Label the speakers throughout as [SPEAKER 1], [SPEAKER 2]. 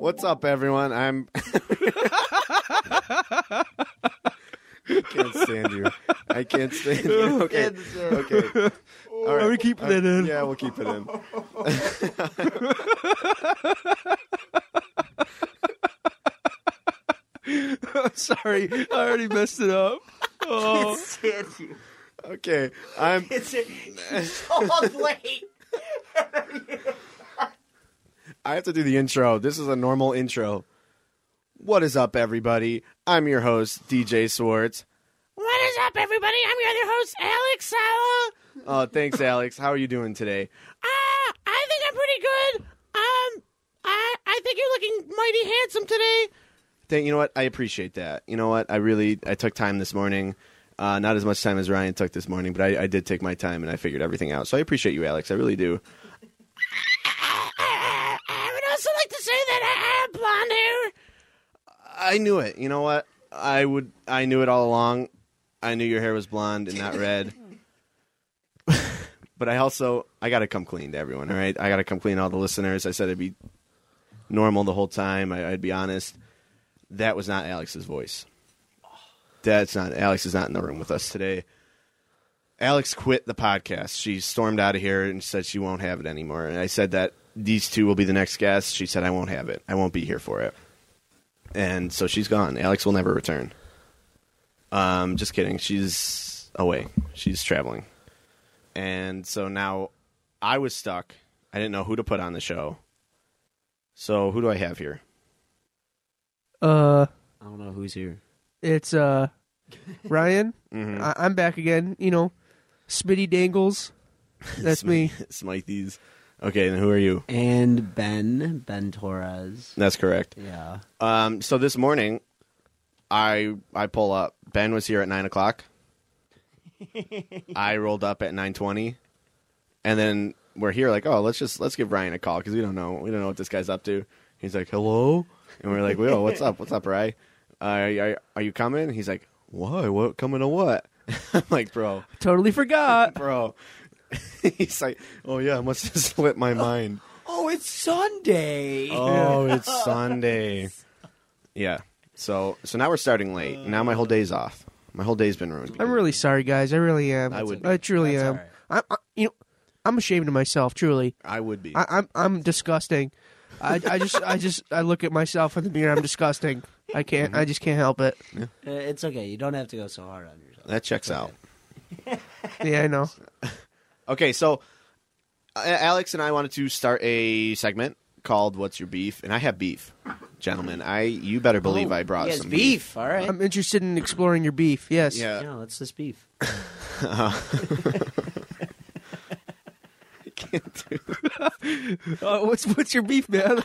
[SPEAKER 1] What's up, everyone? I'm. I can't stand you. I can't stand you. Okay. Okay. All right.
[SPEAKER 2] Are we keeping
[SPEAKER 1] Uh,
[SPEAKER 2] it in?
[SPEAKER 1] Yeah, we'll keep it in.
[SPEAKER 2] Sorry, I already messed it up. Oh,
[SPEAKER 3] Stand you.
[SPEAKER 1] Okay. I'm.
[SPEAKER 3] It's a, he's so late.
[SPEAKER 1] I have to do the intro. This is a normal intro. What is up, everybody? I'm your host, DJ Swartz.
[SPEAKER 3] What is up, everybody? I'm your other host, Alex Sala.
[SPEAKER 1] Oh, thanks, Alex. How are you doing today?
[SPEAKER 3] Ah, I think I'm pretty good. Um, I I think you're looking mighty handsome today.
[SPEAKER 1] Thank you know what I appreciate that. You know what I really I took time this morning, uh, not as much time as Ryan took this morning, but I, I did take my time and I figured everything out. So I appreciate you, Alex. I really do.
[SPEAKER 3] I, I would also like to say that I I have blonde hair.
[SPEAKER 1] I knew it. You know what I would I knew it all along. I knew your hair was blonde and not red. but I also I got to come clean to everyone. All right, I got to come clean to all the listeners. I said I'd be normal the whole time. I, I'd be honest. That was not Alex's voice. That's not Alex is not in the room with us today. Alex quit the podcast. She stormed out of here and said she won't have it anymore. And I said that these two will be the next guests. She said I won't have it. I won't be here for it. And so she's gone. Alex will never return. Um, just kidding. She's away. She's traveling. And so now I was stuck. I didn't know who to put on the show. So who do I have here?
[SPEAKER 2] uh,
[SPEAKER 3] I don't know who's here.
[SPEAKER 2] it's uh, Ryan.
[SPEAKER 1] Mm-hmm.
[SPEAKER 2] I- I'm back again. You know, Smitty Dangles. That's me.
[SPEAKER 1] Smithies. Okay, then who are you?
[SPEAKER 4] And Ben, Ben Torres.
[SPEAKER 1] That's correct.
[SPEAKER 4] Yeah.
[SPEAKER 1] Um, so this morning, I I pull up. Ben was here at nine o'clock. I rolled up at nine twenty, and then we're here like, oh, let's just let's give Ryan a call because we don't know we don't know what this guy's up to. He's like, hello, and we're like, well, what's up? What's up, Ryan? Uh, are, are you coming? He's like, why? What coming to what? I'm like, bro,
[SPEAKER 2] Totally forgot.
[SPEAKER 1] bro. He's like, oh yeah, I must have slipped my mind.
[SPEAKER 4] Oh, it's Sunday.
[SPEAKER 1] Oh, it's Sunday. Yeah. So so now we're starting late. now my whole day's off. My whole day's been ruined.
[SPEAKER 2] I'm really sorry, guys. I really am.
[SPEAKER 1] I would be.
[SPEAKER 2] I truly
[SPEAKER 4] That's
[SPEAKER 2] am. I, I, you know, I'm ashamed of myself. Truly,
[SPEAKER 1] I would be.
[SPEAKER 2] I, I'm. I'm disgusting. I, I just, I just, I look at myself in the mirror. I'm disgusting. I can't.
[SPEAKER 1] Mm-hmm.
[SPEAKER 2] I just can't help it.
[SPEAKER 4] Uh, It's okay. You don't have to go so hard on yourself.
[SPEAKER 1] that checks out.
[SPEAKER 2] Yeah, I know.
[SPEAKER 1] Okay, so uh, Alex and I wanted to start a segment called "What's Your Beef," and I have beef, gentlemen. I you better
[SPEAKER 2] Oh,
[SPEAKER 1] believe I brought
[SPEAKER 4] Yes,
[SPEAKER 1] some beef. uh,
[SPEAKER 4] beef. All right.
[SPEAKER 2] I'm interested in exploring your beef. Yes.
[SPEAKER 1] Yeah.
[SPEAKER 4] yeah, let's just beef.
[SPEAKER 2] Uh, what's what's your beef, man?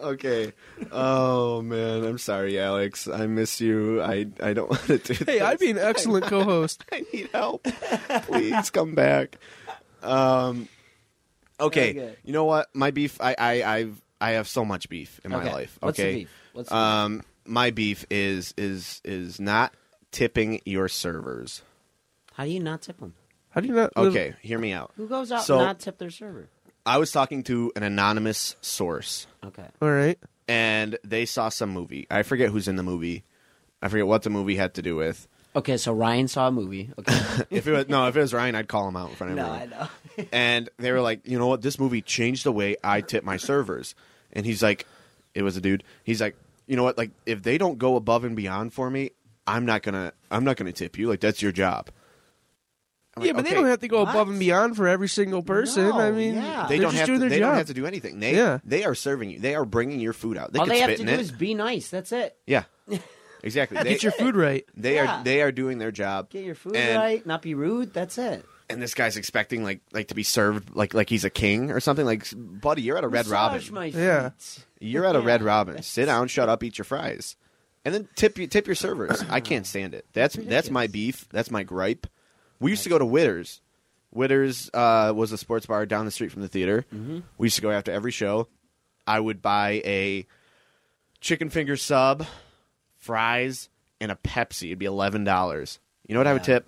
[SPEAKER 1] Okay. Oh man, I'm sorry, Alex. I miss you. I I don't want to do.
[SPEAKER 2] hey, I'd be an excellent co-host.
[SPEAKER 1] I need help. Please come back. Um, okay,
[SPEAKER 4] Okay.
[SPEAKER 1] you know what? My beef. I I I've, I have so much beef in my life. Okay,
[SPEAKER 4] What's the beef? What's the
[SPEAKER 1] um, my beef is is is not tipping your servers.
[SPEAKER 4] beef? How do you not tip them?
[SPEAKER 2] How do you not? live-
[SPEAKER 1] Okay, hear me out.
[SPEAKER 4] Who goes out
[SPEAKER 1] So-
[SPEAKER 4] and not tip their server?
[SPEAKER 1] I was talking to an anonymous source,
[SPEAKER 4] Okay.
[SPEAKER 2] All right.
[SPEAKER 1] and they saw some movie. I forget who's in the movie. I forget what the movie had to do with.
[SPEAKER 4] Okay, so Ryan saw a movie. Okay.
[SPEAKER 1] If it was no, if it was Ryan, I'd call him out in front of
[SPEAKER 4] no,
[SPEAKER 1] everyone.
[SPEAKER 4] I know.
[SPEAKER 1] and they were like, you know what, this movie changed the way I tip my servers. And he's like, it was a dude. He's like, you know what, like if they don't go above and beyond for me, I'm not gonna, I'm not gonna tip you. Like that's your job. I'm
[SPEAKER 2] yeah,
[SPEAKER 1] like,
[SPEAKER 2] but they
[SPEAKER 1] okay,
[SPEAKER 2] don't have to go
[SPEAKER 4] what?
[SPEAKER 2] above and beyond for every single person.
[SPEAKER 4] No,
[SPEAKER 2] I mean,
[SPEAKER 4] yeah.
[SPEAKER 1] They
[SPEAKER 2] they're
[SPEAKER 1] don't
[SPEAKER 2] just
[SPEAKER 1] have to.
[SPEAKER 2] doing
[SPEAKER 1] They
[SPEAKER 2] their job.
[SPEAKER 1] don't have to do anything. They,
[SPEAKER 2] Yeah.
[SPEAKER 1] they are serving you. They are bringing your food out. They
[SPEAKER 4] All
[SPEAKER 1] can
[SPEAKER 4] they
[SPEAKER 1] spit
[SPEAKER 4] have to
[SPEAKER 1] in
[SPEAKER 4] do
[SPEAKER 1] it.
[SPEAKER 4] is be nice. That's it.
[SPEAKER 1] yeah, exactly. They,
[SPEAKER 2] Get your food right.
[SPEAKER 1] they
[SPEAKER 4] Yeah.
[SPEAKER 1] are they are doing their job.
[SPEAKER 4] Get your food
[SPEAKER 1] And-
[SPEAKER 4] right. Not be rude. That's it.
[SPEAKER 1] And this guy's expecting like like to be served like like he's a king or something. Like, buddy, you're at a Red Robin.
[SPEAKER 4] Massage My feet.
[SPEAKER 2] Yeah.
[SPEAKER 1] You're at a
[SPEAKER 4] Yeah.
[SPEAKER 1] Red Robin. Sit down, shut up, eat your fries, and then tip you, tip your servers. I can't stand it. That's that's my beef. That's my gripe. We used to go to Witters. Witters uh, was a sports bar down the street from the theater.
[SPEAKER 2] Mm-hmm.
[SPEAKER 1] We used to go after every show. I would buy a chicken finger sub, fries, and a Pepsi. It'd be eleven dollars. You know what I would tip?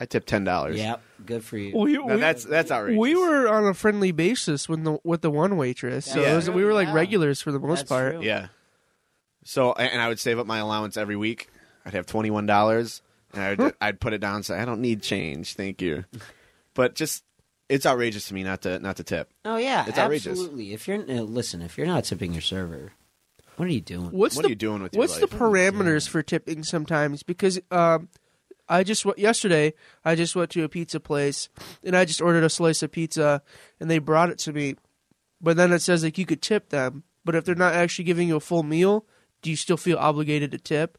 [SPEAKER 1] I tip ten dollars.
[SPEAKER 4] Yep. Good for you.
[SPEAKER 2] We,
[SPEAKER 1] Now
[SPEAKER 2] we-
[SPEAKER 1] that's that's outrageous.
[SPEAKER 2] we were on a friendly basis with the with the one waitress, so
[SPEAKER 1] Yeah.
[SPEAKER 2] it was, we were like
[SPEAKER 4] Yeah.
[SPEAKER 2] regulars for the most
[SPEAKER 4] That's
[SPEAKER 2] part.
[SPEAKER 4] true.
[SPEAKER 1] Yeah. So a- and I would save up my allowance every week. I'd have twenty one dollars, and I would, I'd put it down. So I don't need change, thank you. But just it's outrageous to me not to not to tip.
[SPEAKER 4] Oh yeah.
[SPEAKER 1] It's outrageous.
[SPEAKER 4] absolutely. If you're uh, listen, if you're not tipping your server, what are you doing?
[SPEAKER 2] What's
[SPEAKER 1] What
[SPEAKER 2] the,
[SPEAKER 1] are you doing with your
[SPEAKER 2] What's
[SPEAKER 1] life?
[SPEAKER 2] the parameters for tipping sometimes? Because um, I just went yesterday. I just went to a pizza place and I just ordered a slice of pizza, and they brought it to me. But then it says like you could tip them, but if they're not actually giving you a full meal, do you still feel obligated to tip?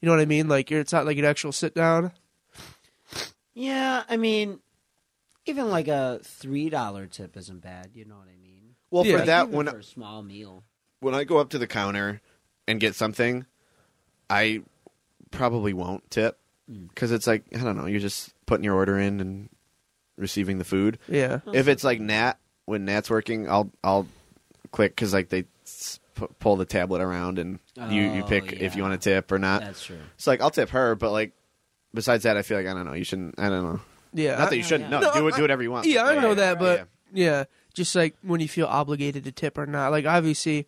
[SPEAKER 2] You know what I mean? Like you're, it's not like an actual sit down.
[SPEAKER 4] Yeah, I mean, even like a three dollar tip isn't bad. You know what I mean?
[SPEAKER 1] Well,
[SPEAKER 2] Yeah.
[SPEAKER 1] for
[SPEAKER 4] Like,
[SPEAKER 1] that
[SPEAKER 4] even
[SPEAKER 1] when
[SPEAKER 4] for a small meal.
[SPEAKER 1] when I go up to the counter and get something, I probably won't tip
[SPEAKER 4] Mm.
[SPEAKER 1] because it's like I don't know. You're just putting your order in and receiving the food.
[SPEAKER 2] Yeah.
[SPEAKER 4] Mm-hmm.
[SPEAKER 1] If it's like Nat, when Nat's working, I'll I'll click because like they s- pu- pull the tablet around and you you
[SPEAKER 4] Oh,
[SPEAKER 1] pick if you
[SPEAKER 4] yeah.
[SPEAKER 1] want to tip or not.
[SPEAKER 4] That's true.
[SPEAKER 1] It's like I'll tip her, but like besides that, I feel like I don't know. You shouldn't. I don't know.
[SPEAKER 2] Yeah.
[SPEAKER 1] Not that you
[SPEAKER 4] Oh,
[SPEAKER 1] shouldn't. No,
[SPEAKER 4] yeah.
[SPEAKER 2] No,
[SPEAKER 1] do it.
[SPEAKER 2] I-
[SPEAKER 1] Do whatever you want.
[SPEAKER 2] Yeah, I
[SPEAKER 1] Like,
[SPEAKER 2] know that, but
[SPEAKER 1] Uh, oh, yeah.
[SPEAKER 2] yeah. just like when you feel obligated to tip or not. Like obviously,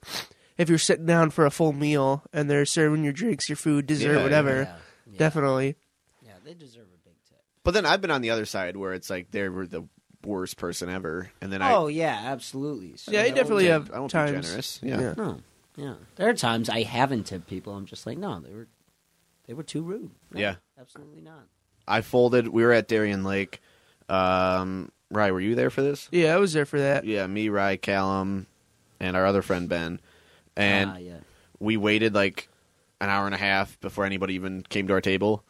[SPEAKER 2] if you're sitting down for a full meal and they're serving your drinks, your food, dessert,
[SPEAKER 1] Yeah,
[SPEAKER 2] whatever,
[SPEAKER 4] Yeah, yeah.
[SPEAKER 2] definitely.
[SPEAKER 4] Yeah, they deserve a big tip.
[SPEAKER 1] But then I've been on the other side where it's like they were the worst person ever, and then
[SPEAKER 4] oh yeah, absolutely. So
[SPEAKER 2] Yeah, I
[SPEAKER 4] no-
[SPEAKER 2] definitely
[SPEAKER 1] I
[SPEAKER 2] have
[SPEAKER 1] I won't
[SPEAKER 2] times.
[SPEAKER 1] be generous. Yeah.
[SPEAKER 2] Yeah.
[SPEAKER 4] No, yeah. There are times I haven't tipped people. I'm just like, no, they were, they were too rude. No,
[SPEAKER 1] Yeah.
[SPEAKER 4] absolutely not.
[SPEAKER 1] I folded. We were at Darien Lake. Um, Rye, were you there for this?
[SPEAKER 2] Yeah, I was there for that.
[SPEAKER 1] Yeah, me, Rye, Callum, and our other friend Ben, and
[SPEAKER 4] Ah, yeah.
[SPEAKER 1] we waited like an hour and a half before anybody even came to our table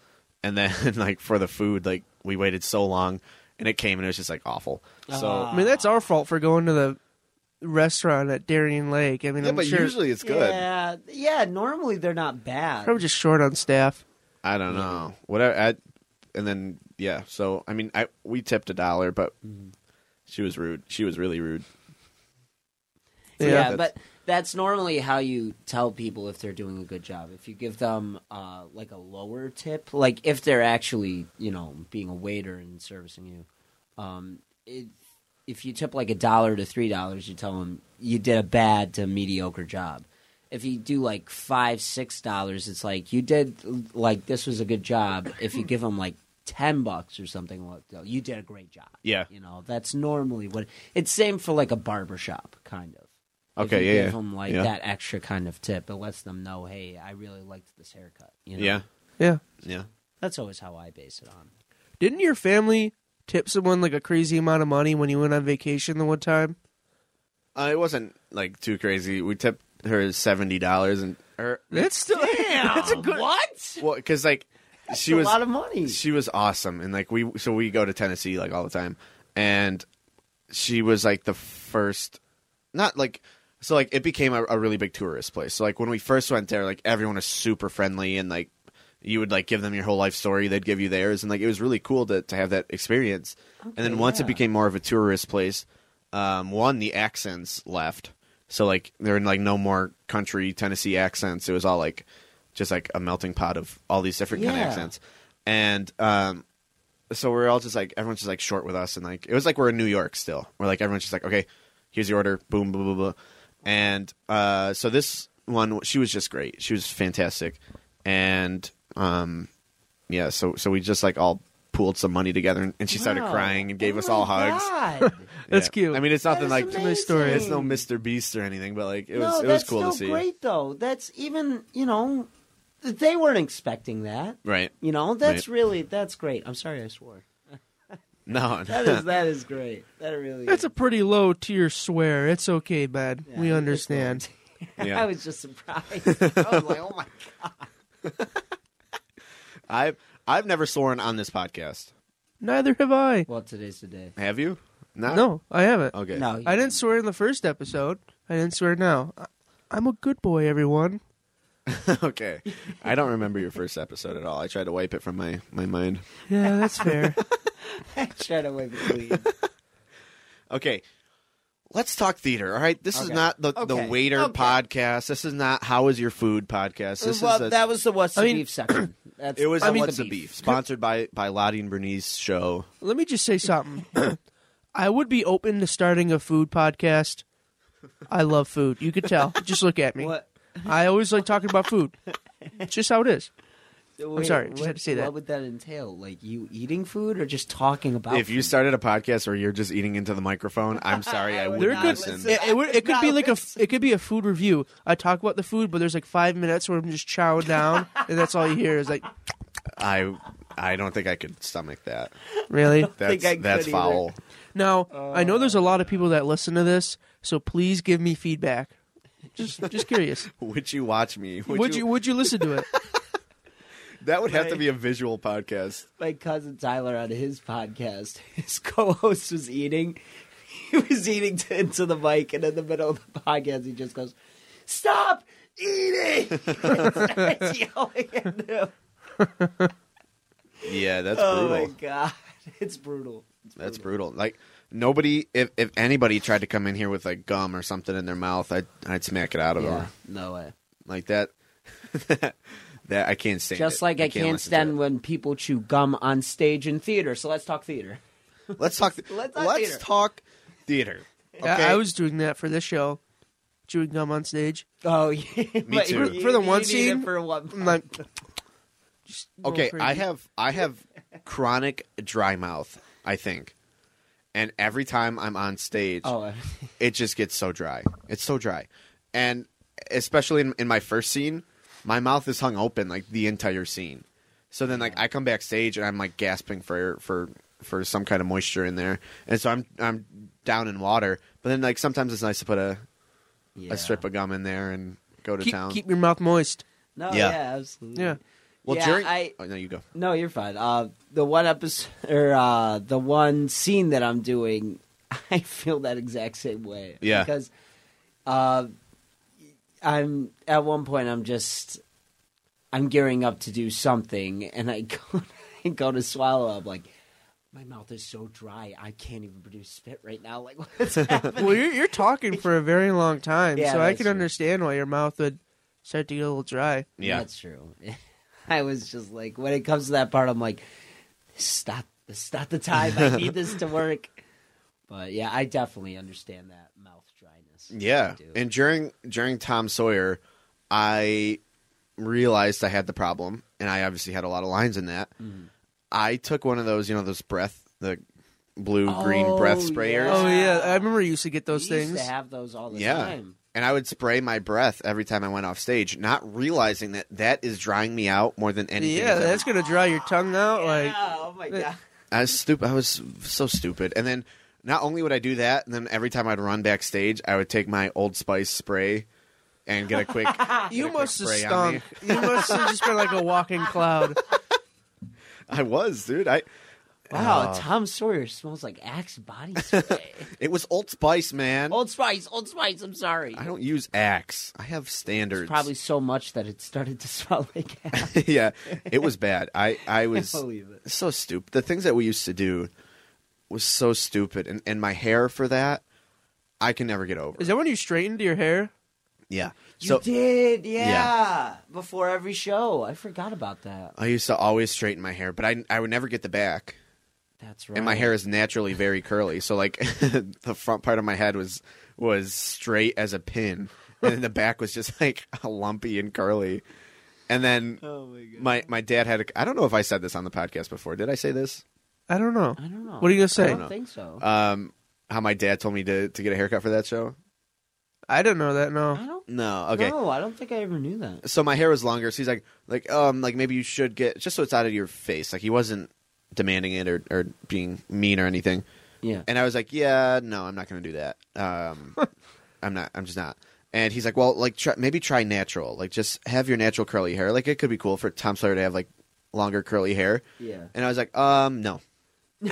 [SPEAKER 1] and then like for the food like we waited so long and it came and it was just like awful so
[SPEAKER 4] Ah.
[SPEAKER 2] I mean, that's our fault for going to the restaurant at Darien Lake. I mean,
[SPEAKER 1] yeah
[SPEAKER 2] I'm
[SPEAKER 1] but
[SPEAKER 2] sure
[SPEAKER 1] usually it's good
[SPEAKER 4] Yeah, yeah. Normally they're not bad.
[SPEAKER 2] probably just short on staff.
[SPEAKER 1] i don't know whatever I, and then yeah so i mean i we tipped a dollar but she was rude she was really rude
[SPEAKER 4] Yeah,
[SPEAKER 1] Yeah.
[SPEAKER 4] but that's normally how you tell people if they're doing a good job. If you give them uh, like a lower tip, like if they're actually you know being a waiter and servicing you, um, it, if you tip like a dollar to three dollars, you tell them you did a bad to mediocre job. If you do like five six dollars, it's like you did like this was a good job. If you give them like ten bucks or something, like that, you did a great job.
[SPEAKER 1] Yeah.
[SPEAKER 4] you know that's normally what it's same for like a barber shop kind of. If
[SPEAKER 1] Okay,
[SPEAKER 4] you
[SPEAKER 1] yeah,
[SPEAKER 4] give
[SPEAKER 1] yeah.
[SPEAKER 4] them like
[SPEAKER 1] Yeah.
[SPEAKER 4] that extra kind of tip, it lets them know, hey, I really liked this haircut. You know?
[SPEAKER 1] yeah
[SPEAKER 2] Yeah.
[SPEAKER 1] yeah
[SPEAKER 4] that's always how I base it on.
[SPEAKER 2] Didn't your family tip someone like a crazy amount of money when you went on vacation the one time?
[SPEAKER 1] uh, it wasn't like too crazy we tipped her seventy dollars and her
[SPEAKER 2] That's still that's a good
[SPEAKER 4] Um, what?
[SPEAKER 1] well because like she
[SPEAKER 4] a
[SPEAKER 1] was
[SPEAKER 4] lot of money.
[SPEAKER 1] she was awesome and like we so we go to tennessee like all the time and she was like the first not like so like it became a, a really big tourist place so like when we first went there like everyone was super friendly and like you would like give them your whole life story they'd give you theirs and like it was really cool to, to have that experience and then
[SPEAKER 4] Okay,
[SPEAKER 1] once
[SPEAKER 4] yeah.
[SPEAKER 1] it became more of a tourist place um one the accents left so like there were like no more country tennessee accents it was all like just like a melting pot of all these different kind
[SPEAKER 4] Yeah.
[SPEAKER 1] of accents and um so we're all just like everyone's just like short with us and like it was like we're in New York still. We're like everyone's just like okay, here's your order, boom, blah blah blah, and uh, so this one she was just great. She was fantastic, and um, yeah, so so we just like all pooled some money together, and, and she started
[SPEAKER 4] Wow.
[SPEAKER 1] crying and gave
[SPEAKER 4] Oh
[SPEAKER 1] us
[SPEAKER 4] my
[SPEAKER 1] all hugs.
[SPEAKER 4] God.
[SPEAKER 2] That's
[SPEAKER 1] Yeah.
[SPEAKER 2] cute.
[SPEAKER 1] I mean, it's nothing
[SPEAKER 4] is
[SPEAKER 1] like
[SPEAKER 4] amazing. Nice story.
[SPEAKER 1] It's no Mr. Beast or anything, but like it was
[SPEAKER 4] no,
[SPEAKER 1] it was
[SPEAKER 4] that's
[SPEAKER 1] cool
[SPEAKER 4] still
[SPEAKER 1] to see.
[SPEAKER 4] great though. That's even you know they weren't expecting that.
[SPEAKER 1] Right?
[SPEAKER 4] You know that's
[SPEAKER 1] Right.
[SPEAKER 4] really that's great. I'm sorry I swore.
[SPEAKER 1] No,
[SPEAKER 4] That is that is great. That really
[SPEAKER 2] That's
[SPEAKER 4] is.
[SPEAKER 2] a pretty low tier swear. It's okay, bud.
[SPEAKER 4] Yeah,
[SPEAKER 2] we
[SPEAKER 4] it's
[SPEAKER 2] understand.
[SPEAKER 1] Yeah.
[SPEAKER 4] I was just surprised. I was like, oh my
[SPEAKER 1] I've I've never sworn on this podcast.
[SPEAKER 2] Neither have I.
[SPEAKER 4] Well, today's the day.
[SPEAKER 1] Have you? No.
[SPEAKER 2] No, I haven't.
[SPEAKER 1] Okay.
[SPEAKER 4] No, you-
[SPEAKER 2] I didn't swear in the first episode. I didn't swear now. I- I'm a good boy, everyone.
[SPEAKER 1] okay. I don't remember your first episode at all. I tried to wipe it from my my mind.
[SPEAKER 2] Yeah, that's fair.
[SPEAKER 4] I tried to wipe it clean.
[SPEAKER 1] Okay. Let's talk theater. All right. This is
[SPEAKER 4] Okay.
[SPEAKER 1] not the, the
[SPEAKER 4] Okay.
[SPEAKER 1] waiter
[SPEAKER 4] Okay.
[SPEAKER 1] podcast. This is not how is your food podcast. This
[SPEAKER 4] well,
[SPEAKER 1] is a,
[SPEAKER 4] that was the what's the
[SPEAKER 2] I mean-
[SPEAKER 4] beef section. That's,
[SPEAKER 1] it was
[SPEAKER 4] that
[SPEAKER 1] a
[SPEAKER 4] was
[SPEAKER 1] what's the beef sponsored by by Lottie and Bernice show.
[SPEAKER 2] Let me just say something. I would be open to starting a food podcast. I love food. You could tell. Just look at me.
[SPEAKER 4] What?
[SPEAKER 2] I always like talking about food. It's just how it is.
[SPEAKER 4] wait,
[SPEAKER 2] sorry, just
[SPEAKER 4] what,
[SPEAKER 2] had to say that.
[SPEAKER 4] What would that entail? Like you eating food or just talking about?
[SPEAKER 1] If you
[SPEAKER 4] food?
[SPEAKER 1] started a podcast where you're just eating into the microphone, I'm sorry, I would
[SPEAKER 4] They're
[SPEAKER 1] not
[SPEAKER 4] good-
[SPEAKER 1] listen.
[SPEAKER 2] It, it, would- it could be
[SPEAKER 4] No,
[SPEAKER 2] like a f- it could be a food review. I talk about the food, but there's like five minutes where I'm just chowing down, and that's all you hear is like,
[SPEAKER 1] I I don't think I could stomach that.
[SPEAKER 2] really.
[SPEAKER 1] That's
[SPEAKER 4] think I could
[SPEAKER 1] that's
[SPEAKER 4] either.
[SPEAKER 1] foul.
[SPEAKER 2] Now I know there's a lot of people that listen to this, so please give me feedback. Just just curious.
[SPEAKER 1] Would you watch me?
[SPEAKER 2] Would, you, would you listen to it?
[SPEAKER 1] That would have to be a visual podcast.
[SPEAKER 4] my cousin Tyler on his podcast, his co-host was eating. He was eating to, into the mic, and in the middle of the podcast, he just goes, "Stop eating!" and starts yelling at him.
[SPEAKER 1] Yeah, that's
[SPEAKER 4] Oh
[SPEAKER 1] brutal.
[SPEAKER 4] my god, it's brutal. It's
[SPEAKER 1] That's
[SPEAKER 4] brutal.
[SPEAKER 1] brutal. Like nobody, if if anybody tried to come in here with like gum or something in their mouth, I'd I'd smack it out of
[SPEAKER 4] Yeah,
[SPEAKER 1] them
[SPEAKER 4] no way.
[SPEAKER 1] like that. that I can't stand.
[SPEAKER 4] Just
[SPEAKER 1] it.
[SPEAKER 4] like I can't,
[SPEAKER 1] listen to
[SPEAKER 4] stand
[SPEAKER 1] it.
[SPEAKER 4] when people chew gum on stage in theater. So let's talk theater.
[SPEAKER 1] Let's talk. Let's talk
[SPEAKER 4] Let's talk
[SPEAKER 1] let's
[SPEAKER 4] theater.
[SPEAKER 1] talk theater. Okay.
[SPEAKER 2] I, I was doing that for this show, chewing gum on stage.
[SPEAKER 4] Oh yeah, But
[SPEAKER 1] too.
[SPEAKER 4] you-
[SPEAKER 2] For the
[SPEAKER 4] you
[SPEAKER 2] one
[SPEAKER 4] need
[SPEAKER 2] scene,
[SPEAKER 4] it for one. Mm.
[SPEAKER 2] I'm like, just going
[SPEAKER 1] okay. I
[SPEAKER 2] crazy.
[SPEAKER 1] have I have chronic dry mouth. I think, and every time I'm on stage,
[SPEAKER 4] oh, uh,
[SPEAKER 1] it just gets so dry. It's so dry, and especially in, in my first scene, my mouth is hung open like the entire scene. So then, like, I come backstage and I'm like gasping for for for some kind of moisture in there, and so I'm I'm down in water. But then, like, sometimes it's nice to put a
[SPEAKER 4] yeah.
[SPEAKER 1] a strip of gum in there and go to
[SPEAKER 2] keep,
[SPEAKER 1] town.
[SPEAKER 2] keep your mouth moist.
[SPEAKER 4] No,
[SPEAKER 1] Yeah.
[SPEAKER 4] yeah, absolutely.
[SPEAKER 2] Yeah.
[SPEAKER 1] well,
[SPEAKER 4] yeah,
[SPEAKER 1] during
[SPEAKER 4] I-
[SPEAKER 1] oh no, you go.
[SPEAKER 4] No, you're fine. Uh, the one episode or uh, the one scene that I'm doing, I feel that exact same way.
[SPEAKER 1] Yeah.
[SPEAKER 4] because uh, I'm at one point I'm just I'm gearing up to do something, and I go I go to swallow. I'm like, my mouth is so dry, I can't even produce spit right now. Like, what's happening?
[SPEAKER 2] Well, you're, you're talking for a very long time,
[SPEAKER 4] Yeah,
[SPEAKER 2] so I
[SPEAKER 4] that's
[SPEAKER 2] can
[SPEAKER 4] true.
[SPEAKER 2] understand why your mouth would start to get a little dry.
[SPEAKER 1] Yeah.
[SPEAKER 4] That's true. I was just like, when it comes to that part, I'm like, stop, stop the time. I need this to work. But yeah, I definitely understand that mouth dryness.
[SPEAKER 1] Yeah,
[SPEAKER 4] I do.
[SPEAKER 1] and during during Tom Sawyer, I realized I had the problem, and I obviously had a lot of lines in that.
[SPEAKER 4] Mm-hmm.
[SPEAKER 1] I took one of those, you know, those breath, the blue green
[SPEAKER 4] Oh,
[SPEAKER 1] breath sprayers,
[SPEAKER 4] Yeah.
[SPEAKER 2] Oh yeah, I remember you used to get
[SPEAKER 4] We
[SPEAKER 2] those things.
[SPEAKER 4] used to have those all the
[SPEAKER 1] Yeah.
[SPEAKER 4] time.
[SPEAKER 1] and I would spray my breath every time I went off stage, not realizing that that is drying me out more than anything.
[SPEAKER 2] yeah,
[SPEAKER 1] is
[SPEAKER 2] that's gonna dry your tongue out. Like,
[SPEAKER 4] yeah, oh my god.
[SPEAKER 1] I was stupid. I was so stupid. And then not only would I do that, and then every time I'd run backstage, I would take my Old Spice spray and get a quick.
[SPEAKER 2] You
[SPEAKER 1] quick
[SPEAKER 2] must have
[SPEAKER 1] spray on me.
[SPEAKER 2] stunk. You must have just been like a walking cloud.
[SPEAKER 1] I was, dude. I Uh,
[SPEAKER 4] Wow, Tom Sawyer smells like Axe body spray.
[SPEAKER 1] it was Old Spice, man.
[SPEAKER 4] Old Spice, Old Spice. I'm sorry.
[SPEAKER 1] I don't use Axe. I have standards.
[SPEAKER 4] It's probably so much that it started to smell like Axe.
[SPEAKER 1] yeah, it was bad. I I was
[SPEAKER 4] believe it.
[SPEAKER 1] so stupid. The things that we used to do was so stupid, and and my hair for that, I can never get over.
[SPEAKER 2] Is that when you straightened your hair?
[SPEAKER 1] yeah.
[SPEAKER 4] You
[SPEAKER 1] so
[SPEAKER 4] did, yeah.
[SPEAKER 1] Yeah.
[SPEAKER 4] Before every show, I forgot about that.
[SPEAKER 1] I used to always straighten my hair, but I I would never get the back,
[SPEAKER 4] That's right.
[SPEAKER 1] and my hair is naturally very curly. So like the front part of my head was was straight as a pin, and then the back was just like lumpy and curly. And then
[SPEAKER 4] Oh my god.
[SPEAKER 1] my my dad had. A, I don't know if I said this on the podcast before. Did I say this?
[SPEAKER 2] I don't know.
[SPEAKER 4] I don't know.
[SPEAKER 2] What are you
[SPEAKER 4] I
[SPEAKER 2] gonna say?
[SPEAKER 4] don't think so.
[SPEAKER 1] Um, how my dad told me to to get a haircut for that show.
[SPEAKER 2] I don't know that.
[SPEAKER 4] I
[SPEAKER 2] No.
[SPEAKER 4] don't.
[SPEAKER 1] No, okay.
[SPEAKER 4] No, I don't think I ever knew that.
[SPEAKER 1] So my hair was longer. So he's like, like, um, like maybe you should get just so it's out of your face. Like he wasn't demanding it or or being mean or anything.
[SPEAKER 4] Yeah.
[SPEAKER 1] And I was like, yeah, no, I'm not going to do that. Um, I'm not. I'm just not. And he's like, well, like try, maybe try natural. Like just have your natural curly hair. Like it could be cool for Tom Sawyer to have like longer curly hair.
[SPEAKER 4] Yeah.
[SPEAKER 1] And I was like, um, no.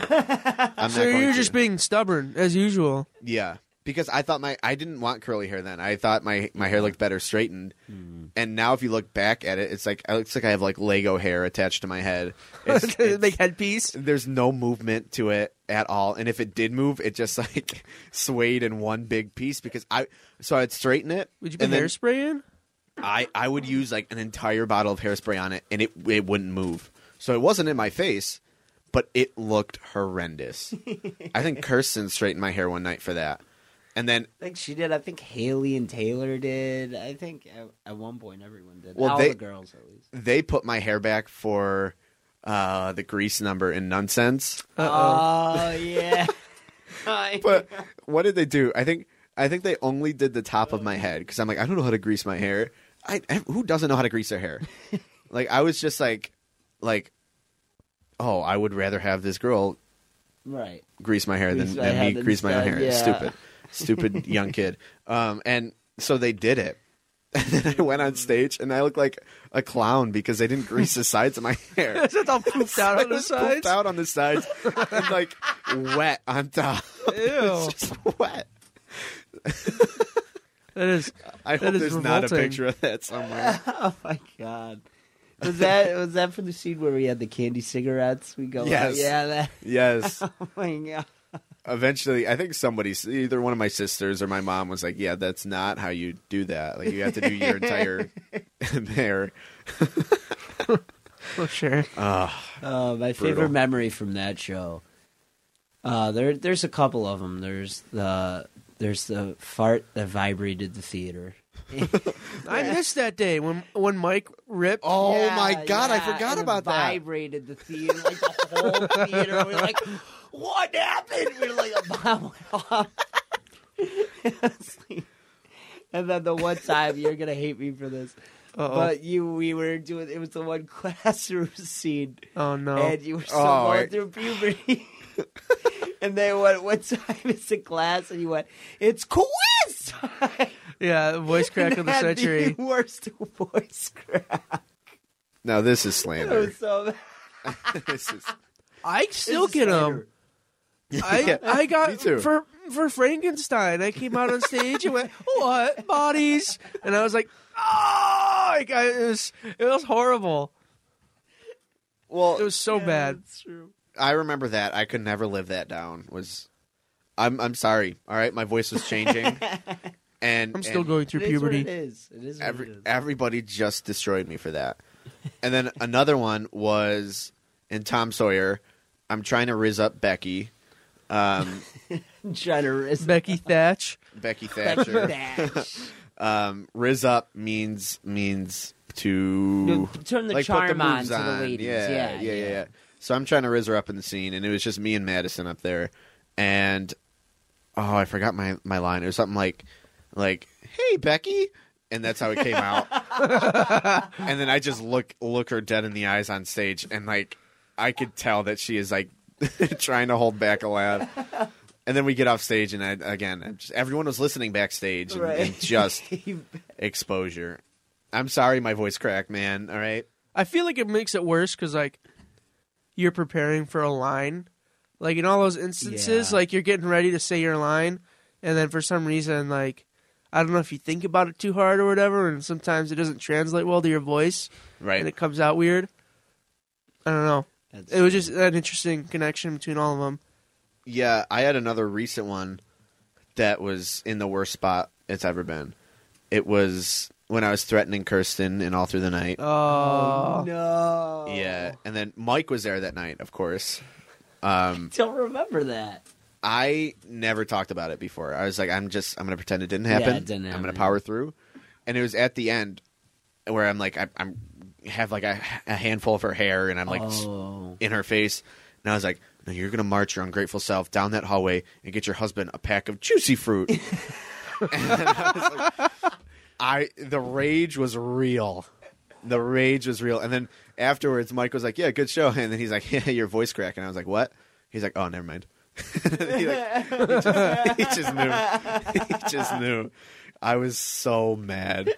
[SPEAKER 1] I'm
[SPEAKER 2] So
[SPEAKER 1] not going
[SPEAKER 2] you're
[SPEAKER 1] to.
[SPEAKER 2] just being stubborn as usual.
[SPEAKER 1] yeah. Because I thought my I didn't want curly hair then. I thought my my hair looked better straightened.
[SPEAKER 2] Hmm.
[SPEAKER 1] And now if you look back at it, it's like it looks like I have like Lego hair attached to my head. It's, it's-
[SPEAKER 2] Make headpiece.
[SPEAKER 1] there's no movement to it at all and if it did move it just like swayed in one big piece because i so i'd straighten it
[SPEAKER 2] Would you put
[SPEAKER 1] and then
[SPEAKER 2] hairspray in?
[SPEAKER 1] i i would use like an entire bottle of hairspray on it and it it wouldn't move so it wasn't in my face but it looked horrendous i think kirsten straightened my hair one night for that and then
[SPEAKER 4] I think she did. I think Haley and Taylor did. I think at, at one point everyone did.
[SPEAKER 1] Well,
[SPEAKER 4] All
[SPEAKER 1] they-
[SPEAKER 4] the girls at least.
[SPEAKER 1] they put my hair back for uh the grease number in nonsense
[SPEAKER 4] Oh yeah.
[SPEAKER 1] but what did they do? I think I think they only did the top of my head because I'm like I don't know how to grease my hair. I, I- who doesn't know how to grease their hair? like I was just like like oh I would rather have this girl
[SPEAKER 4] right.
[SPEAKER 1] grease my hair
[SPEAKER 4] Grease
[SPEAKER 1] than,
[SPEAKER 4] my
[SPEAKER 1] than me
[SPEAKER 4] head
[SPEAKER 1] grease my own
[SPEAKER 4] instead,
[SPEAKER 1] hair.
[SPEAKER 4] yeah.
[SPEAKER 1] Stupid, stupid young kid. Um, and so they did it. And then I went on stage and I looked like a clown because they didn't grease the sides of my hair.
[SPEAKER 2] Is it all pooped out
[SPEAKER 1] I
[SPEAKER 2] on the
[SPEAKER 1] was pooped
[SPEAKER 2] sides?
[SPEAKER 1] out on the sides, and like wet on top.
[SPEAKER 2] Ew.
[SPEAKER 1] It's just wet.
[SPEAKER 2] That is.
[SPEAKER 1] I
[SPEAKER 2] That
[SPEAKER 1] hope
[SPEAKER 2] is
[SPEAKER 1] there's not a
[SPEAKER 2] revolting.
[SPEAKER 1] picture of that somewhere.
[SPEAKER 4] Oh my god. Was that was that for the scene where we had the candy cigarettes? We go. out?
[SPEAKER 1] Yes.
[SPEAKER 4] Yeah. That.
[SPEAKER 1] yes.
[SPEAKER 4] Oh my god.
[SPEAKER 1] Eventually, I think somebody, either one of my sisters or my mom, was like, "Yeah, that's not how you do that. Like, you have to do your entire hair."
[SPEAKER 2] Well, oh, sure.
[SPEAKER 4] Uh, my
[SPEAKER 1] Brutal.
[SPEAKER 4] favorite memory from that show. Uh, there, there's a couple of them. There's the there's the fart that vibrated the theater.
[SPEAKER 2] I missed that day when when Mike ripped.
[SPEAKER 1] Oh
[SPEAKER 4] Yeah,
[SPEAKER 1] my god, I
[SPEAKER 4] yeah,
[SPEAKER 1] forgot
[SPEAKER 4] and it
[SPEAKER 1] about that.
[SPEAKER 4] Vibrated the theater, like the whole theater. We're like, what happened? We're like, a bomb went off. It's like- and then the one time you're gonna hate me for this,
[SPEAKER 2] Uh-oh.
[SPEAKER 4] but you, we were doing. It was the one classroom scene.
[SPEAKER 2] oh no.
[SPEAKER 4] and you were still
[SPEAKER 1] Oh,
[SPEAKER 4] going
[SPEAKER 1] wait.
[SPEAKER 4] through puberty. and they went one time it's a class, and you went, "It's quiz time."
[SPEAKER 2] yeah, the voice crack
[SPEAKER 4] And
[SPEAKER 2] of the
[SPEAKER 4] had
[SPEAKER 2] century.
[SPEAKER 4] The worst voice crack.
[SPEAKER 1] Now this is
[SPEAKER 4] It
[SPEAKER 1] slander.
[SPEAKER 4] was so bad.
[SPEAKER 1] this is
[SPEAKER 2] I still get them. I
[SPEAKER 1] Yeah,
[SPEAKER 2] I got
[SPEAKER 1] me too.
[SPEAKER 2] for for Frankenstein. I came out on stage and went, "What bodies?" And I was like, "Oh!" Like, I, it was it was horrible.
[SPEAKER 1] well.
[SPEAKER 2] It was so bad.
[SPEAKER 4] That's true.
[SPEAKER 1] I remember that. I could never live that down. Was I'm I'm sorry. All right, my voice was changing, and
[SPEAKER 2] I'm still
[SPEAKER 1] and
[SPEAKER 2] going through
[SPEAKER 4] It is what it
[SPEAKER 2] puberty.
[SPEAKER 4] is. It is. What
[SPEAKER 1] Every,
[SPEAKER 4] it is.
[SPEAKER 1] everybody just destroyed me for that. And then another one was in Tom Sawyer. I'm trying to riz up Becky, um,
[SPEAKER 4] I'm trying to risk
[SPEAKER 2] Becky Thatch.
[SPEAKER 1] Becky
[SPEAKER 4] that.
[SPEAKER 1] Thatcher. um, riz up means means to
[SPEAKER 4] No, Turn the
[SPEAKER 1] like put
[SPEAKER 4] charm
[SPEAKER 1] the
[SPEAKER 4] on
[SPEAKER 1] moves
[SPEAKER 4] to
[SPEAKER 1] on.
[SPEAKER 4] the ladies.
[SPEAKER 1] Yeah, yeah, yeah, yeah. So I'm trying to riz her up in the scene, and it was just me and Madison up there, and oh, I forgot my my line. It was something like like Hey, Becky. And that's how it came out. and then I just look look her dead in the eyes on stage, and like I could tell that she is like trying to hold back a laugh. And then we get off stage, and I, again, I'm just, everyone was listening backstage, and,
[SPEAKER 4] Right.
[SPEAKER 1] and just
[SPEAKER 4] You-
[SPEAKER 1] exposure. I'm sorry, my voice cracked, man. All right,
[SPEAKER 2] I feel like it makes it worse because like you're preparing for a line, like in all those instances,
[SPEAKER 4] Yeah.
[SPEAKER 2] like you're getting ready to say your line, and then for some reason, like I don't know if you think about it too hard or whatever, and sometimes it doesn't translate well to your voice,
[SPEAKER 1] right.
[SPEAKER 2] and it comes out weird. I don't know.
[SPEAKER 4] That's
[SPEAKER 2] It was just an interesting connection between all of them.
[SPEAKER 1] Yeah, I had another recent one that was in the worst spot it's ever been. It was when I was threatening Kirsten and all through the night.
[SPEAKER 2] Oh,
[SPEAKER 4] no.
[SPEAKER 1] Yeah, and then Mike was there that night, of course. Um,
[SPEAKER 4] Don't remember that.
[SPEAKER 1] I never talked about it before. I was like, I'm just, I'm gonna pretend it didn't happen.
[SPEAKER 4] it didn't
[SPEAKER 1] I'm gonna
[SPEAKER 4] happen.
[SPEAKER 1] power through. And it was at the end where I'm like, I, I'm have like a, a handful of her hair, and I'm like s-
[SPEAKER 4] Oh.
[SPEAKER 1] in her face, and I was like, "No, you're gonna march your ungrateful self down that hallway and get your husband a pack of juicy fruit." and I, was like- I- the rage was real. The rage was real, and then afterwards, Mike was like, "Yeah, good show," and then he's like, "Yeah, your voice crack," and I was like, "What?" He's like, "Oh, never mind." he, like, he just, he just knew. He just knew. I was so mad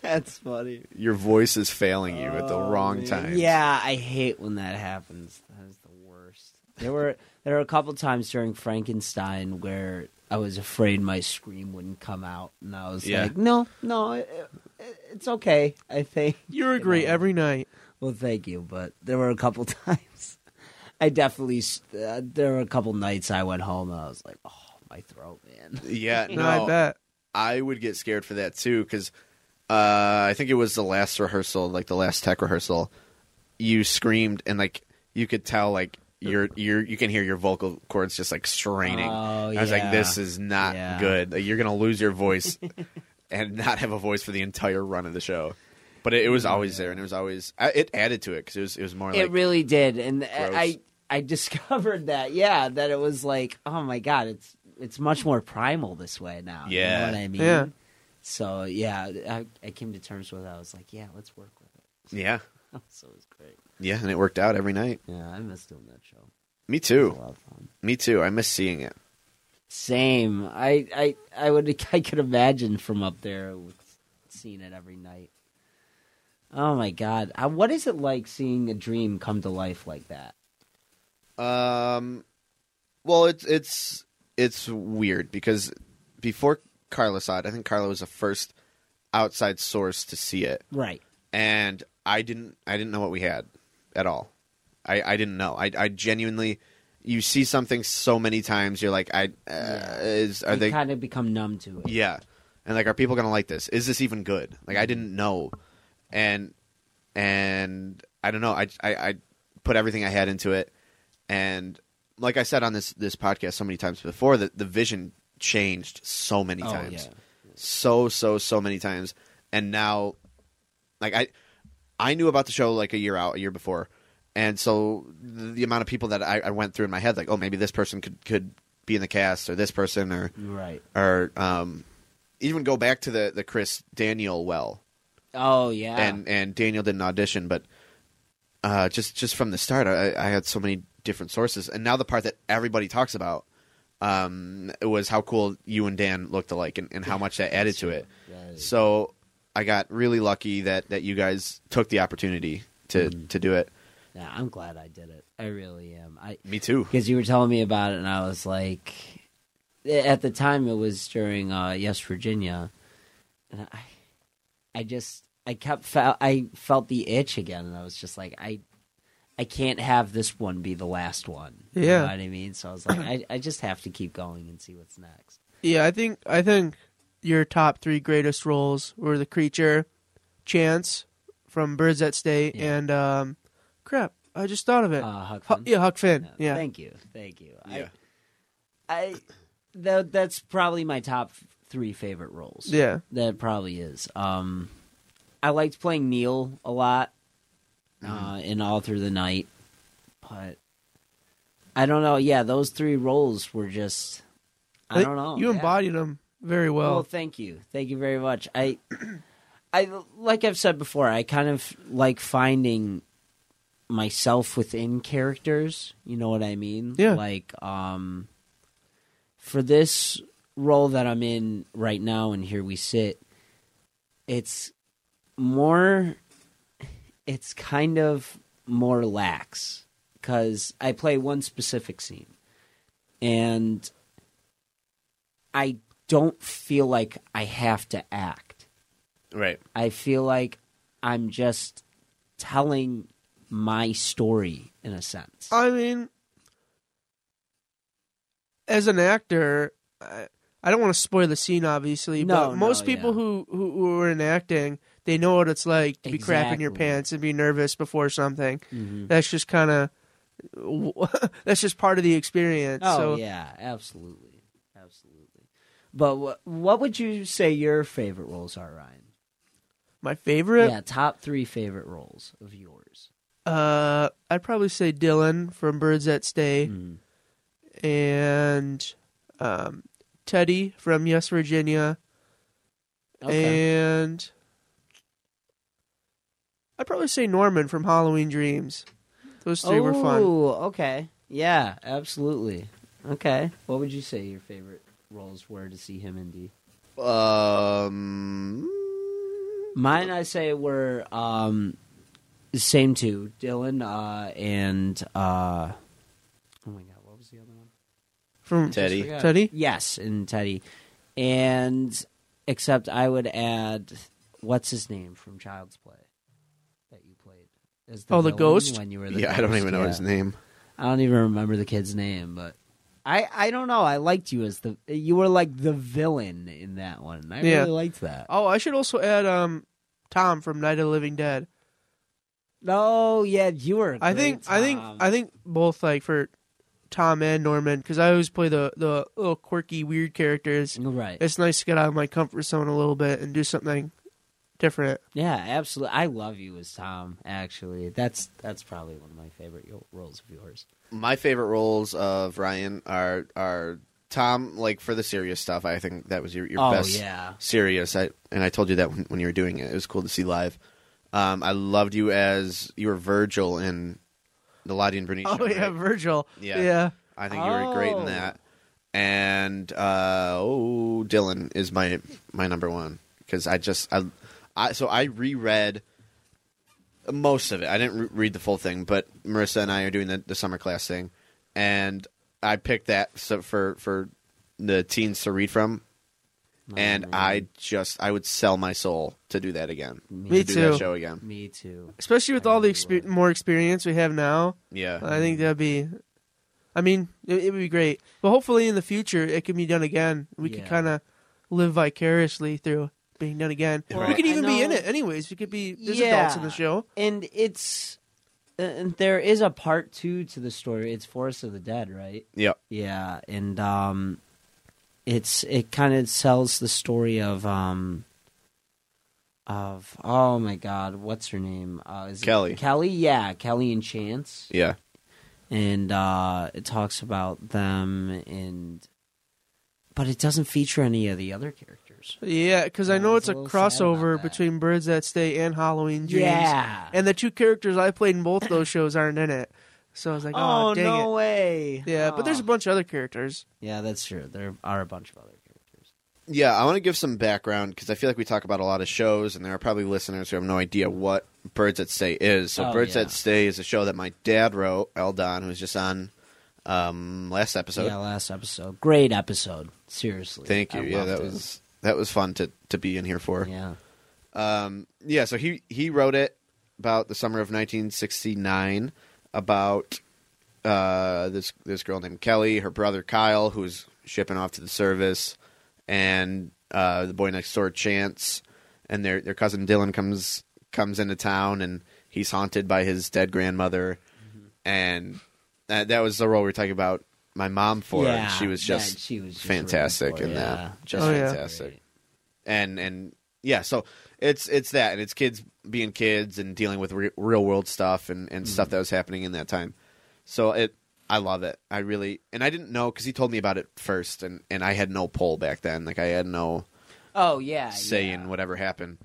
[SPEAKER 4] That's funny.
[SPEAKER 1] your voice is failing you at the wrong time.
[SPEAKER 4] Yeah, I hate when that happens. That is the worst. There were there were a couple times during Frankenstein where I was afraid my scream wouldn't come out, and I was
[SPEAKER 1] Yeah.
[SPEAKER 4] like, "No, no, it, it- it's okay." I think.
[SPEAKER 2] You agree every night.
[SPEAKER 4] Well, thank you, but there were a couple times I definitely s- uh, there were a couple nights I went home and I was like, "Oh, my throat, man."
[SPEAKER 1] Yeah,
[SPEAKER 2] No,
[SPEAKER 1] no,
[SPEAKER 2] I bet.
[SPEAKER 1] I would get scared for that too because uh, I think it was the last rehearsal, like the last tech rehearsal. You screamed and like you could tell, like your your you can hear your vocal cords just like straining.
[SPEAKER 4] Oh,
[SPEAKER 1] I was like,
[SPEAKER 4] yeah.
[SPEAKER 1] this is not
[SPEAKER 4] Yeah.
[SPEAKER 1] good. Like, you're gonna lose your voice and not have a voice for the entire run of the show. But it, it was always there, and it was always I- it added to it because it was it was more like
[SPEAKER 4] it really did, and I
[SPEAKER 1] Gross.
[SPEAKER 4] I discovered that yeah that it was like oh my god it's it's much more primal this way now.
[SPEAKER 1] Yeah.
[SPEAKER 4] you know what I mean.
[SPEAKER 2] Yeah.
[SPEAKER 4] So yeah, I, I came to terms with. it. I was like, yeah, let's work with it.
[SPEAKER 1] yeah
[SPEAKER 4] So it was great.
[SPEAKER 1] yeah, and it worked out every night.
[SPEAKER 4] Yeah, I missed doing that show.
[SPEAKER 1] Me
[SPEAKER 4] It was
[SPEAKER 1] too.
[SPEAKER 4] a lot of fun.
[SPEAKER 1] Me too. I miss seeing it.
[SPEAKER 4] Same. I I I would I could imagine from up there with seeing it every night. Oh my god, Uh, what is it like seeing a dream come to life like that?
[SPEAKER 1] Um, well, it's it's it's weird because before Carla saw it, I think Carla was the first outside source to see it,
[SPEAKER 4] Right.
[SPEAKER 1] and I didn't I didn't know what we had at all. I I didn't know. I I genuinely. You see something so many times, you're like, I uh,
[SPEAKER 4] Yeah.
[SPEAKER 1] is are
[SPEAKER 4] you
[SPEAKER 1] they
[SPEAKER 4] kind of become numb to it.
[SPEAKER 1] yeah. And like, are people gonna like this? Is this even good? Like,
[SPEAKER 4] Mm-hmm.
[SPEAKER 1] I didn't know, and and I don't know. I I, I put everything I had into it, and like I said on this this podcast so many times before, that the vision changed so many
[SPEAKER 4] Oh,
[SPEAKER 1] times,
[SPEAKER 4] yeah.
[SPEAKER 1] so so so many times, and now, like I I knew about the show like a year out, a year before, and so the, the amount of people that I, I went through in my head, like, oh, maybe this person could could be in the cast, or this person, or
[SPEAKER 4] Right.
[SPEAKER 1] or um, even go back to the, the Chris Daniel well,
[SPEAKER 4] Oh yeah.
[SPEAKER 1] and and Daniel didn't audition, but uh, just just from the start, I, I had so many different sources, and now the part that everybody talks about um, was how cool you and Dan looked alike, and, and how much that added to it.
[SPEAKER 4] Right.
[SPEAKER 1] So I got really lucky that that you guys took the opportunity to to do it.
[SPEAKER 4] yeah, I'm glad I did it. I really am. I
[SPEAKER 1] Me too.
[SPEAKER 4] because you were telling me about it, and I was like, at the time it was during uh, Yes Virginia, and I, I just I kept fe- I felt the itch again, and I was just like I, I can't have this one be the last one. you
[SPEAKER 2] Yeah.
[SPEAKER 4] know what I mean. So I was like, I, I just have to keep going and see what's next.
[SPEAKER 2] Yeah, I think I think your top three greatest roles were the creature, Chance from Birds That State,
[SPEAKER 4] Yeah.
[SPEAKER 2] and um, crap. I just thought of it.
[SPEAKER 4] Uh, Huck
[SPEAKER 2] Hu-
[SPEAKER 4] Finn?
[SPEAKER 2] yeah, Huck Finn. Yeah,
[SPEAKER 4] Thank you. Thank you.
[SPEAKER 1] Yeah.
[SPEAKER 4] I, I that that's probably my top three favorite roles.
[SPEAKER 2] yeah.
[SPEAKER 4] That probably is. Um I liked playing Neil a lot
[SPEAKER 2] Mm-hmm.
[SPEAKER 4] uh in All Through the Night. But I don't know. Yeah, those three roles were just I
[SPEAKER 2] think
[SPEAKER 4] don't know.
[SPEAKER 2] You
[SPEAKER 4] yeah.
[SPEAKER 2] embodied them very well.
[SPEAKER 4] Well, thank you, thank you very much. I, I like I've said before, I kind of like finding myself within characters. You know what I mean?
[SPEAKER 2] Yeah.
[SPEAKER 4] Like, um, for this role that I'm in right now, and here we sit, it's more. It's kind of more lax because I play one specific scene, and I don't feel like I have to act.
[SPEAKER 1] Right.
[SPEAKER 4] I feel like I'm just telling my story in a sense.
[SPEAKER 2] I mean, as an actor, I, I don't want to spoil the scene, obviously,
[SPEAKER 4] No,
[SPEAKER 2] but
[SPEAKER 4] no,
[SPEAKER 2] most people
[SPEAKER 4] yeah.
[SPEAKER 2] who, who who are in acting, they know what it's like to be crapping your
[SPEAKER 4] Exactly.
[SPEAKER 2] pants and be nervous before something.
[SPEAKER 4] Mhm.
[SPEAKER 2] That's just kind of. That's just part of the experience.
[SPEAKER 4] Oh
[SPEAKER 2] so
[SPEAKER 4] yeah, absolutely, absolutely. But what what would you say your favorite roles are, Ryan?
[SPEAKER 2] My favorite?
[SPEAKER 4] Yeah, top three favorite roles of yours.
[SPEAKER 2] Uh, I'd probably say Dylan from Birds That Stay
[SPEAKER 4] Mm.
[SPEAKER 2] and um, Teddy from Yes Virginia
[SPEAKER 4] Okay.
[SPEAKER 2] and I'd probably say Norman from Halloween Dreams. Those three
[SPEAKER 4] oh,
[SPEAKER 2] were fun.
[SPEAKER 4] okay. Yeah, absolutely. Okay. What would you say your favorite roles were to see him in D?
[SPEAKER 1] Um,
[SPEAKER 4] Mine, I say, were um, the same two Dylan uh, and. Uh, oh my God, what was the other one?
[SPEAKER 2] From
[SPEAKER 1] Teddy.
[SPEAKER 4] Forgot.
[SPEAKER 2] Teddy?
[SPEAKER 4] Yes, and Teddy. And except I would add what's his name from Child's Play that you played. As
[SPEAKER 2] Oh, the
[SPEAKER 4] villain
[SPEAKER 2] ghost?
[SPEAKER 4] When you were the
[SPEAKER 1] yeah, I don't
[SPEAKER 4] ghost,
[SPEAKER 1] even know
[SPEAKER 4] yeah.
[SPEAKER 1] his name.
[SPEAKER 4] I don't even remember the kid's name, but I I don't know. I liked you as the you were like the villain in that one. I
[SPEAKER 2] Yeah.
[SPEAKER 4] really liked that.
[SPEAKER 2] Oh, I should also add um Tom from Night of the Living Dead.
[SPEAKER 4] No, Oh, yeah, you were. a
[SPEAKER 2] I
[SPEAKER 4] great
[SPEAKER 2] think I think
[SPEAKER 4] Tom.
[SPEAKER 2] I think both like for Tom and Norman because I always play the the little quirky weird characters.
[SPEAKER 4] right.
[SPEAKER 2] It's nice to get out of my comfort zone a little bit and do something different.
[SPEAKER 4] Yeah, absolutely. I love you as Tom. Actually, that's that's probably one of my favorite yo- roles of yours.
[SPEAKER 1] My favorite roles of Ryan are are Tom, like for the serious stuff. I think that was your, your
[SPEAKER 4] oh
[SPEAKER 1] best
[SPEAKER 4] yeah,
[SPEAKER 1] serious. I and I told you that when, when you were doing it. It was cool to see live. Um, I loved you as you were Virgil in the Lottie and Bernice.
[SPEAKER 2] Oh
[SPEAKER 1] show,
[SPEAKER 2] yeah,
[SPEAKER 1] right?
[SPEAKER 2] Virgil.
[SPEAKER 1] Yeah.
[SPEAKER 2] Yeah.
[SPEAKER 1] I think you were great in
[SPEAKER 4] Oh.
[SPEAKER 1] that. And uh, oh, Dylan is my my number one because I just I, I so I reread most of it. I didn't re- read the full thing, but Marissa and I are doing the, the summer class thing, and I picked that so for for the teens to read from. and
[SPEAKER 2] Oh.
[SPEAKER 1] I just I would sell my soul to do that again.
[SPEAKER 2] Me
[SPEAKER 1] to do
[SPEAKER 2] too.
[SPEAKER 1] that show again.
[SPEAKER 4] Me too.
[SPEAKER 2] Especially with all the exper-
[SPEAKER 4] Everywhere.
[SPEAKER 2] more experience we have now,
[SPEAKER 1] Yeah.
[SPEAKER 2] I think that'd be. I mean, it, it would be great, but hopefully in the future it can be done again. We could
[SPEAKER 4] Yeah.
[SPEAKER 2] kind of live vicariously through being done again.
[SPEAKER 1] Right.
[SPEAKER 2] We could
[SPEAKER 4] I
[SPEAKER 2] even be in
[SPEAKER 4] know-
[SPEAKER 2] it, anyways. We could be there's
[SPEAKER 4] Yeah.
[SPEAKER 2] adults in the show.
[SPEAKER 4] And it's uh, and there is a part two to the story. It's Forest of the Dead, right?
[SPEAKER 1] yeah.
[SPEAKER 4] Yeah, and um, it's it kind of sells the story of um, of oh my god, what's her name? Uh, is it
[SPEAKER 1] Kelly.
[SPEAKER 4] Kelly, yeah, Kelly and Chance,
[SPEAKER 1] Yeah.
[SPEAKER 4] and uh, it talks about them and, but it doesn't feature any of the other characters.
[SPEAKER 2] Yeah, because
[SPEAKER 4] Yeah,
[SPEAKER 2] I
[SPEAKER 4] I
[SPEAKER 2] know
[SPEAKER 4] was
[SPEAKER 2] it's a
[SPEAKER 4] a little sad about
[SPEAKER 2] crossover
[SPEAKER 4] that.
[SPEAKER 2] between Birds That Stay and Halloween Dreams.
[SPEAKER 4] Yeah.
[SPEAKER 2] And the two characters I played in both those shows aren't in it. So I was like, oh,
[SPEAKER 4] oh
[SPEAKER 2] dang
[SPEAKER 4] no
[SPEAKER 2] it.
[SPEAKER 4] way!
[SPEAKER 2] Yeah, but there's
[SPEAKER 4] Oh.
[SPEAKER 2] a bunch of other characters.
[SPEAKER 4] Yeah, that's true. There are a bunch of other characters.
[SPEAKER 1] Yeah, I want to give some background because I feel like we talk about a lot of shows, and there are probably listeners who have no idea what Birds at Stay is. So,
[SPEAKER 4] Oh,
[SPEAKER 1] Birds
[SPEAKER 4] yeah.
[SPEAKER 1] at Stay is a show that my dad wrote, El Don, who was just on um, last episode.
[SPEAKER 4] yeah, last episode, great episode. Seriously,
[SPEAKER 1] Thank
[SPEAKER 4] I
[SPEAKER 1] you. Yeah,
[SPEAKER 4] loved
[SPEAKER 1] that
[SPEAKER 4] it.
[SPEAKER 1] was that was fun to to be in here for.
[SPEAKER 4] yeah.
[SPEAKER 1] Um, yeah, so he he wrote it about the summer of 1969 about uh, this this girl named Kelly, her brother Kyle, who's shipping off to the service, and uh, the boy next door Chance, and their their cousin Dylan comes comes into town, and he's haunted by his dead grandmother,
[SPEAKER 4] Mm-hmm.
[SPEAKER 1] and uh, that, that was the role we were talking about. My mom for and
[SPEAKER 4] Yeah,
[SPEAKER 1] she was
[SPEAKER 4] yeah,
[SPEAKER 1] just
[SPEAKER 4] she was just
[SPEAKER 1] fantastic
[SPEAKER 4] really
[SPEAKER 1] in
[SPEAKER 4] cool, yeah.
[SPEAKER 1] that, just
[SPEAKER 2] Oh, yeah.
[SPEAKER 1] fantastic and and yeah so it's it's that and it's kids being kids and dealing with re- real world stuff and, and
[SPEAKER 4] Mm-hmm.
[SPEAKER 1] stuff that was happening in that time so it i love it i really and i didn't know because he told me about it first and and i had no poll back then like i had no
[SPEAKER 4] Oh yeah,
[SPEAKER 1] say in
[SPEAKER 4] yeah.
[SPEAKER 1] whatever happened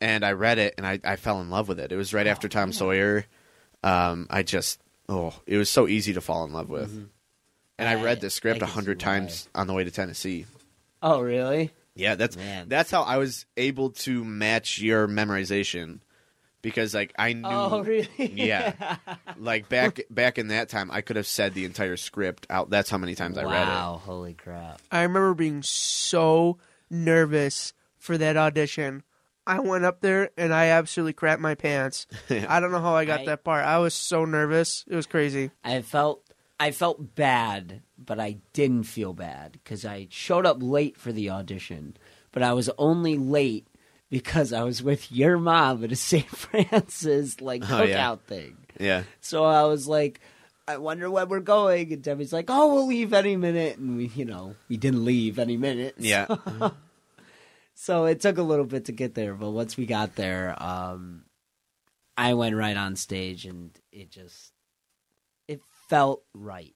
[SPEAKER 1] and i read it and i, I fell in love with it it was right
[SPEAKER 4] Oh,
[SPEAKER 1] after tom sawyer um, i just oh it was so easy to fall in love with
[SPEAKER 4] Mm-hmm.
[SPEAKER 1] and i
[SPEAKER 4] I-
[SPEAKER 1] read the script
[SPEAKER 4] I
[SPEAKER 1] a
[SPEAKER 4] could see
[SPEAKER 1] hundred
[SPEAKER 4] why.
[SPEAKER 1] times on the way to tennessee
[SPEAKER 4] Oh really?
[SPEAKER 1] yeah, that's
[SPEAKER 4] Man.
[SPEAKER 1] that's how I was able to match your memorization because like I knew
[SPEAKER 4] Oh really?
[SPEAKER 1] Yeah. like back back in that time I could have said the entire script out that's how many times I read it.
[SPEAKER 4] wow! Holy crap!
[SPEAKER 2] I remember being so nervous for that audition. I went up there and I absolutely crapped my pants. I don't know how I got
[SPEAKER 4] I-
[SPEAKER 2] that part. I was so nervous. It was crazy.
[SPEAKER 4] I felt I felt bad, but I didn't feel bad because I showed up late for the audition, but I was only late because I was with your mom at a St. Francis like
[SPEAKER 1] Oh,
[SPEAKER 4] cookout
[SPEAKER 1] yeah.
[SPEAKER 4] thing.
[SPEAKER 1] Yeah.
[SPEAKER 4] So I was like, I wonder when we're going. And Debbie's like, oh, we'll leave any minute. And we, you know, we didn't leave any minute.
[SPEAKER 1] Yeah.
[SPEAKER 4] so it took a little bit to get there, but once we got there, um, I went right on stage, and it just it felt right.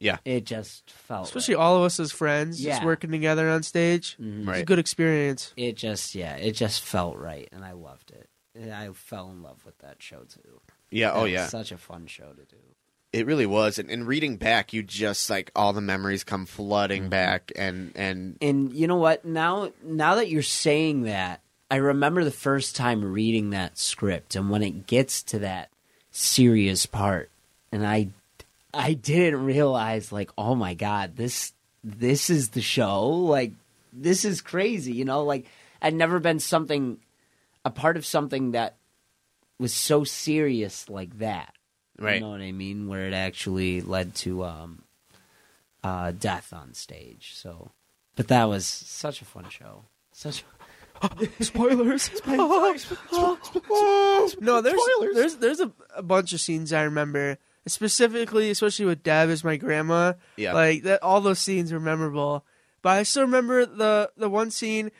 [SPEAKER 5] Yeah.
[SPEAKER 4] it just felt
[SPEAKER 2] Especially all of us as friends, just
[SPEAKER 4] Yeah.
[SPEAKER 2] working together on stage.
[SPEAKER 4] right. Mhm.
[SPEAKER 2] It's a
[SPEAKER 5] Right.
[SPEAKER 2] good experience.
[SPEAKER 4] It just yeah, it just felt right, and I loved it. And I fell in love with that show too.
[SPEAKER 5] Yeah.
[SPEAKER 4] That
[SPEAKER 5] Oh
[SPEAKER 4] was
[SPEAKER 5] yeah.
[SPEAKER 4] such a fun show to do.
[SPEAKER 1] It really was. And, and reading back, you just like all the memories come flooding back, and and
[SPEAKER 4] And you know what? Now now that you're saying that, I remember the first time reading that script and when it gets to that serious part and I I didn't realize like, oh my god, this this is the show. Like this is crazy, you know? Like I'd never been something a part of something that was so serious like that. You
[SPEAKER 1] Right.
[SPEAKER 4] know what I mean? Where it actually led to um uh death on stage. So but that was such a fun show. Such
[SPEAKER 2] Spoilers. no, there's there's there's a, a bunch of scenes I remember. Specifically, especially with Deb as my grandma.
[SPEAKER 5] Yeah.
[SPEAKER 2] Like that all those scenes were memorable. But I still remember the the one scene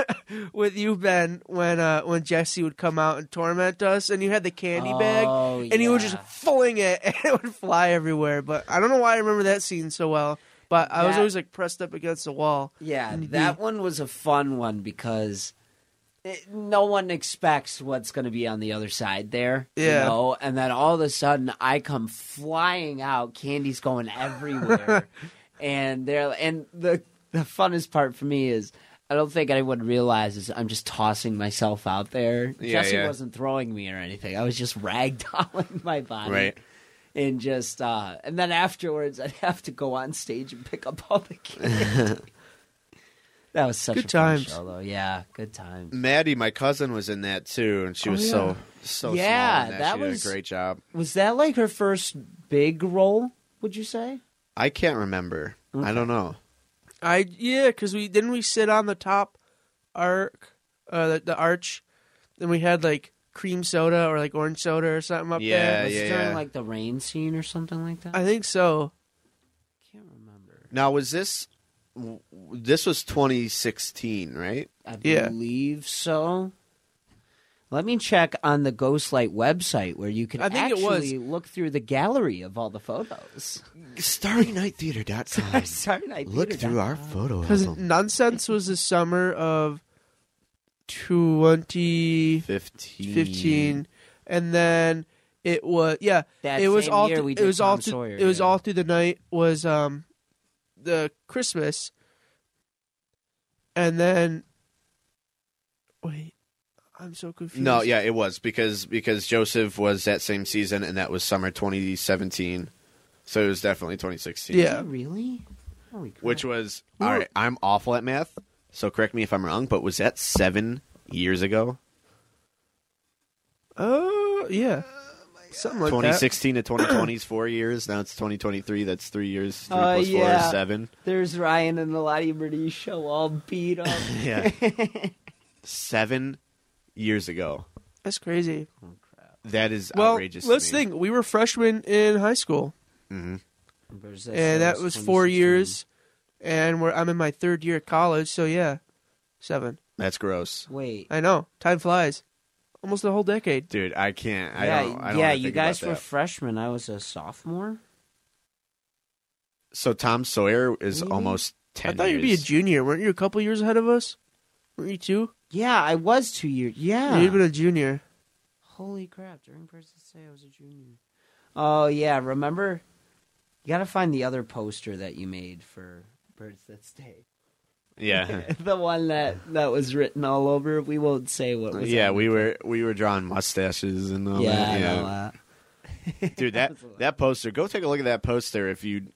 [SPEAKER 2] with you, Ben, when uh when Jesse would come out and torment us and you had the candy bag
[SPEAKER 4] Oh,
[SPEAKER 2] and you were just
[SPEAKER 4] yeah.
[SPEAKER 2] fling it and it would fly everywhere. But I don't know why I remember that scene so well. But I was
[SPEAKER 4] That-
[SPEAKER 2] always like pressed up against the wall.
[SPEAKER 4] Yeah,
[SPEAKER 2] And
[SPEAKER 4] that
[SPEAKER 2] the-
[SPEAKER 4] one was a fun one because it, no one expects what's going to be on the other side there.
[SPEAKER 2] Yeah.
[SPEAKER 4] You know? And then all of a sudden, I come flying out. Candy's going everywhere, and there. And the the funnest part for me is. I don't think anyone realizes I'm just tossing myself out there.
[SPEAKER 1] Yeah,
[SPEAKER 4] Jesse
[SPEAKER 1] yeah.
[SPEAKER 4] wasn't throwing me or anything. I was just ragdolling my body
[SPEAKER 1] right.
[SPEAKER 4] and just uh and then afterwards I'd have to go on stage and pick up all the candy. that was such
[SPEAKER 2] Good
[SPEAKER 4] a fun
[SPEAKER 2] times.
[SPEAKER 4] show though. Yeah, good times.
[SPEAKER 1] Maddie, my cousin, was in that too, and she was so so
[SPEAKER 4] Yeah,
[SPEAKER 1] small in that,
[SPEAKER 4] that
[SPEAKER 1] she
[SPEAKER 4] was-
[SPEAKER 1] did a great job.
[SPEAKER 4] Was that like her first big role, would you say?
[SPEAKER 1] I can't remember. I don't know.
[SPEAKER 2] I yeah, because we didn't we sit on the top arc, uh, the, the arch, then we had like cream soda or like orange soda or something up
[SPEAKER 1] Yeah,
[SPEAKER 2] there.
[SPEAKER 4] Was it
[SPEAKER 1] yeah,
[SPEAKER 4] during
[SPEAKER 1] yeah.
[SPEAKER 4] like the rain scene or something like that?
[SPEAKER 2] I think so.
[SPEAKER 4] can't remember.
[SPEAKER 1] Now was this w- this was 2016, right?
[SPEAKER 4] I
[SPEAKER 2] Yeah.
[SPEAKER 4] believe so. Let me check on the Ghostlight website where you can
[SPEAKER 2] I think it was-
[SPEAKER 4] actually look through the gallery of all the photos.
[SPEAKER 1] StarryNightTheater.com.
[SPEAKER 4] Sorry, I
[SPEAKER 1] Look
[SPEAKER 4] did it.
[SPEAKER 1] through our photo
[SPEAKER 2] Because
[SPEAKER 1] album.
[SPEAKER 2] nonsense was the summer of twenty
[SPEAKER 1] 15.
[SPEAKER 2] fifteen, and then it was yeah,
[SPEAKER 4] Mm. That
[SPEAKER 2] it was
[SPEAKER 4] same
[SPEAKER 2] all
[SPEAKER 4] year
[SPEAKER 2] through,
[SPEAKER 4] we
[SPEAKER 2] it
[SPEAKER 4] did
[SPEAKER 2] was
[SPEAKER 4] Tom
[SPEAKER 2] all through,
[SPEAKER 4] Sawyer,
[SPEAKER 2] it was
[SPEAKER 4] yeah.
[SPEAKER 2] all through the night was um the Christmas, and then wait, I'm so confused.
[SPEAKER 1] No, yeah, it was because because Joseph was that same season, and that was summer 2017. So it was definitely 2016.
[SPEAKER 2] Yeah.
[SPEAKER 4] Did it really? Holy crap.
[SPEAKER 1] which was all right. I'm awful at math, so correct me if I'm wrong. But was that seven years ago?
[SPEAKER 2] Oh yeah, something like that.
[SPEAKER 1] 2016 to 2020 is four years. Now it's 2023. That's three years. Three
[SPEAKER 4] Uh,
[SPEAKER 1] plus four
[SPEAKER 4] yeah.
[SPEAKER 1] is seven.
[SPEAKER 4] There's Ryan and the Lottie Birdie show all beat up.
[SPEAKER 1] Yeah, seven years ago.
[SPEAKER 2] That's crazy.
[SPEAKER 1] That is
[SPEAKER 2] Well,
[SPEAKER 1] outrageous. to
[SPEAKER 2] let's
[SPEAKER 1] me.
[SPEAKER 2] think. We were freshmen in high school, and that was four years, and we're, I'm in my third year at college. So yeah, seven.
[SPEAKER 1] That's gross,
[SPEAKER 4] Wait.
[SPEAKER 2] I know. Time flies. Almost a whole decade.
[SPEAKER 1] dude. I can't. I
[SPEAKER 4] yeah,
[SPEAKER 1] don't. I don't
[SPEAKER 4] yeah
[SPEAKER 1] wanna
[SPEAKER 4] you
[SPEAKER 1] think about
[SPEAKER 4] guys were
[SPEAKER 1] that.
[SPEAKER 4] freshmen. I was a sophomore.
[SPEAKER 1] so Tom Sawyer is
[SPEAKER 4] Maybe?
[SPEAKER 1] almost ten.
[SPEAKER 2] I thought you'd be a
[SPEAKER 1] years.
[SPEAKER 2] junior. Weren't you a couple years ahead of us? Weren't you two?
[SPEAKER 4] Yeah, I was two years. Yeah.
[SPEAKER 2] You'd have been a junior.
[SPEAKER 4] Holy crap. During President's Day, I was a junior. Oh, yeah. Remember? You got to find the other poster that you made for Birds That Stay.
[SPEAKER 1] Yeah.
[SPEAKER 4] the one that, that was written all over. We won't say what was
[SPEAKER 1] Yeah,
[SPEAKER 4] on
[SPEAKER 1] we
[SPEAKER 4] it.
[SPEAKER 1] were we were drawing mustaches and all
[SPEAKER 4] Yeah, I
[SPEAKER 1] that.
[SPEAKER 4] know that.
[SPEAKER 1] dude, that that poster. Go take a look at that poster if you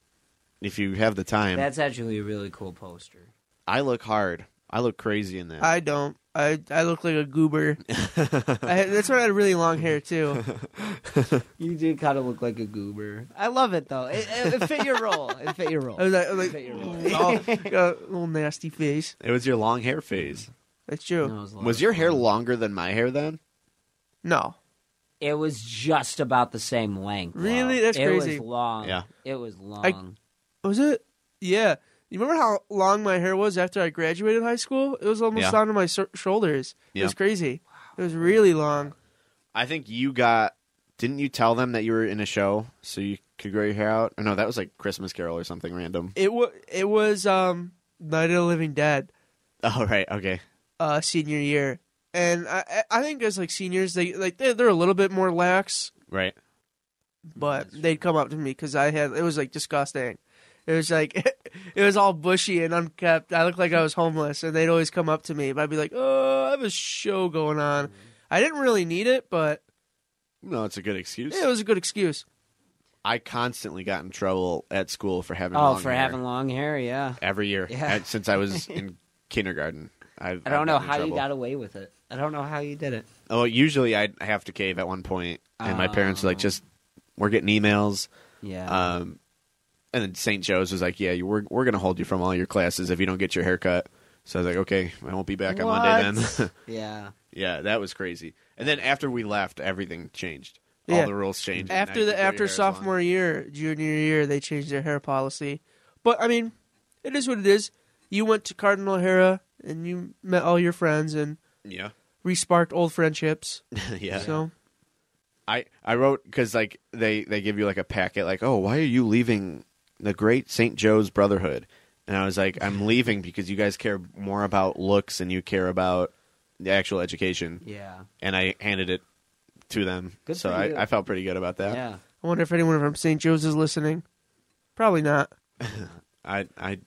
[SPEAKER 1] if you have the time.
[SPEAKER 4] That's actually a really cool poster.
[SPEAKER 1] I look hard. I look crazy in that.
[SPEAKER 2] I don't. I I look like a goober. I, that's when I had really long hair too.
[SPEAKER 4] You do kind of look like a goober. I love it though. It, it, it fit your role. It fit your role.
[SPEAKER 2] I was like, I was
[SPEAKER 4] Fit
[SPEAKER 2] like
[SPEAKER 4] your role.
[SPEAKER 2] oh, got a little nasty face.
[SPEAKER 1] it was your long hair phase.
[SPEAKER 2] That's true.
[SPEAKER 4] No, it a lot
[SPEAKER 1] Was
[SPEAKER 4] of
[SPEAKER 1] your
[SPEAKER 4] fun.
[SPEAKER 1] hair longer than my hair then?
[SPEAKER 2] No.
[SPEAKER 4] It was just about the same length. though.
[SPEAKER 2] Really? That's
[SPEAKER 4] it
[SPEAKER 2] crazy.
[SPEAKER 4] was long.
[SPEAKER 1] Yeah.
[SPEAKER 4] It was long.
[SPEAKER 2] Was it? Yeah. You remember how long my hair was after I graduated high school? It was almost
[SPEAKER 1] Yeah.
[SPEAKER 2] down to my sur- shoulders. It
[SPEAKER 1] Yeah.
[SPEAKER 2] was crazy. It was really long.
[SPEAKER 1] I think you got. Didn't you tell them that you were in a show so you could grow your hair out? Or no, that was like Christmas Carol or something random.
[SPEAKER 2] It was it was um Night of the Living Dead
[SPEAKER 1] Oh right, okay.
[SPEAKER 2] uh senior year. And I I- I think as like seniors they like they they're a little bit more lax,
[SPEAKER 1] Right.
[SPEAKER 2] but they'd come up to me cuz I had it was like disgusting. It was like it was all bushy and unkept. I looked like I was homeless and they'd always come up to me. But I'd be like, "Oh, I have a show going on." I didn't really need it, but
[SPEAKER 1] No, it's a good excuse.
[SPEAKER 2] it was a good excuse.
[SPEAKER 1] I constantly got in trouble at school for having
[SPEAKER 4] Oh,
[SPEAKER 1] long
[SPEAKER 4] for
[SPEAKER 1] hair.
[SPEAKER 4] having long hair, yeah.
[SPEAKER 1] every year
[SPEAKER 4] Yeah.
[SPEAKER 1] And since I was in kindergarten. I,
[SPEAKER 4] I don't know how you got away with it. I don't know how you did it.
[SPEAKER 1] Oh, usually I'd have to cave at one point, and my parents were like,
[SPEAKER 4] Oh.
[SPEAKER 1] "Just we're getting emails."
[SPEAKER 4] Yeah.
[SPEAKER 1] Um, and then St. Joe's was like, "Yeah, you, we're we're gonna hold you from all your classes if you don't get your haircut." So I was like, "Okay, I won't be back on Monday then."
[SPEAKER 4] yeah.
[SPEAKER 1] yeah, that was crazy. And then after we left, everything changed.
[SPEAKER 2] Yeah.
[SPEAKER 1] All the rules changed. and now
[SPEAKER 2] after
[SPEAKER 1] you can grow
[SPEAKER 2] the
[SPEAKER 1] your hair
[SPEAKER 2] after
[SPEAKER 1] as long.
[SPEAKER 2] sophomore year, junior year, they changed their hair policy. But I mean, it is what it is. You went to Cardinal O'Hara and you met all your friends and
[SPEAKER 1] Yeah,
[SPEAKER 2] resparked old friendships.
[SPEAKER 1] yeah.
[SPEAKER 2] So
[SPEAKER 1] I I wrote because like they they give you like a packet like oh why are you leaving the Great St Joe's Brotherhood and I was like I'm leaving because you guys care more about looks and you care about the actual education
[SPEAKER 4] Yeah.
[SPEAKER 1] and I handed it to them
[SPEAKER 4] Good
[SPEAKER 1] so
[SPEAKER 4] for you.
[SPEAKER 1] I, I felt pretty good about that
[SPEAKER 4] Yeah.
[SPEAKER 2] I wonder if anyone from St. Joe's is listening. Probably not.
[SPEAKER 1] I I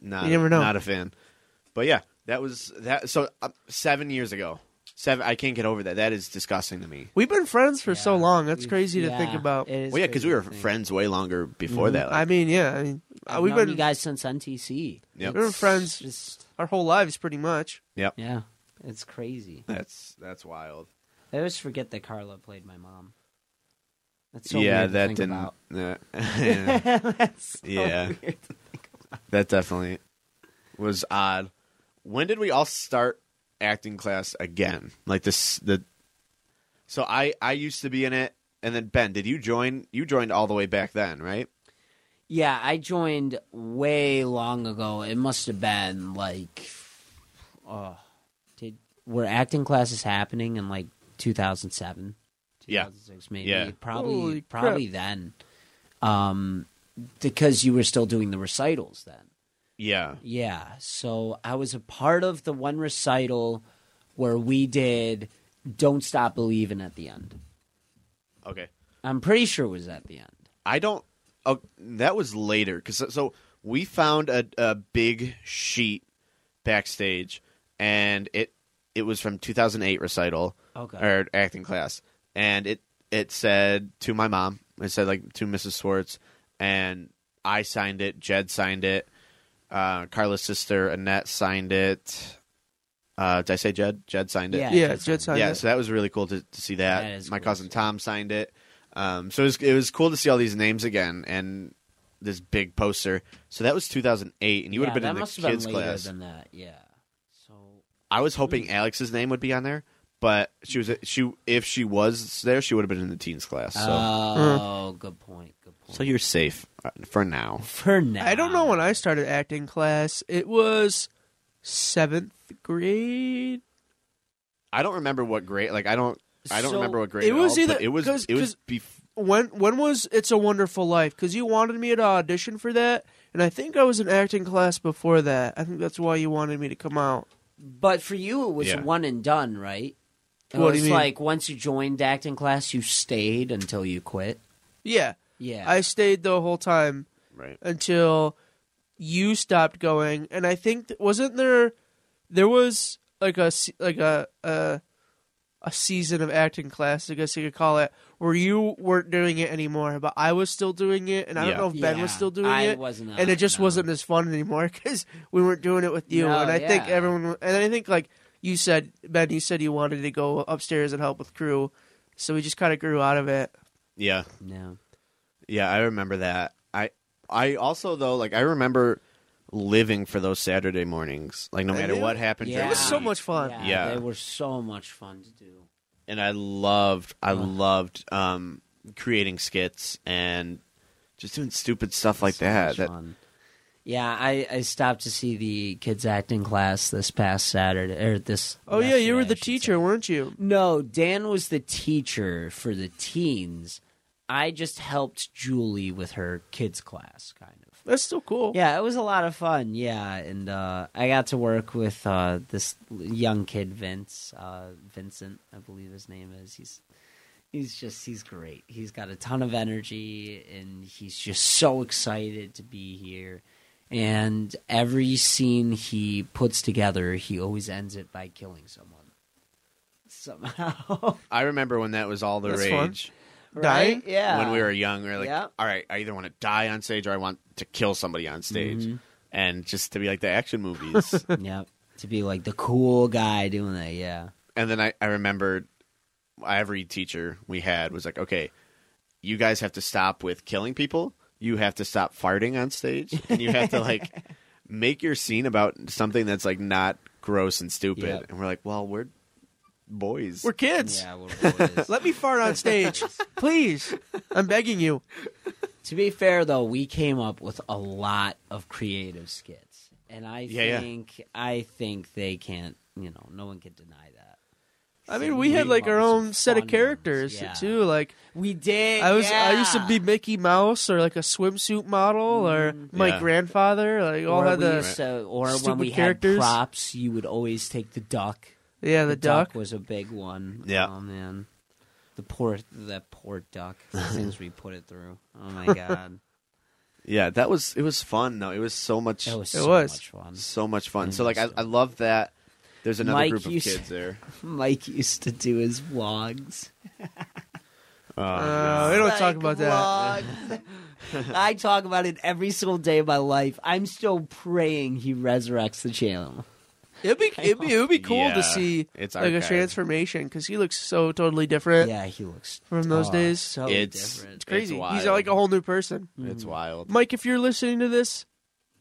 [SPEAKER 1] not
[SPEAKER 2] You never know.
[SPEAKER 1] not a fan but yeah that was that so uh, seven years ago seven I can't get over that that is disgusting to me
[SPEAKER 2] We've been friends for so
[SPEAKER 4] Yeah.
[SPEAKER 2] long. That's
[SPEAKER 4] We've-
[SPEAKER 2] crazy to think
[SPEAKER 4] yeah,
[SPEAKER 2] about.
[SPEAKER 4] it is
[SPEAKER 1] well yeah because
[SPEAKER 4] crazy
[SPEAKER 1] we were
[SPEAKER 4] to think.
[SPEAKER 1] friends way longer before that like,
[SPEAKER 2] I mean, yeah. I mean, uh,
[SPEAKER 4] I've
[SPEAKER 2] we've
[SPEAKER 4] known
[SPEAKER 2] been
[SPEAKER 4] you guys since NTC.
[SPEAKER 1] Yep.
[SPEAKER 2] We were
[SPEAKER 4] It's
[SPEAKER 2] friends.
[SPEAKER 4] Just
[SPEAKER 2] our whole lives pretty much.
[SPEAKER 1] yep
[SPEAKER 4] yeah, it's crazy.
[SPEAKER 1] that's that's wild.
[SPEAKER 4] I always forget that Carla played my mom. That's so
[SPEAKER 1] yeah,
[SPEAKER 4] weird to
[SPEAKER 1] that
[SPEAKER 4] think
[SPEAKER 1] didn't.
[SPEAKER 4] about.
[SPEAKER 1] yeah. yeah,
[SPEAKER 4] That's so
[SPEAKER 1] Yeah.
[SPEAKER 4] weird.
[SPEAKER 1] that definitely was odd. When did we all start acting class again? Like this, the. So I I used to be in it, and then Ben, did you join? You joined all the way back then, right?
[SPEAKER 4] Yeah, I joined way long ago. It must have been like, oh, did were acting classes happening in like 2007,
[SPEAKER 1] Yeah.
[SPEAKER 4] 2006 maybe?
[SPEAKER 1] Yeah.
[SPEAKER 4] probably
[SPEAKER 2] Holy crap.
[SPEAKER 4] probably then, um, because you were still doing the recitals then.
[SPEAKER 1] Yeah.
[SPEAKER 4] Yeah. So I was a part of the one recital where we did Don't Stop Believing at the end.
[SPEAKER 1] Okay.
[SPEAKER 4] I'm pretty sure it was at the end.
[SPEAKER 1] I don't. Oh, that was later because so, so we found a, a big sheet backstage, and it it was from 2008 recital
[SPEAKER 4] Okay.
[SPEAKER 1] or acting class, and it it said to my mom, it said like to Mrs. Swartz, and I signed it, Jed signed it, uh, Carla's sister Annette signed it. Uh, did I say Jed? Jed signed it
[SPEAKER 4] Yeah,
[SPEAKER 2] Yeah,
[SPEAKER 4] that's
[SPEAKER 2] Jed signed
[SPEAKER 1] yeah,
[SPEAKER 2] it.
[SPEAKER 1] so that was really cool to, to see that.
[SPEAKER 4] That is
[SPEAKER 1] My
[SPEAKER 4] cool.
[SPEAKER 1] cousin Tom signed it. Um, so it was, it was cool to see all these names again and this big poster. So that was 2008, and you would
[SPEAKER 4] Yeah,
[SPEAKER 1] have been
[SPEAKER 4] that
[SPEAKER 1] in the
[SPEAKER 4] must have
[SPEAKER 1] kids'
[SPEAKER 4] been later
[SPEAKER 1] class.
[SPEAKER 4] Than that, yeah. So
[SPEAKER 1] I was hoping
[SPEAKER 2] Mm.
[SPEAKER 1] Alex's name would be on there, but she was she if she was there, she would have been in the teens class. So,
[SPEAKER 2] mm-hmm.
[SPEAKER 4] oh, good point. Good point.
[SPEAKER 1] so you're safe uh, for now.
[SPEAKER 4] for now.
[SPEAKER 2] I don't know when I started acting class. It was seventh grade.
[SPEAKER 1] I don't remember what grade. Like I don't. I don't
[SPEAKER 4] So,
[SPEAKER 1] remember what grade at
[SPEAKER 2] it was
[SPEAKER 1] all, but
[SPEAKER 2] either-
[SPEAKER 1] it was
[SPEAKER 2] 'cause-
[SPEAKER 1] it
[SPEAKER 2] 'cause-
[SPEAKER 1] was bef-
[SPEAKER 2] when when was It's a Wonderful Life? Because you wanted me to audition for that, and I think I was in acting class before that. I think that's why you wanted me to come out.
[SPEAKER 4] But for you, it was
[SPEAKER 1] Yeah.
[SPEAKER 4] one and done, right? It
[SPEAKER 2] What do
[SPEAKER 4] was
[SPEAKER 2] you mean?
[SPEAKER 4] like once you joined acting class, you stayed until you quit.
[SPEAKER 2] Yeah,
[SPEAKER 4] Yeah.
[SPEAKER 2] I stayed the whole time
[SPEAKER 1] right.
[SPEAKER 2] until you stopped going, and I think th- wasn't there there was like a se- like a a, a season of acting class, I guess you could call it, where you weren't doing it anymore, but I was still doing it, and I
[SPEAKER 1] Yeah.
[SPEAKER 2] don't know if Ben was
[SPEAKER 4] Yeah.
[SPEAKER 2] still doing
[SPEAKER 4] I
[SPEAKER 2] it.
[SPEAKER 4] wasn't on
[SPEAKER 2] and it just
[SPEAKER 4] no.
[SPEAKER 2] wasn't as fun anymore because we weren't doing it with you.
[SPEAKER 4] No,
[SPEAKER 2] and I think
[SPEAKER 4] yeah.
[SPEAKER 2] everyone, and I think like you said, Ben, you said you wanted to go upstairs and help with crew, so we just kind of grew out of it.
[SPEAKER 1] Yeah.
[SPEAKER 4] No.
[SPEAKER 1] Yeah, I remember that. I I also though like I remember living for those Saturday mornings. Like no
[SPEAKER 2] I
[SPEAKER 1] matter
[SPEAKER 2] do.
[SPEAKER 1] what happened,
[SPEAKER 4] Yeah.
[SPEAKER 1] during
[SPEAKER 2] It was
[SPEAKER 1] the
[SPEAKER 2] so
[SPEAKER 1] week.
[SPEAKER 2] much fun.
[SPEAKER 4] Yeah,
[SPEAKER 1] Yeah.
[SPEAKER 4] They were so much fun to do.
[SPEAKER 1] And I loved I loved um creating skits and just doing stupid stuff like
[SPEAKER 4] So
[SPEAKER 1] that.
[SPEAKER 4] much
[SPEAKER 1] That
[SPEAKER 4] fun. Yeah, I, I stopped to see the kids acting class this past Saturday or this.
[SPEAKER 2] Oh yeah, you
[SPEAKER 4] yesterday,
[SPEAKER 2] were
[SPEAKER 4] I
[SPEAKER 2] the
[SPEAKER 4] should say.
[SPEAKER 2] teacher, weren't you?
[SPEAKER 4] No, Dan was the teacher for the teens. I just helped Julie with her kids class, kind of.
[SPEAKER 2] That's still cool.
[SPEAKER 4] Yeah, it was a lot of fun. Yeah, and uh, I got to work with uh, this l- young kid, Vince, uh, Vincent, I believe his name is. He's he's just he's great. He's got a ton of energy, and he's just so excited to be here. And every scene he puts together, he always ends it by killing someone. Somehow,
[SPEAKER 1] I remember when that was all the
[SPEAKER 2] That's fun.
[SPEAKER 1] rage
[SPEAKER 4] right?
[SPEAKER 2] Dying?
[SPEAKER 4] Yeah,
[SPEAKER 1] when we were young. We were like,
[SPEAKER 4] Yeah.
[SPEAKER 1] all right, I either want to die on stage or I want to kill somebody on stage.
[SPEAKER 2] Mm-hmm.
[SPEAKER 4] Mhm.
[SPEAKER 1] And just to be like the action movies.
[SPEAKER 4] yeah, to be like the cool guy doing that. Yeah.
[SPEAKER 1] and then I, I remembered every teacher we had was like, okay, you guys have to stop with killing people. You have to stop farting on stage. And you have to like make your scene about something that's like not gross and stupid.
[SPEAKER 4] Yep.
[SPEAKER 1] And we're like, well, we're boys.
[SPEAKER 2] We're kids.
[SPEAKER 4] Yeah, we're boys.
[SPEAKER 2] Let me fart on stage, please. I'm begging you.
[SPEAKER 4] To be fair, though, we came up with a lot of creative skits, and I
[SPEAKER 1] Yeah, yeah.
[SPEAKER 4] think I think they can't. You know, no one can deny that.
[SPEAKER 2] I
[SPEAKER 4] So
[SPEAKER 2] mean, we had like
[SPEAKER 4] came up
[SPEAKER 2] our
[SPEAKER 4] with
[SPEAKER 2] own
[SPEAKER 4] some
[SPEAKER 2] set of
[SPEAKER 4] fun
[SPEAKER 2] characters
[SPEAKER 4] ones, yeah.
[SPEAKER 2] too. Like
[SPEAKER 4] We did.
[SPEAKER 2] I was, I
[SPEAKER 4] yeah. Mm.
[SPEAKER 2] used to be Mickey Mouse or like a swimsuit model or my
[SPEAKER 1] Yeah.
[SPEAKER 2] grandfather. Like all
[SPEAKER 4] or
[SPEAKER 2] had
[SPEAKER 4] we
[SPEAKER 2] the
[SPEAKER 4] used to- or when
[SPEAKER 2] stupid
[SPEAKER 4] we
[SPEAKER 2] characters.
[SPEAKER 4] had props, you would always take the duck.
[SPEAKER 2] yeah the, duck.
[SPEAKER 4] was a big one.
[SPEAKER 1] Yeah.
[SPEAKER 4] Oh man, the poor that poor duck. The things we put it through. Oh my god,
[SPEAKER 1] Yeah, that was it was fun though. It was so much
[SPEAKER 4] it was
[SPEAKER 2] It
[SPEAKER 4] so
[SPEAKER 2] was.
[SPEAKER 4] much fun.
[SPEAKER 1] so much fun.
[SPEAKER 4] It
[SPEAKER 1] So like I,
[SPEAKER 4] was.
[SPEAKER 1] I love that there's another
[SPEAKER 4] Mike
[SPEAKER 1] group of
[SPEAKER 4] used-
[SPEAKER 1] kids there.
[SPEAKER 4] Mike used to do his vlogs.
[SPEAKER 2] Uh, we don't talk about that.
[SPEAKER 4] that. I talk about it every single day of my life. I'm still praying he resurrects the channel.
[SPEAKER 2] It'd be it'd be, it'd be cool
[SPEAKER 1] Yeah,
[SPEAKER 2] to see
[SPEAKER 1] it's
[SPEAKER 2] like a
[SPEAKER 1] archived.
[SPEAKER 2] transformation because he looks so totally different.
[SPEAKER 4] Yeah, he looks
[SPEAKER 2] From those
[SPEAKER 4] oh,
[SPEAKER 2] days?
[SPEAKER 4] so
[SPEAKER 1] It's-
[SPEAKER 4] different.
[SPEAKER 2] It's crazy.
[SPEAKER 1] It's
[SPEAKER 2] He's
[SPEAKER 1] wild.
[SPEAKER 2] like a whole new person.
[SPEAKER 1] It's wild.
[SPEAKER 2] Mike, if you're listening to this,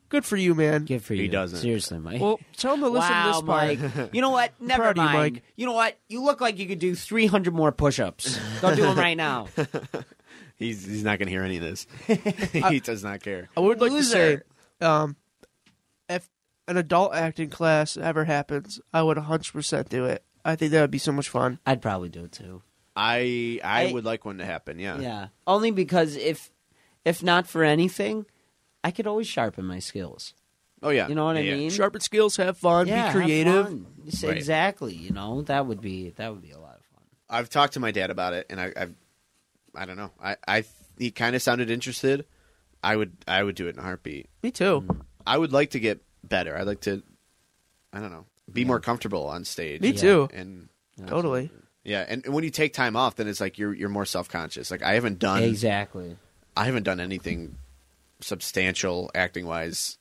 [SPEAKER 2] good for you, man.
[SPEAKER 4] Good for
[SPEAKER 1] He
[SPEAKER 4] you.
[SPEAKER 1] doesn't.
[SPEAKER 4] seriously, Mike.
[SPEAKER 2] Well, tell him to listen
[SPEAKER 4] wow,
[SPEAKER 2] to this part.
[SPEAKER 4] Mike. You know what? Never
[SPEAKER 2] proud of you,
[SPEAKER 4] mind.
[SPEAKER 2] Mike.
[SPEAKER 4] You know what? You look like you could do 300 more push-ups. Go do them right now.
[SPEAKER 1] He's he's not gonna hear any of this. he does not care.
[SPEAKER 2] I would like
[SPEAKER 4] Loser.
[SPEAKER 2] to say, um, if an adult acting class ever happens, I would 100% do it. I think that would be so much fun.
[SPEAKER 4] I'd probably do it too.
[SPEAKER 1] I I,
[SPEAKER 4] I-
[SPEAKER 1] would like one to happen. Yeah.
[SPEAKER 4] Yeah, only because if if not for anything, I could always sharpen my skills.
[SPEAKER 1] Oh yeah.
[SPEAKER 4] You know what I
[SPEAKER 1] Yeah, yeah.
[SPEAKER 4] mean?
[SPEAKER 2] Sharpen skills, have fun,
[SPEAKER 4] yeah,
[SPEAKER 2] be creative.
[SPEAKER 4] Have fun. Yes,
[SPEAKER 1] Right.
[SPEAKER 4] Exactly. You know that would be that would be a lot of fun.
[SPEAKER 1] I've talked to my dad about it, and I I've, I don't know. I I he kind of sounded interested. I would I would do it in a heartbeat.
[SPEAKER 2] Me too.
[SPEAKER 4] Mm,
[SPEAKER 1] I would like to get better. I'd like to. I don't know. Be more comfortable on stage.
[SPEAKER 2] Me
[SPEAKER 4] Yeah.
[SPEAKER 2] too.
[SPEAKER 1] And
[SPEAKER 2] Totally.
[SPEAKER 1] yeah, and, and when you take time off, then it's like you're you're more self conscious. Like I haven't done
[SPEAKER 4] Exactly.
[SPEAKER 1] I haven't done anything substantial acting wise.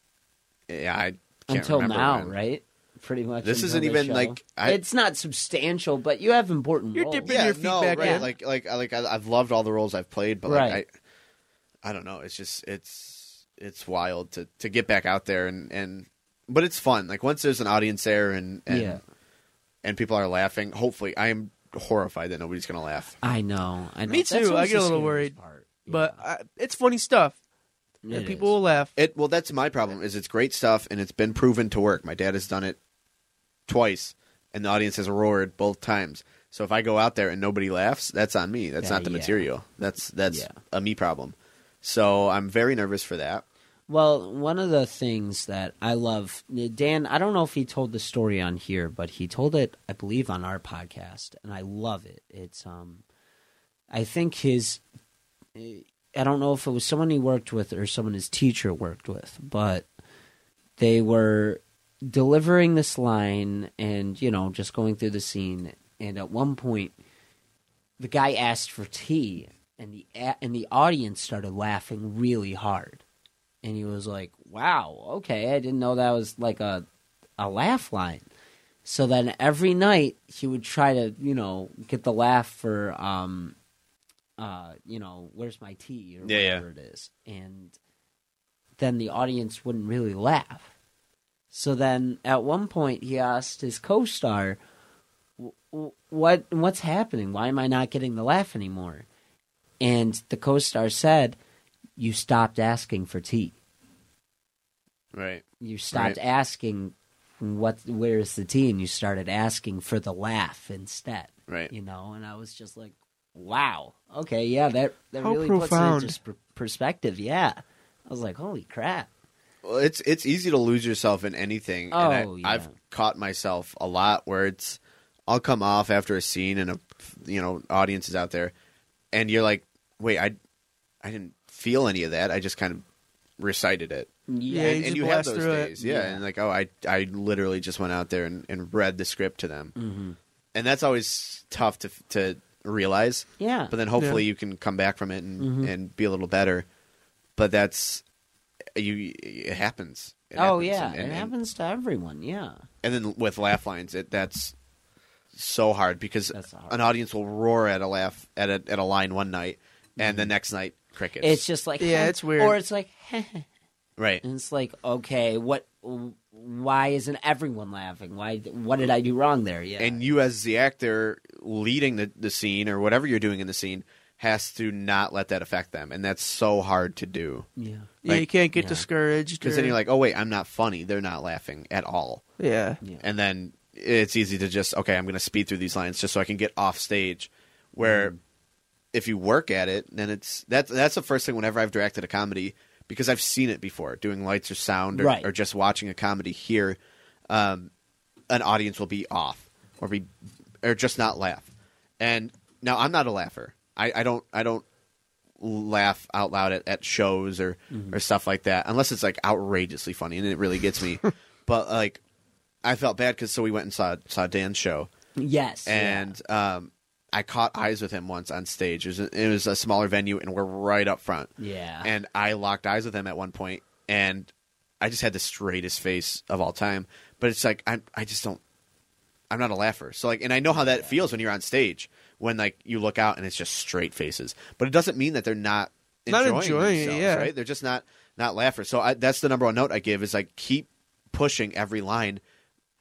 [SPEAKER 1] Yeah, I can't
[SPEAKER 4] Until
[SPEAKER 1] remember
[SPEAKER 4] now,
[SPEAKER 1] when.
[SPEAKER 4] right? Pretty much.
[SPEAKER 1] This
[SPEAKER 4] until
[SPEAKER 1] isn't even,
[SPEAKER 4] show.
[SPEAKER 1] like, I-
[SPEAKER 4] it's not substantial, but you have important.
[SPEAKER 2] You're
[SPEAKER 4] roles.
[SPEAKER 2] dipping
[SPEAKER 1] Yeah,
[SPEAKER 2] your feet
[SPEAKER 1] no,
[SPEAKER 2] back
[SPEAKER 1] right?
[SPEAKER 2] in.
[SPEAKER 1] Like, like, I- like I, I've loved all the roles I've played, but
[SPEAKER 4] Right.
[SPEAKER 1] like, I, I don't know. It's just it's it's wild to to get back out there and and but it's fun. Like once there's an audience there and and
[SPEAKER 4] Yeah.
[SPEAKER 1] and people are laughing. Hopefully, I am horrified that nobody's gonna laugh.
[SPEAKER 4] I know. I know.
[SPEAKER 2] Me
[SPEAKER 4] That's
[SPEAKER 2] too. I
[SPEAKER 4] always
[SPEAKER 2] get a
[SPEAKER 4] the
[SPEAKER 2] little
[SPEAKER 4] scariest
[SPEAKER 2] worried,
[SPEAKER 4] part.
[SPEAKER 2] But I, it's funny stuff.
[SPEAKER 4] Yeah.
[SPEAKER 2] and
[SPEAKER 4] It
[SPEAKER 2] people
[SPEAKER 4] is.
[SPEAKER 2] will laugh.
[SPEAKER 1] It well, that's my problem. Is it's great stuff and it's been proven to work. My dad has done it twice, and the audience has roared both times. So if I go out there and nobody laughs, that's on me. That's
[SPEAKER 4] Yeah,
[SPEAKER 1] not the
[SPEAKER 4] yeah.
[SPEAKER 1] material. That's that's
[SPEAKER 4] Yeah.
[SPEAKER 1] a me problem. So I'm very nervous for that.
[SPEAKER 4] Well, one of the things that I love, Dan, I don't know if he told the story on here, but he told it, I believe, on our podcast, and I love it. It's, um, I think his, I don't know if it was someone he worked with or someone his teacher worked with, but they were delivering this line and, you know, just going through the scene. And at one point, the guy asked for tea, and the, a- and the audience started laughing really hard and he was like, "Wow, okay, I didn't know that was like a a laugh line." So then every night he would try to, you know, get the laugh for, um, uh, you know, where's my tea or
[SPEAKER 1] Yeah, yeah.
[SPEAKER 4] whatever it is, and then the audience wouldn't really laugh. So then at one point he asked his co-star, "W- w- "What what's happening? Why am I not getting the laugh anymore?" And the co-star said, "You stopped asking for tea."
[SPEAKER 1] Right.
[SPEAKER 4] you stopped asking what where's the tea and you started asking for the laugh instead
[SPEAKER 1] Right.
[SPEAKER 4] you know and i was just like wow okay yeah that that
[SPEAKER 2] How
[SPEAKER 4] really puts
[SPEAKER 2] profound.
[SPEAKER 4] it into sp- perspective yeah i was like holy crap
[SPEAKER 1] Well, it's it's easy to lose yourself in anything. and I,
[SPEAKER 4] Oh, yeah.
[SPEAKER 1] I've caught myself a lot where it's I'll come off after a scene and a you know audience is out there, and you're like, wait, I I didn't feel any of that. I just kind of recited it.
[SPEAKER 2] Yeah,
[SPEAKER 1] and,
[SPEAKER 2] you
[SPEAKER 1] and
[SPEAKER 2] just
[SPEAKER 1] you have
[SPEAKER 2] blast
[SPEAKER 1] those
[SPEAKER 2] through it.
[SPEAKER 1] days, yeah,
[SPEAKER 4] Yeah.
[SPEAKER 1] And like, oh, I I literally just went out there and, and read the script to them,
[SPEAKER 2] Mm-hmm.
[SPEAKER 4] hmm
[SPEAKER 1] and that's always tough to to realize.
[SPEAKER 4] yeah
[SPEAKER 1] But then hopefully you can come back from it and,
[SPEAKER 4] Mhm.
[SPEAKER 1] and be a little better. But that's you. It happens. It
[SPEAKER 4] oh
[SPEAKER 1] happens.
[SPEAKER 4] yeah
[SPEAKER 1] and,
[SPEAKER 4] it
[SPEAKER 1] and-
[SPEAKER 4] happens to everyone yeah
[SPEAKER 1] And then with laugh lines, it that's so hard because
[SPEAKER 4] That's hard.
[SPEAKER 1] an audience will roar at a laugh at a at a line one night, and the next night crickets.
[SPEAKER 4] Mm-hmm. it's just Mm-hmm. like
[SPEAKER 2] Yeah, it's weird.
[SPEAKER 4] or it's like and
[SPEAKER 1] right.
[SPEAKER 4] it's like okay what why isn't everyone laughing why what did i do wrong there yeah
[SPEAKER 1] and you as the actor leading the, the scene or whatever you're doing in the scene has to not let that affect them and that's so hard to do
[SPEAKER 4] yeah
[SPEAKER 2] yeah, you
[SPEAKER 1] Like-
[SPEAKER 2] can't get
[SPEAKER 4] yeah.
[SPEAKER 2] discouraged.
[SPEAKER 1] because
[SPEAKER 2] or-
[SPEAKER 1] then you're like oh wait i'm not funny they're not laughing at all
[SPEAKER 2] yeah,
[SPEAKER 4] yeah
[SPEAKER 1] and then it's easy to just okay i'm going to speed through these lines just so i can get off stage where if you work at it then it's that's that's the first thing whenever i've directed a comedy because i've seen it before doing lights or sound or,
[SPEAKER 4] Right.
[SPEAKER 1] or just watching a comedy here um, an audience will be off or be or just not laugh and now i'm not a laugher i, I don't i don't laugh out loud at, at shows or or stuff like that unless it's like outrageously funny and it really gets me but like I felt bad because so we went and saw saw Dan's show,
[SPEAKER 4] yes yeah.
[SPEAKER 1] and um, I caught eyes with him once on stage. It was, a, it was a smaller venue, and we're right up front.
[SPEAKER 4] Yeah.
[SPEAKER 1] And I locked eyes with him at one point, and I just had the straightest face of all time. But it's like I I just don't. I'm not a laugher, so like, and I know how that feels when you're on stage when like you look out and it's just straight faces. But it doesn't mean that they're not
[SPEAKER 2] Not
[SPEAKER 1] enjoying,
[SPEAKER 2] enjoying it,
[SPEAKER 1] themselves,
[SPEAKER 2] yeah.
[SPEAKER 1] right? They're just not not laughers. So I, that's the number one note I give is like keep pushing every line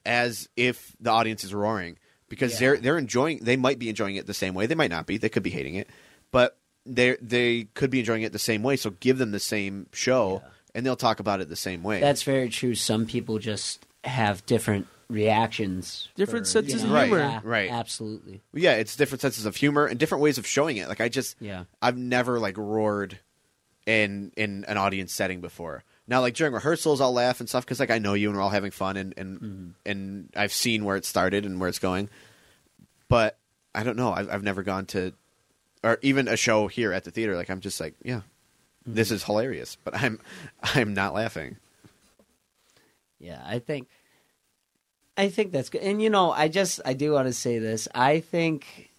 [SPEAKER 1] as if the audience is roaring because
[SPEAKER 4] Yeah.
[SPEAKER 1] they're they're enjoying they might be enjoying it the same way they might not be they could be hating it but they they could be enjoying it the same way so give them the same show and they'll talk about it the same way
[SPEAKER 4] That's very true. Some people just have different reactions,
[SPEAKER 2] Different senses
[SPEAKER 1] of humor.
[SPEAKER 4] Yeah,
[SPEAKER 1] Right.
[SPEAKER 4] Absolutely.
[SPEAKER 1] yeah it's different senses of humor and different ways of showing it like I just
[SPEAKER 4] Yeah.
[SPEAKER 1] I've never like roared in in an audience setting before. Now, like during rehearsals, I'll laugh and stuff because like I know you and we're all having fun and and
[SPEAKER 4] Mm-hmm.
[SPEAKER 1] and I've seen where it started and where it's going. But I don't know. I've I've never gone to or even a show here at the theater. Like I'm just like yeah,
[SPEAKER 4] Mm-hmm.
[SPEAKER 1] this is hilarious, but I'm I'm not laughing.
[SPEAKER 4] Yeah, I think I think that's good. And you know, I just I do want to say this. I think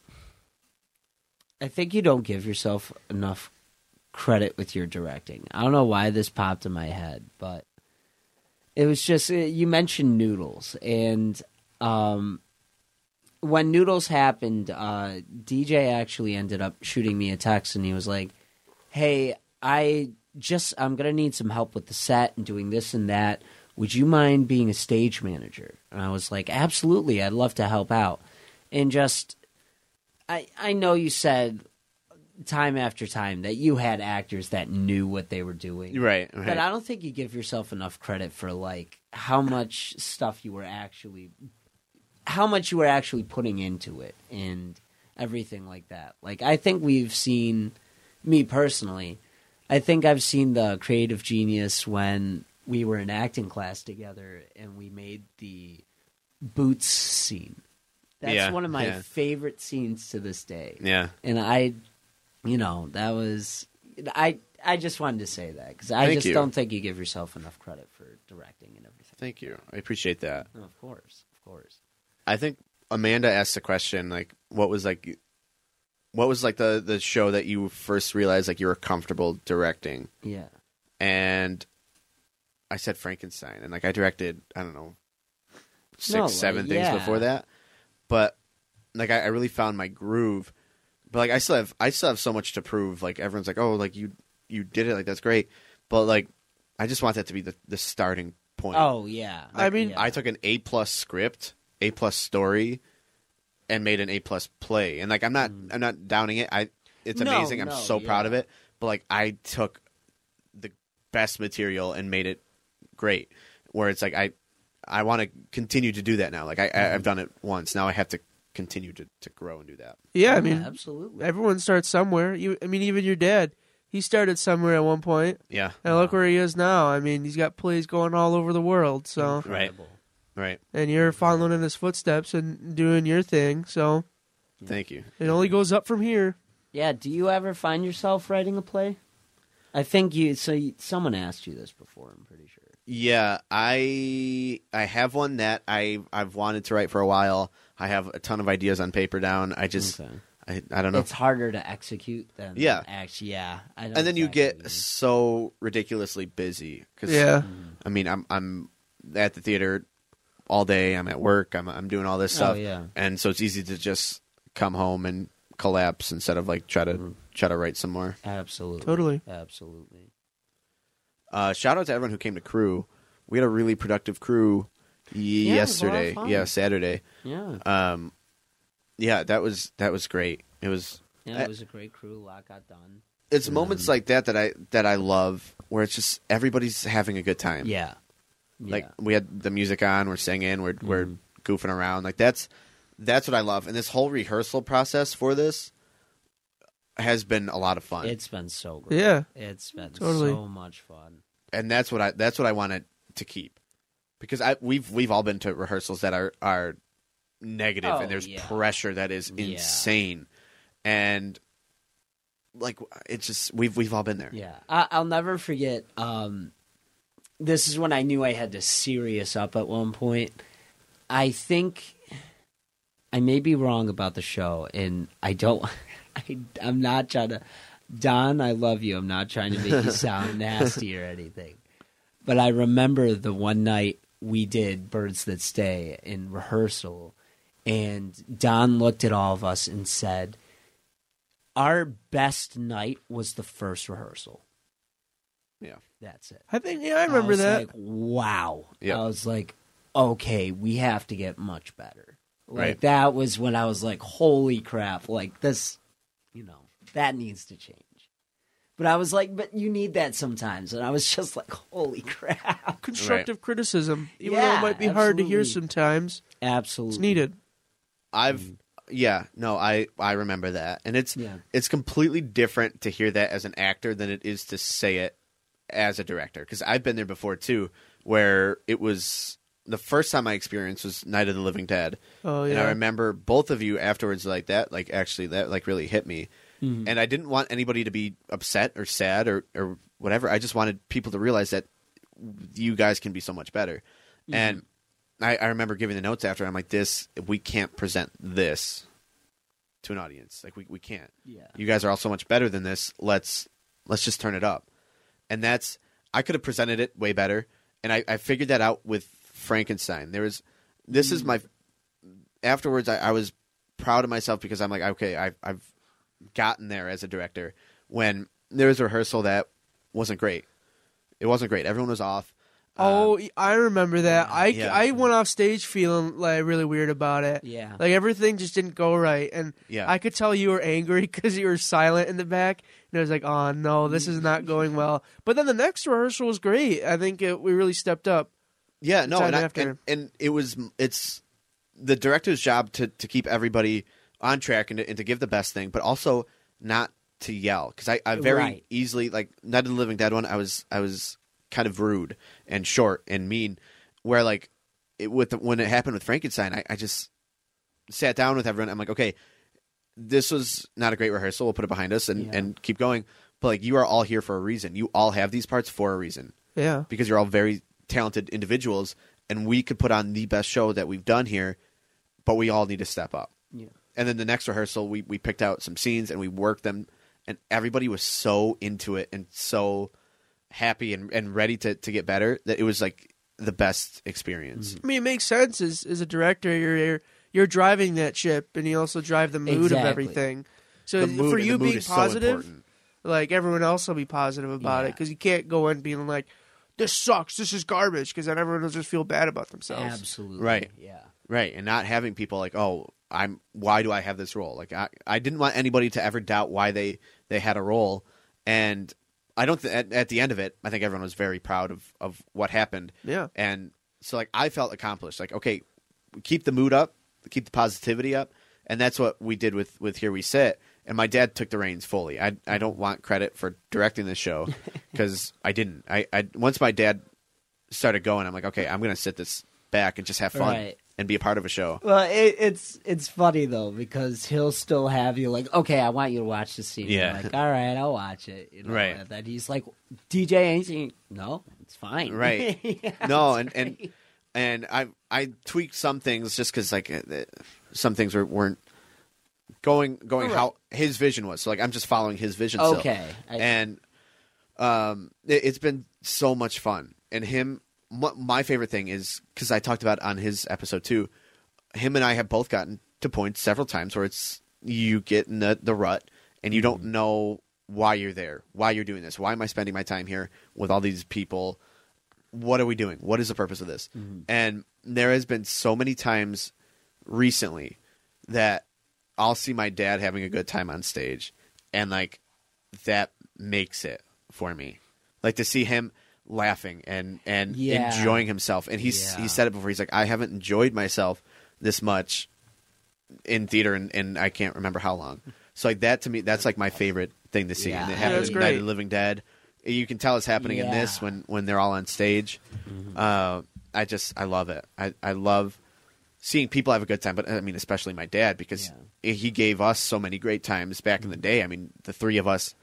[SPEAKER 4] I think you don't give yourself enough credit with your directing. I don't know why this popped in my head, but it was just uh, you mentioned noodles and um when noodles happened, uh DJ actually ended up shooting me a text and he was like, "Hey, I just I'm going to need some help with the set and doing this and that. Would you mind being a stage manager?" And I was like, "Absolutely. I'd love to help out." And just I I know you said time after time that you had actors that knew what they were doing.
[SPEAKER 1] Right.
[SPEAKER 4] But I don't think you give yourself enough credit for like how much stuff you were actually how much you were actually putting into it and everything like that. Like I think we've seen me personally, I think I've seen the creative genius when we were in acting class together and we made the boots scene. That's
[SPEAKER 1] Yeah,
[SPEAKER 4] one of my
[SPEAKER 1] yeah.
[SPEAKER 4] favorite scenes to this day
[SPEAKER 1] yeah.
[SPEAKER 4] and I, you know, that was I. I just wanted to say that because I
[SPEAKER 1] Thank
[SPEAKER 4] just
[SPEAKER 1] you.
[SPEAKER 4] don't think you give yourself enough credit for directing and everything.
[SPEAKER 1] Thank you. I appreciate that.
[SPEAKER 4] No, of course, of course.
[SPEAKER 1] I think Amanda asked the question like what was like what was like the the show that you first realized like you were comfortable directing
[SPEAKER 4] Yeah,
[SPEAKER 1] and I said Frankenstein and like I directed I don't know six
[SPEAKER 4] No, like,
[SPEAKER 1] seven things
[SPEAKER 4] yeah.
[SPEAKER 1] before that but like I, I really found my groove but like I still have I still have so much to prove like everyone's like oh like you you did it like that's great but like I just want that to be the the starting point
[SPEAKER 4] Oh yeah.
[SPEAKER 2] I mean-
[SPEAKER 4] yeah.
[SPEAKER 1] I took an A plus script, A plus story, and made an A plus play. And like I'm not I'm not downing it. I it's
[SPEAKER 4] Hmm. No,
[SPEAKER 1] amazing.
[SPEAKER 4] no,
[SPEAKER 1] I'm so proud
[SPEAKER 4] yeah.
[SPEAKER 1] of it. But like I took the best material and made it great. Where it's like I, I want to continue to do that now. Like I, I,
[SPEAKER 4] Hmm.
[SPEAKER 1] I've done it once. Now I have to continue to, to grow and do that.
[SPEAKER 2] Yeah, I
[SPEAKER 4] Yeah,
[SPEAKER 2] mean,
[SPEAKER 4] absolutely.
[SPEAKER 2] everyone starts somewhere. You, I mean, even your dad, he started somewhere at one point,
[SPEAKER 1] Yeah.
[SPEAKER 2] and look where he is now. I mean, he's got plays going all over the world. So,
[SPEAKER 1] Right.
[SPEAKER 4] Incredible.
[SPEAKER 1] Right.
[SPEAKER 2] and you're following in his footsteps and doing your thing. So
[SPEAKER 4] Hmm.
[SPEAKER 1] Thank you.
[SPEAKER 2] it only goes up from here.
[SPEAKER 4] Yeah. Do you ever find yourself writing a play? I think you. So you, someone asked you this before. I'm pretty sure.
[SPEAKER 1] Yeah, I I have one that I I've wanted to write for a while. I have a ton of ideas on paper down. I just
[SPEAKER 4] Okay.
[SPEAKER 1] I, I don't know.
[SPEAKER 4] It's harder to execute than
[SPEAKER 1] Yeah.
[SPEAKER 4] Act, yeah. I know
[SPEAKER 1] and then you
[SPEAKER 4] exactly what
[SPEAKER 1] get so ridiculously busy cuz
[SPEAKER 2] Yeah,
[SPEAKER 1] I mean, I'm I'm at the theater all day. I'm at work. I'm I'm doing all this
[SPEAKER 4] Oh,
[SPEAKER 1] stuff.
[SPEAKER 4] yeah.
[SPEAKER 1] And so it's easy to just come home and collapse instead of like try to
[SPEAKER 4] Mm-hmm.
[SPEAKER 1] try to write some more.
[SPEAKER 4] mean. absolutely,
[SPEAKER 2] Totally.
[SPEAKER 4] absolutely.
[SPEAKER 1] Uh, shout out to everyone who came to crew. We had a really productive crew
[SPEAKER 4] it was a lot of
[SPEAKER 1] yesterday.
[SPEAKER 4] fun.
[SPEAKER 1] Yeah, Saturday.
[SPEAKER 4] Yeah,
[SPEAKER 1] Um, yeah, that was that was great. It was
[SPEAKER 4] yeah.
[SPEAKER 1] I-
[SPEAKER 4] It was a great crew. A lot got done.
[SPEAKER 1] it's moments like that that I that I love where it's just everybody's having a good time.
[SPEAKER 4] Yeah,
[SPEAKER 1] Like
[SPEAKER 4] Yeah. Mm-hmm.
[SPEAKER 1] we had the music on, we're singing, we're we're goofing around. Like that's that's what I love. And this whole rehearsal process for this has been a lot of fun.
[SPEAKER 4] it's been so great.
[SPEAKER 2] yeah.
[SPEAKER 4] it's been
[SPEAKER 2] Totally.
[SPEAKER 4] so much fun.
[SPEAKER 1] and that's what I that's what I wanted to keep. Because I we've we've all been to rehearsals that are are negative
[SPEAKER 4] Oh,
[SPEAKER 1] and there's
[SPEAKER 4] yeah.
[SPEAKER 1] pressure that is
[SPEAKER 4] Yeah.
[SPEAKER 1] insane. And like it's just we've we've all been there.
[SPEAKER 4] Yeah, I, I'll never forget. Um, this is when I knew I had to serious up at one point. I think I may be wrong about the show, and I don't. I, I'm not trying to. Don, I love you. I'm not trying to make you sound nasty or anything. But I remember the one night we did Birds That Stay in rehearsal, and Don looked at all of us and said, Our best night was the first rehearsal.
[SPEAKER 1] Yeah.
[SPEAKER 4] That's it.
[SPEAKER 2] I think yeah, I remember
[SPEAKER 4] was
[SPEAKER 2] that.
[SPEAKER 4] Like, wow.
[SPEAKER 1] Yeah.
[SPEAKER 4] I was like, okay, we have to get much better. Like
[SPEAKER 1] Right.
[SPEAKER 4] that was when I was like, holy crap! Like this, you know, that needs to change. But I was like, but you need that sometimes, and I was just like, holy crap!
[SPEAKER 2] Constructive criticism, even though
[SPEAKER 4] Yeah,
[SPEAKER 2] it might be hard to hear
[SPEAKER 4] absolutely.
[SPEAKER 2] sometimes,
[SPEAKER 4] Absolutely,
[SPEAKER 2] it's needed.
[SPEAKER 1] I've yeah, no, I I remember that. And it's
[SPEAKER 4] Mm-hmm. Yeah.
[SPEAKER 1] it's completely different to hear that as an actor than it is to say it as a director cuz I've been there before too where it was the first time I experienced was Night of the Living Dead.
[SPEAKER 2] Oh
[SPEAKER 1] And I
[SPEAKER 2] yeah,
[SPEAKER 1] remember both of you afterwards like that, like actually that like really hit me.
[SPEAKER 2] Mm-hmm.
[SPEAKER 1] And I didn't want anybody to be upset or sad or, or whatever. I just wanted people to realize that you guys can be so much better.
[SPEAKER 2] Mm-hmm.
[SPEAKER 1] And I, I remember giving the notes after. I'm like, this we can't present this to an audience. Like we, we can't.
[SPEAKER 4] Yeah.
[SPEAKER 1] You guys are all so much better than this. Let's let's just turn it up. And that's I could have presented it way better. And I, I figured that out with Frankenstein. There was this is my afterwards I, I was proud of myself because I'm like, okay, I've I've gotten there as a director when there was a rehearsal that wasn't great. It wasn't great. Everyone was off.
[SPEAKER 4] Uh,
[SPEAKER 2] Oh, I remember that. I,
[SPEAKER 1] yeah.
[SPEAKER 2] I went off stage feeling like really weird about it.
[SPEAKER 4] Yeah.
[SPEAKER 2] like everything just didn't go right, and
[SPEAKER 1] Yeah.
[SPEAKER 2] I could tell you were angry because you were silent in the back, and I was like, "Oh no, this is not going well." But then the next rehearsal was great. I think it, we really stepped up.
[SPEAKER 1] Yeah, no,
[SPEAKER 2] time
[SPEAKER 1] and, I,
[SPEAKER 2] after.
[SPEAKER 1] and and it was it's the director's job to to keep everybody on track and to, and to give the best thing, but also not to yell because I, I very
[SPEAKER 4] Right.
[SPEAKER 1] easily like Night of the Living Dead one. I was I was kind of rude and short and mean, where like it, with the, when it happened with Frankenstein, I, I just sat down with everyone. I'm like, okay, this was not a great rehearsal. We'll put it behind us and
[SPEAKER 4] Yeah.
[SPEAKER 1] and keep going. But like, you are all here for a reason. You all have these parts for a reason
[SPEAKER 2] Yeah,
[SPEAKER 1] because you're all very talented individuals and we could put on the best show that we've done here but we all need to step up
[SPEAKER 4] Yeah.
[SPEAKER 1] and then the next rehearsal we, we picked out some scenes and we worked them and everybody was so into it and so happy and, and ready to, to get better that it was like the best experience
[SPEAKER 2] I mean, it makes sense as as a director, you're you're, you're driving that ship, and you also drive the mood of
[SPEAKER 4] Exactly.
[SPEAKER 2] everything. So
[SPEAKER 1] the mood,
[SPEAKER 2] for
[SPEAKER 1] and
[SPEAKER 2] you
[SPEAKER 1] the mood
[SPEAKER 2] being
[SPEAKER 1] is so
[SPEAKER 2] positive,
[SPEAKER 1] important.
[SPEAKER 2] like everyone else will be positive about it
[SPEAKER 4] Yeah.
[SPEAKER 2] because you can't go in being like, "This sucks. This is garbage," because then everyone will just feel bad about themselves.
[SPEAKER 4] absolutely,
[SPEAKER 1] Right.
[SPEAKER 4] Yeah,
[SPEAKER 1] right and not having people like oh i'm why do i have this role like i, I didn't want anybody to ever doubt why they they had a role and I don't th- at, at the end of it, I think everyone was very proud of of what happened.
[SPEAKER 2] Yeah.
[SPEAKER 1] And so like I felt accomplished. Like okay, keep the mood up, keep the positivity up, and that's what we did with with Here We Sit. And my dad took the reins fully. I I don't want credit for directing the show because I didn't. I, I once my dad started going, I'm like, okay, I'm gonna sit this back and just have fun
[SPEAKER 4] Right.
[SPEAKER 1] and be a part of a show.
[SPEAKER 4] Well, it, it's it's funny though because he'll still have you like, okay, I want you to watch the scene. You're
[SPEAKER 1] Yeah.
[SPEAKER 4] like, all right, I'll watch it. You know,
[SPEAKER 1] Right.
[SPEAKER 4] And then he's like, DJ, anything? No, it's fine.
[SPEAKER 1] Right.
[SPEAKER 4] Yeah.
[SPEAKER 1] no, and and and I I tweaked some things just because like uh, the- some things were, weren't going going how his vision was. So like I'm just following his vision. still.
[SPEAKER 4] Okay, I see.
[SPEAKER 1] and um, it, it's been so much fun. And him, m- my favorite thing is because I talked about on his episode too. Him and I have both gotten to points several times where it's you get in the, the rut and you
[SPEAKER 4] Mm-hmm.
[SPEAKER 1] don't know why you're there, why you're doing this, why am I spending my time here with all these people? what are we doing? What is the purpose of this?
[SPEAKER 4] Mm-hmm.
[SPEAKER 1] And there has been so many times recently that I'll see my dad having a good time on stage, and like that makes it for me. Like to see him laughing and and
[SPEAKER 4] Yeah.
[SPEAKER 1] enjoying himself. And he's
[SPEAKER 4] Yeah.
[SPEAKER 1] he said it before. He's like, I haven't enjoyed myself this much in theater, and, and I can't remember how long. So like that to me, that's like my favorite thing to see.
[SPEAKER 4] Yeah.
[SPEAKER 1] And it
[SPEAKER 4] Yeah,
[SPEAKER 1] happened
[SPEAKER 2] it's
[SPEAKER 1] in Night of
[SPEAKER 2] great.
[SPEAKER 1] the Living Dead. You can tell it's happening in
[SPEAKER 4] Yeah.
[SPEAKER 1] this when when they're all on stage. Uh, I just I love it. I I love seeing people have a good time. But I mean, especially my dad because he gave us so many great times back in the day. I mean, the three of us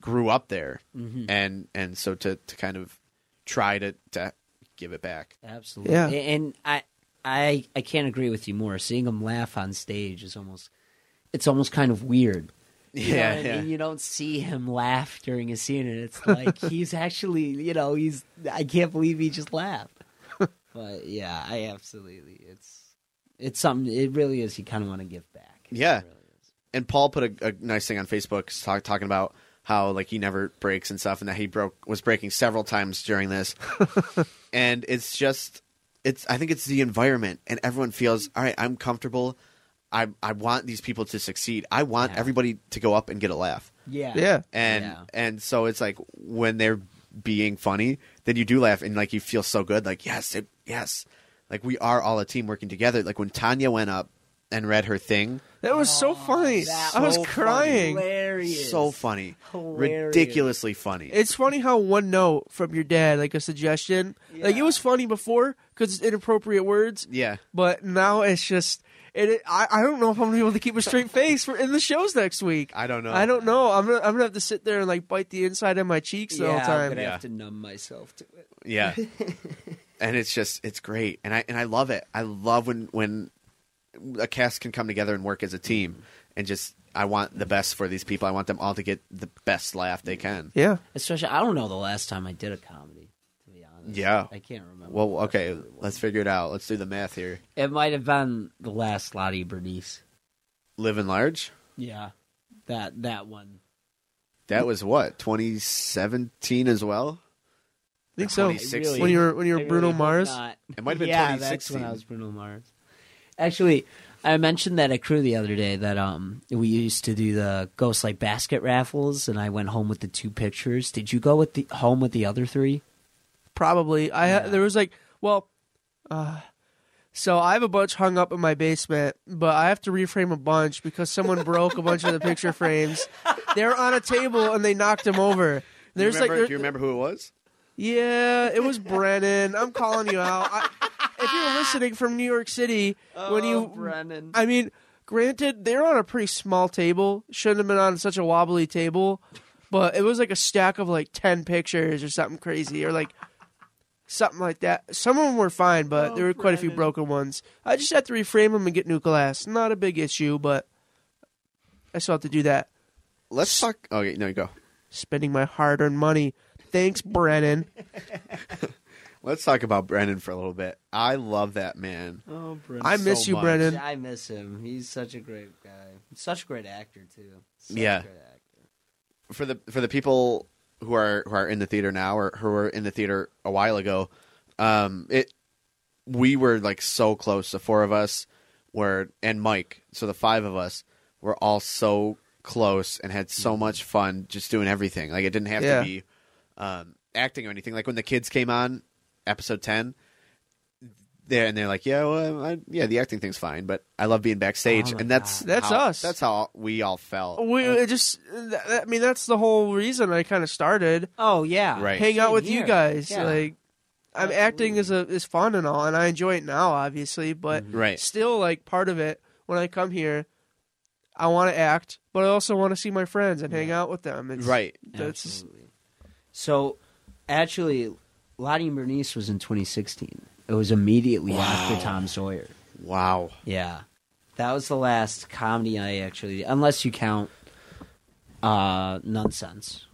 [SPEAKER 1] grew up there, and and so to to kind of try to to give it back.
[SPEAKER 4] Absolutely.
[SPEAKER 2] Yeah.
[SPEAKER 4] And I I I can't agree with you more. Seeing him laugh on stage is almost it's almost kind of weird. You know
[SPEAKER 1] Yeah,
[SPEAKER 4] what I
[SPEAKER 1] yeah.
[SPEAKER 4] mean? You don't see him laugh during a scene and it's like he's actually, you know, he's I can't believe he just laughed. but yeah, I absolutely it's it's something it really is you kind of want to give back. It
[SPEAKER 1] Yeah.
[SPEAKER 4] really is.
[SPEAKER 1] and Paul put a, a nice thing on Facebook talk, talking about how like he never breaks and stuff, and that he broke was breaking several times during this. and it's just, it's I think it's the environment, and everyone feels all right. I'm comfortable. I I want these people to succeed. I want
[SPEAKER 4] Yeah.
[SPEAKER 1] everybody to go up and get a laugh.
[SPEAKER 4] Yeah.
[SPEAKER 2] Yeah.
[SPEAKER 1] And
[SPEAKER 4] Yeah.
[SPEAKER 1] and so it's like when they're being funny, then you do laugh and like you feel so good. Like yes, it, yes, like we are all a team working together. Like when Tanya went up and read her thing.
[SPEAKER 2] That was so funny.
[SPEAKER 4] that
[SPEAKER 2] I was
[SPEAKER 1] so
[SPEAKER 2] crying.
[SPEAKER 4] Hilarious.
[SPEAKER 1] So funny.
[SPEAKER 4] Hilarious.
[SPEAKER 1] Ridiculously funny.
[SPEAKER 2] It's funny how one note from your dad, like a suggestion, like it
[SPEAKER 4] Yeah.
[SPEAKER 2] was funny before because it's inappropriate words,
[SPEAKER 1] yeah.
[SPEAKER 2] but now it's just. It, it- I, I don't know if I'm gonna be able to keep a straight face for in the shows next week.
[SPEAKER 1] I don't know.
[SPEAKER 2] I don't know. I'm gonna I'm gonna have to sit there and like bite the inside of my cheeks the
[SPEAKER 4] yeah,
[SPEAKER 2] whole
[SPEAKER 4] I'm
[SPEAKER 2] time.
[SPEAKER 4] gonna
[SPEAKER 1] Yeah.
[SPEAKER 4] have to numb myself to it.
[SPEAKER 1] Yeah. and it's just it's great. And I and I love it. I love when when a cast can come together and work as a team and just I want the best for these people. I want them all to get the best laugh they can.
[SPEAKER 2] Yeah,
[SPEAKER 4] Especially, I don't know the last time I did a comedy. To be honest,
[SPEAKER 1] Yeah.
[SPEAKER 4] I can't remember.
[SPEAKER 1] Well, okay, let's figure it out. Let's do the math here.
[SPEAKER 4] it might have been the last Lottie Bernice.
[SPEAKER 1] Live and large?
[SPEAKER 4] Yeah, that that one.
[SPEAKER 1] That was what? 2017 as well?
[SPEAKER 2] I think so.
[SPEAKER 1] 26.
[SPEAKER 4] Really?
[SPEAKER 2] When you were when you were
[SPEAKER 4] I really
[SPEAKER 2] Bruno
[SPEAKER 4] hope
[SPEAKER 2] Mars,
[SPEAKER 4] not.
[SPEAKER 1] It might have been
[SPEAKER 4] yeah, that's when
[SPEAKER 1] 2016.
[SPEAKER 4] I was Bruno Mars. Actually, I mentioned that at crew the other day that um we used to do the Ghostlight basket raffles, and I went home with the two pictures. Did you go with the home with the other three?
[SPEAKER 2] probably. I ha there was like well, uh, so I have a bunch hung up in my basement, but I have to reframe a bunch because someone broke a bunch of the picture frames. They're on a table and they knocked them
[SPEAKER 1] Do
[SPEAKER 2] over.
[SPEAKER 1] you
[SPEAKER 2] There's
[SPEAKER 1] remember-
[SPEAKER 2] like
[SPEAKER 1] do
[SPEAKER 2] there-
[SPEAKER 1] you remember who it was?
[SPEAKER 2] Yeah, it was Brennan. I'm calling you out. I, if you're listening from New York City, when you
[SPEAKER 4] Brennan.
[SPEAKER 2] I mean, granted, they're on a pretty small table. Shouldn't have been on such a wobbly table, but it was like a stack of like ten pictures or something crazy, or like something like that. Some of them were fine, but there were quite a few broken ones. I just had to reframe them and get new glass. Not a big issue, but I still have to do that.
[SPEAKER 1] Let's talk. Okay, no, you go.
[SPEAKER 2] Spending my hard-earned money. Thanks, Brennan.
[SPEAKER 1] Let's talk about Brendan for a little bit. I love that man.
[SPEAKER 4] Oh, Brennan.
[SPEAKER 2] I miss
[SPEAKER 1] So
[SPEAKER 2] you,
[SPEAKER 1] much.
[SPEAKER 2] Brennan.
[SPEAKER 4] I miss him. He's such a great guy. Such a great actor too. Such a
[SPEAKER 1] Yeah.
[SPEAKER 4] great actor.
[SPEAKER 1] for the for the people who are who are in the theater now or who were in the theater a while ago, um, it we were like so close. The four of us were and Mike, so the five of us were all so close and had so much fun just doing everything. Like it didn't have
[SPEAKER 2] Mm-hmm. Yeah.
[SPEAKER 1] to be um, acting or anything. Like when the kids came on episode ten, there and they're like, yeah, well, um, I, yeah, the acting thing's fine, but I love being backstage,
[SPEAKER 4] Oh my
[SPEAKER 1] and that's
[SPEAKER 2] God. That's
[SPEAKER 1] how-
[SPEAKER 2] us. Oh.
[SPEAKER 1] That's how we all felt.
[SPEAKER 2] We it just, that, that- I mean, that's the whole reason I kind of started.
[SPEAKER 4] Oh yeah,
[SPEAKER 1] Right.
[SPEAKER 2] Hang out
[SPEAKER 4] Same
[SPEAKER 2] with you
[SPEAKER 4] here.
[SPEAKER 2] guys.
[SPEAKER 4] Yeah.
[SPEAKER 2] Like, I'm acting is a is fun and all, and I enjoy it now, obviously. But
[SPEAKER 1] Mm-hmm. Right.
[SPEAKER 2] still, like part of it when I come here, I want to act, but I also want to see my friends and hang out with them. It's,
[SPEAKER 1] Right.
[SPEAKER 2] That's
[SPEAKER 4] Absolutely. So, actually, Lottie and Bernice was in 2016. It was immediately after Tom Sawyer.
[SPEAKER 1] Wow.
[SPEAKER 4] Yeah, that was the last comedy I actually, unless you count uh, Nonsense,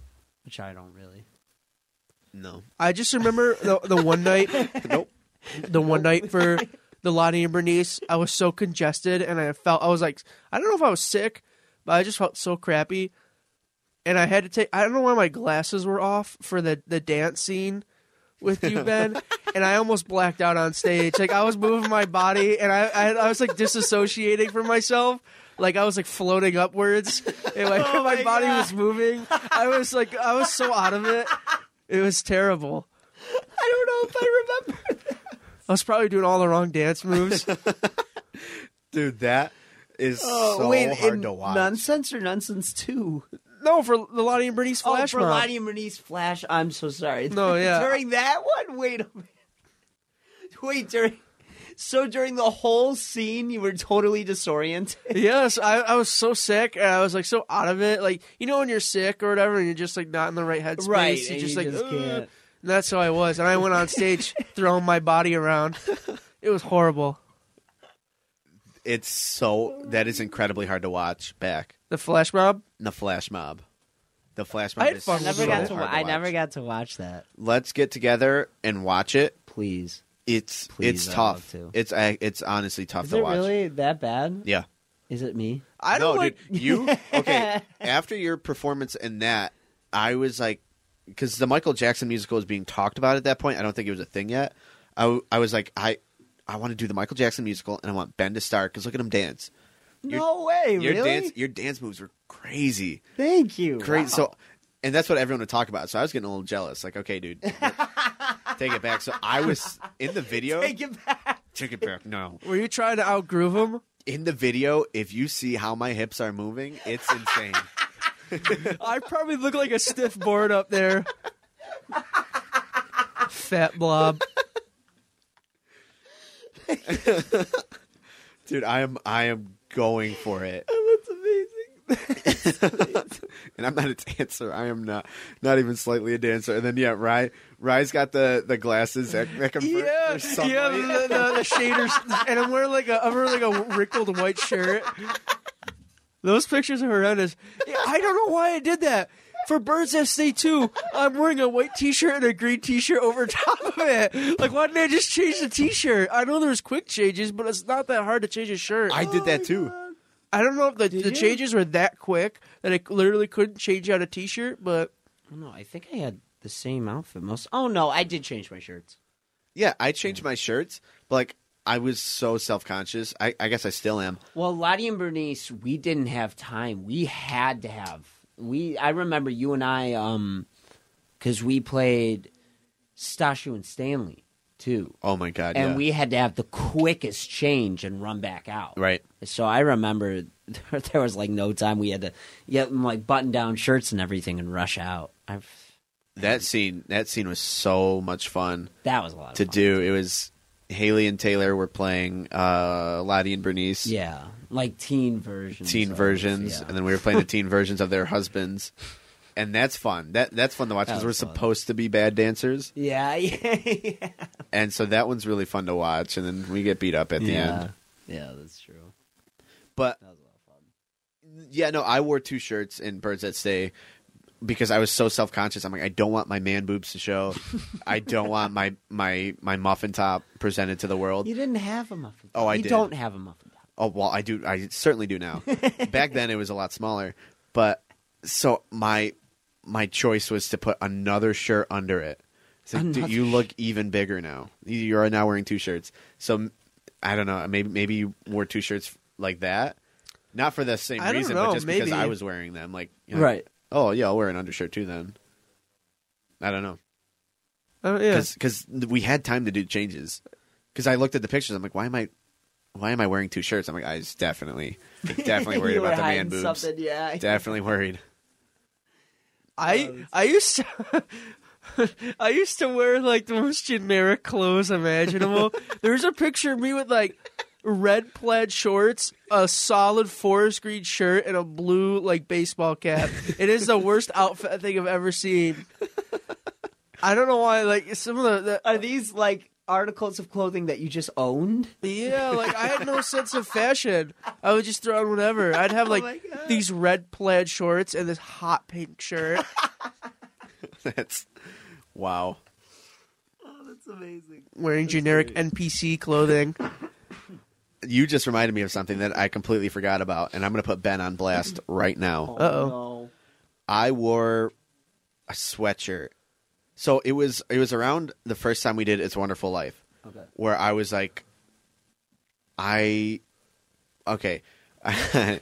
[SPEAKER 4] which I don't really.
[SPEAKER 1] No.
[SPEAKER 2] I just remember the, the one night. nope. The one night for the Lottie and Bernice, I was so congested, and I felt I was like I don't know if I was sick, but I just felt so crappy, and I had to take I don't know why my glasses were off for the the dance scene with you Ben, and I almost blacked out on stage. Like I was moving my body, and I I, I was like disassociating from myself. Like I was like floating upwards, and like my, body was moving. I was like I was so out of it. It was terrible.
[SPEAKER 4] I don't know if I remember.
[SPEAKER 2] I was probably doing all the wrong dance moves.
[SPEAKER 1] Dude, that is
[SPEAKER 4] Oh,
[SPEAKER 1] so hard to watch.
[SPEAKER 4] Nonsense or Nonsense Two?
[SPEAKER 2] no, for the Lottie and Bernice
[SPEAKER 4] Oh,
[SPEAKER 2] flash
[SPEAKER 4] for
[SPEAKER 2] mob.
[SPEAKER 4] Lottie and Bernice Flash. I'm so sorry.
[SPEAKER 2] No, yeah.
[SPEAKER 4] during that one, wait a minute. Wait during. So during the whole scene, you were totally disoriented.
[SPEAKER 2] Yes, I, I was so sick and I was like so out of it. Like you know when you're sick or whatever, and you're just like not in the right headspace. You're
[SPEAKER 4] and you
[SPEAKER 2] just like
[SPEAKER 4] just
[SPEAKER 2] "Ugh."
[SPEAKER 4] can't.
[SPEAKER 2] And that's how I was, and I went on stage throwing my body around. It was horrible.
[SPEAKER 1] It's so that is incredibly hard to watch back.
[SPEAKER 2] The flash mob.
[SPEAKER 1] The flash mob. The flash mob
[SPEAKER 2] had
[SPEAKER 1] is
[SPEAKER 2] fun
[SPEAKER 1] so
[SPEAKER 2] with
[SPEAKER 4] Never
[SPEAKER 2] it.
[SPEAKER 4] got
[SPEAKER 1] hard
[SPEAKER 4] to.
[SPEAKER 1] to
[SPEAKER 4] wa- I never
[SPEAKER 1] watch.
[SPEAKER 4] got to watch that.
[SPEAKER 1] Let's get together and watch it.
[SPEAKER 4] Please.
[SPEAKER 1] It's
[SPEAKER 4] Please,
[SPEAKER 1] it's
[SPEAKER 4] I'd
[SPEAKER 1] tough.
[SPEAKER 4] love to.
[SPEAKER 1] It's I- it's honestly tough
[SPEAKER 4] Is
[SPEAKER 1] to
[SPEAKER 4] it
[SPEAKER 1] watch.
[SPEAKER 4] really that bad?
[SPEAKER 1] Yeah.
[SPEAKER 4] Is it me?
[SPEAKER 2] I don't
[SPEAKER 1] no,
[SPEAKER 2] like.
[SPEAKER 1] dude, you okay? After your performance in that, I was like, because the Michael Jackson musical was being talked about at that point. I don't think it was a thing yet. I, w- I was like, I I want to do the Michael Jackson musical, and I want Ben to star because look at him dance. Your-
[SPEAKER 4] no way.
[SPEAKER 1] Your
[SPEAKER 4] really?
[SPEAKER 1] dance your dance moves were crazy.
[SPEAKER 4] Thank you.
[SPEAKER 1] Crazy. So, and that's what everyone would talk about. So I was getting a little jealous. Like, okay, dude, take it back. So I was in the video.
[SPEAKER 4] Take it back.
[SPEAKER 1] Take it back. No,
[SPEAKER 2] Were you trying to outgroove him?
[SPEAKER 1] in the video, if you see how my hips are moving, it's insane.
[SPEAKER 2] I probably look like a stiff board up there. Fat blob.
[SPEAKER 1] Dude, I am I am going for it.
[SPEAKER 4] Oh, That's amazing.
[SPEAKER 1] And I'm not a dancer. I am not not even slightly a dancer. And then yeah, Rye Rye's got the the glasses that, that convert
[SPEAKER 2] Yeah,
[SPEAKER 1] for sunlight.
[SPEAKER 2] yeah, the, the, the shaders, and I'm wearing like a I'm wearing like a wrinkled white shirt. Those pictures are horrendous. Yeah, I don't know why I did that. For Birds FC two, I'm wearing a white T-shirt and a green T-shirt over top of it. Like, why didn't I just change the T-shirt? I know there's quick changes, but it's not that hard to change a shirt.
[SPEAKER 1] I did that too.
[SPEAKER 2] I don't know if the, the changes were that quick that I literally couldn't change out a T-shirt, but
[SPEAKER 4] Oh, no, I think I had the same outfit most. Oh no, I did change my shirts.
[SPEAKER 1] Yeah, I changed my shirts, but like I was so self conscious. I, I guess I still am.
[SPEAKER 4] Well, Lottie and Bernice, we didn't have time. We had to have. We I remember you and I um cuz we played Stashu and Stanley too.
[SPEAKER 1] Oh my god.
[SPEAKER 4] And
[SPEAKER 1] yeah.
[SPEAKER 4] we had to have the quickest change and run back out.
[SPEAKER 1] Right.
[SPEAKER 4] So I remember there, there was like no time we had to get like button down shirts and everything and rush out. I've,
[SPEAKER 1] That scene that scene was so much fun.
[SPEAKER 4] that was a lot of
[SPEAKER 1] to
[SPEAKER 4] fun.
[SPEAKER 1] do. It was Haley and Taylor were playing uh, Lottie and Bernice,
[SPEAKER 4] Yeah, like teen versions.
[SPEAKER 1] teen
[SPEAKER 4] of-
[SPEAKER 1] versions,
[SPEAKER 4] yeah.
[SPEAKER 1] and then we were playing the teen versions of their husbands, and that's fun. That that's fun to watch
[SPEAKER 4] That
[SPEAKER 1] because we're
[SPEAKER 4] was fun.
[SPEAKER 1] supposed to be bad dancers,
[SPEAKER 4] yeah, yeah, yeah.
[SPEAKER 1] and so that one's really fun to watch. And then we get beat up at the end,
[SPEAKER 4] Yeah, that's true.
[SPEAKER 1] but
[SPEAKER 4] That was a lot of fun.
[SPEAKER 1] yeah, no, I wore two shirts in Birds That Stay because I was so self conscious. I'm like, I don't want my man boobs to show. I don't want my my my muffin top presented to the world.
[SPEAKER 4] You didn't have a muffin.
[SPEAKER 1] Oh, I
[SPEAKER 4] you
[SPEAKER 1] did.
[SPEAKER 4] don't have a muffin. top.
[SPEAKER 1] Oh well, I do. I certainly do now. Back then, it was a lot smaller. But so my my choice was to put another shirt under it. It's like, dude,
[SPEAKER 4] Another
[SPEAKER 1] you look even bigger now. You- You are now wearing two shirts. So I don't know. Maybe maybe you wore two shirts like that. Not for the same
[SPEAKER 2] I don't
[SPEAKER 1] reason,
[SPEAKER 2] know,
[SPEAKER 1] but just because
[SPEAKER 2] maybe.
[SPEAKER 1] I was wearing them. Like, you know,
[SPEAKER 4] Right.
[SPEAKER 1] Oh yeah, I'll wear an undershirt too then. I don't know
[SPEAKER 2] Uh, yeah.
[SPEAKER 1] because we had time to do changes. Because I looked at the pictures, I'm like, why am I, why am I wearing two shirts? I'm like, I was definitely, definitely worried
[SPEAKER 4] You were
[SPEAKER 1] about the man
[SPEAKER 4] hiding
[SPEAKER 1] boobs.
[SPEAKER 4] something, yeah.
[SPEAKER 1] Definitely worried.
[SPEAKER 2] I I used to I used to wear like the most generic clothes imaginable. There's a picture of me with like red plaid shorts, a solid forest green shirt, and a blue like baseball cap. It is the worst outfit I think I've ever seen. I don't know why. Like some of the,
[SPEAKER 4] Are these like articles of clothing that you just owned?
[SPEAKER 2] the yeah, like I had no sense of fashion. I would just throw on whatever. I'd have like these red plaid shorts and this hot pink shirt.
[SPEAKER 1] That's wow.
[SPEAKER 4] Oh, That's amazing.
[SPEAKER 2] wearing generic NPC clothing.
[SPEAKER 1] You just reminded me of something that I completely forgot about, and I'm gonna put Ben on blast right now.
[SPEAKER 2] Uh-oh.
[SPEAKER 4] Oh, no.
[SPEAKER 1] I wore a sweatshirt. So it was it was around the first time we did It's a Wonderful Life.
[SPEAKER 4] Okay.
[SPEAKER 1] where I was like, I, okay, I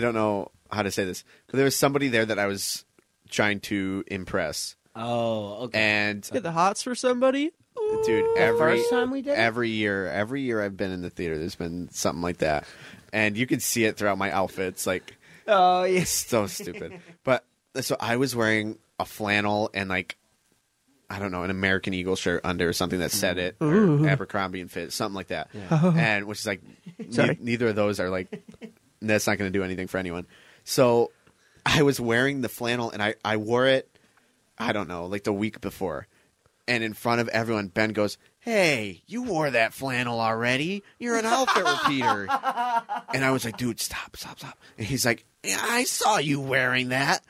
[SPEAKER 1] don't know how to say this, but there was somebody there that I was trying to impress,
[SPEAKER 4] Oh,
[SPEAKER 1] Eh.
[SPEAKER 4] okay.
[SPEAKER 1] and
[SPEAKER 2] Get the hots for somebody.
[SPEAKER 1] dude, every
[SPEAKER 4] First time we did it?
[SPEAKER 1] every year, every year I've been in the theater, there's been something like that, and you can see it throughout my outfits, like
[SPEAKER 4] Oh, yes.
[SPEAKER 1] so stupid. But so I was wearing a flannel and like I don't know an American Eagle shirt under or something that said it or
[SPEAKER 2] Mm-hmm.
[SPEAKER 1] Abercrombie and Fit something like that, and which is like ne-
[SPEAKER 2] Uh-huh. Sorry.
[SPEAKER 1] neither of those are like that's not going to do anything for anyone. So I was wearing the flannel and I I wore it I don't know like the week before, and in front of everyone Ben goes. Hey, you wore that flannel already. You're an outfit repeater. And I was like, dude, stop, stop, stop. And he's like, yeah, I saw you wearing that.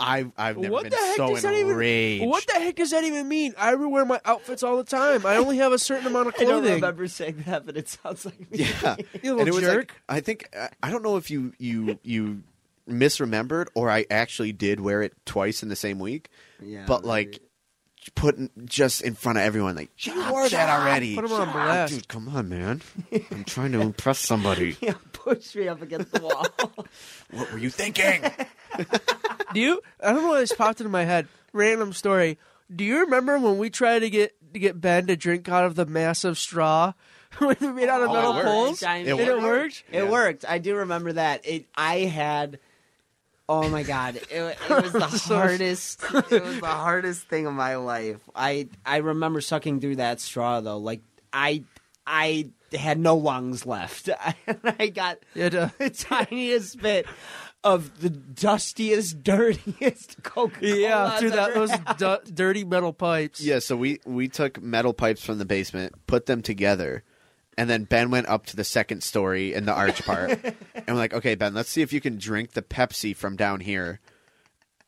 [SPEAKER 1] I've I've never
[SPEAKER 2] What
[SPEAKER 1] been
[SPEAKER 2] the heck
[SPEAKER 1] so
[SPEAKER 2] does that
[SPEAKER 1] enraged.
[SPEAKER 2] even? What the heck does that even mean? I wear my outfits all the time. I only have a certain amount of
[SPEAKER 4] I don't
[SPEAKER 2] clothing.
[SPEAKER 4] remember saying that, but it sounds like me.
[SPEAKER 1] yeah,
[SPEAKER 2] You little
[SPEAKER 1] And it was like-
[SPEAKER 2] jerk.
[SPEAKER 1] I think I- I don't know if you you you misremembered or I actually did wear it twice in the same week,
[SPEAKER 4] Yeah,
[SPEAKER 1] but like putting just in front of everyone, like you wore that already.
[SPEAKER 2] Put 'em on
[SPEAKER 1] Shut up,
[SPEAKER 2] blast.
[SPEAKER 1] dude. Come on, man. I'm trying to impress somebody.
[SPEAKER 4] yeah, push me up against the wall.
[SPEAKER 1] What were you thinking?
[SPEAKER 2] Do you? I don't know why this popped into my head. Random story. Do you remember when we tried to get to get Ben to drink out of the massive straw when we made out of
[SPEAKER 1] Oh, it
[SPEAKER 2] metal
[SPEAKER 1] worked.
[SPEAKER 2] poles?
[SPEAKER 4] Giant-
[SPEAKER 2] and it worked.
[SPEAKER 4] It worked. I do remember that. It. I had. Oh my god! It, it was the hardest. It was the hardest thing of my life. I I remember sucking through that straw though. Like I I had no lungs left. I, I got
[SPEAKER 2] It, uh,
[SPEAKER 4] the tiniest bit of the dustiest, dirtiest Coca Cola.
[SPEAKER 2] yeah, through that those du- dirty metal pipes.
[SPEAKER 1] Yeah, so we we took metal pipes from the basement, put them together, and then Ben went up to the second story in the arch part. and we're like, "Okay, Ben, let's see if you can drink the Pepsi from down here."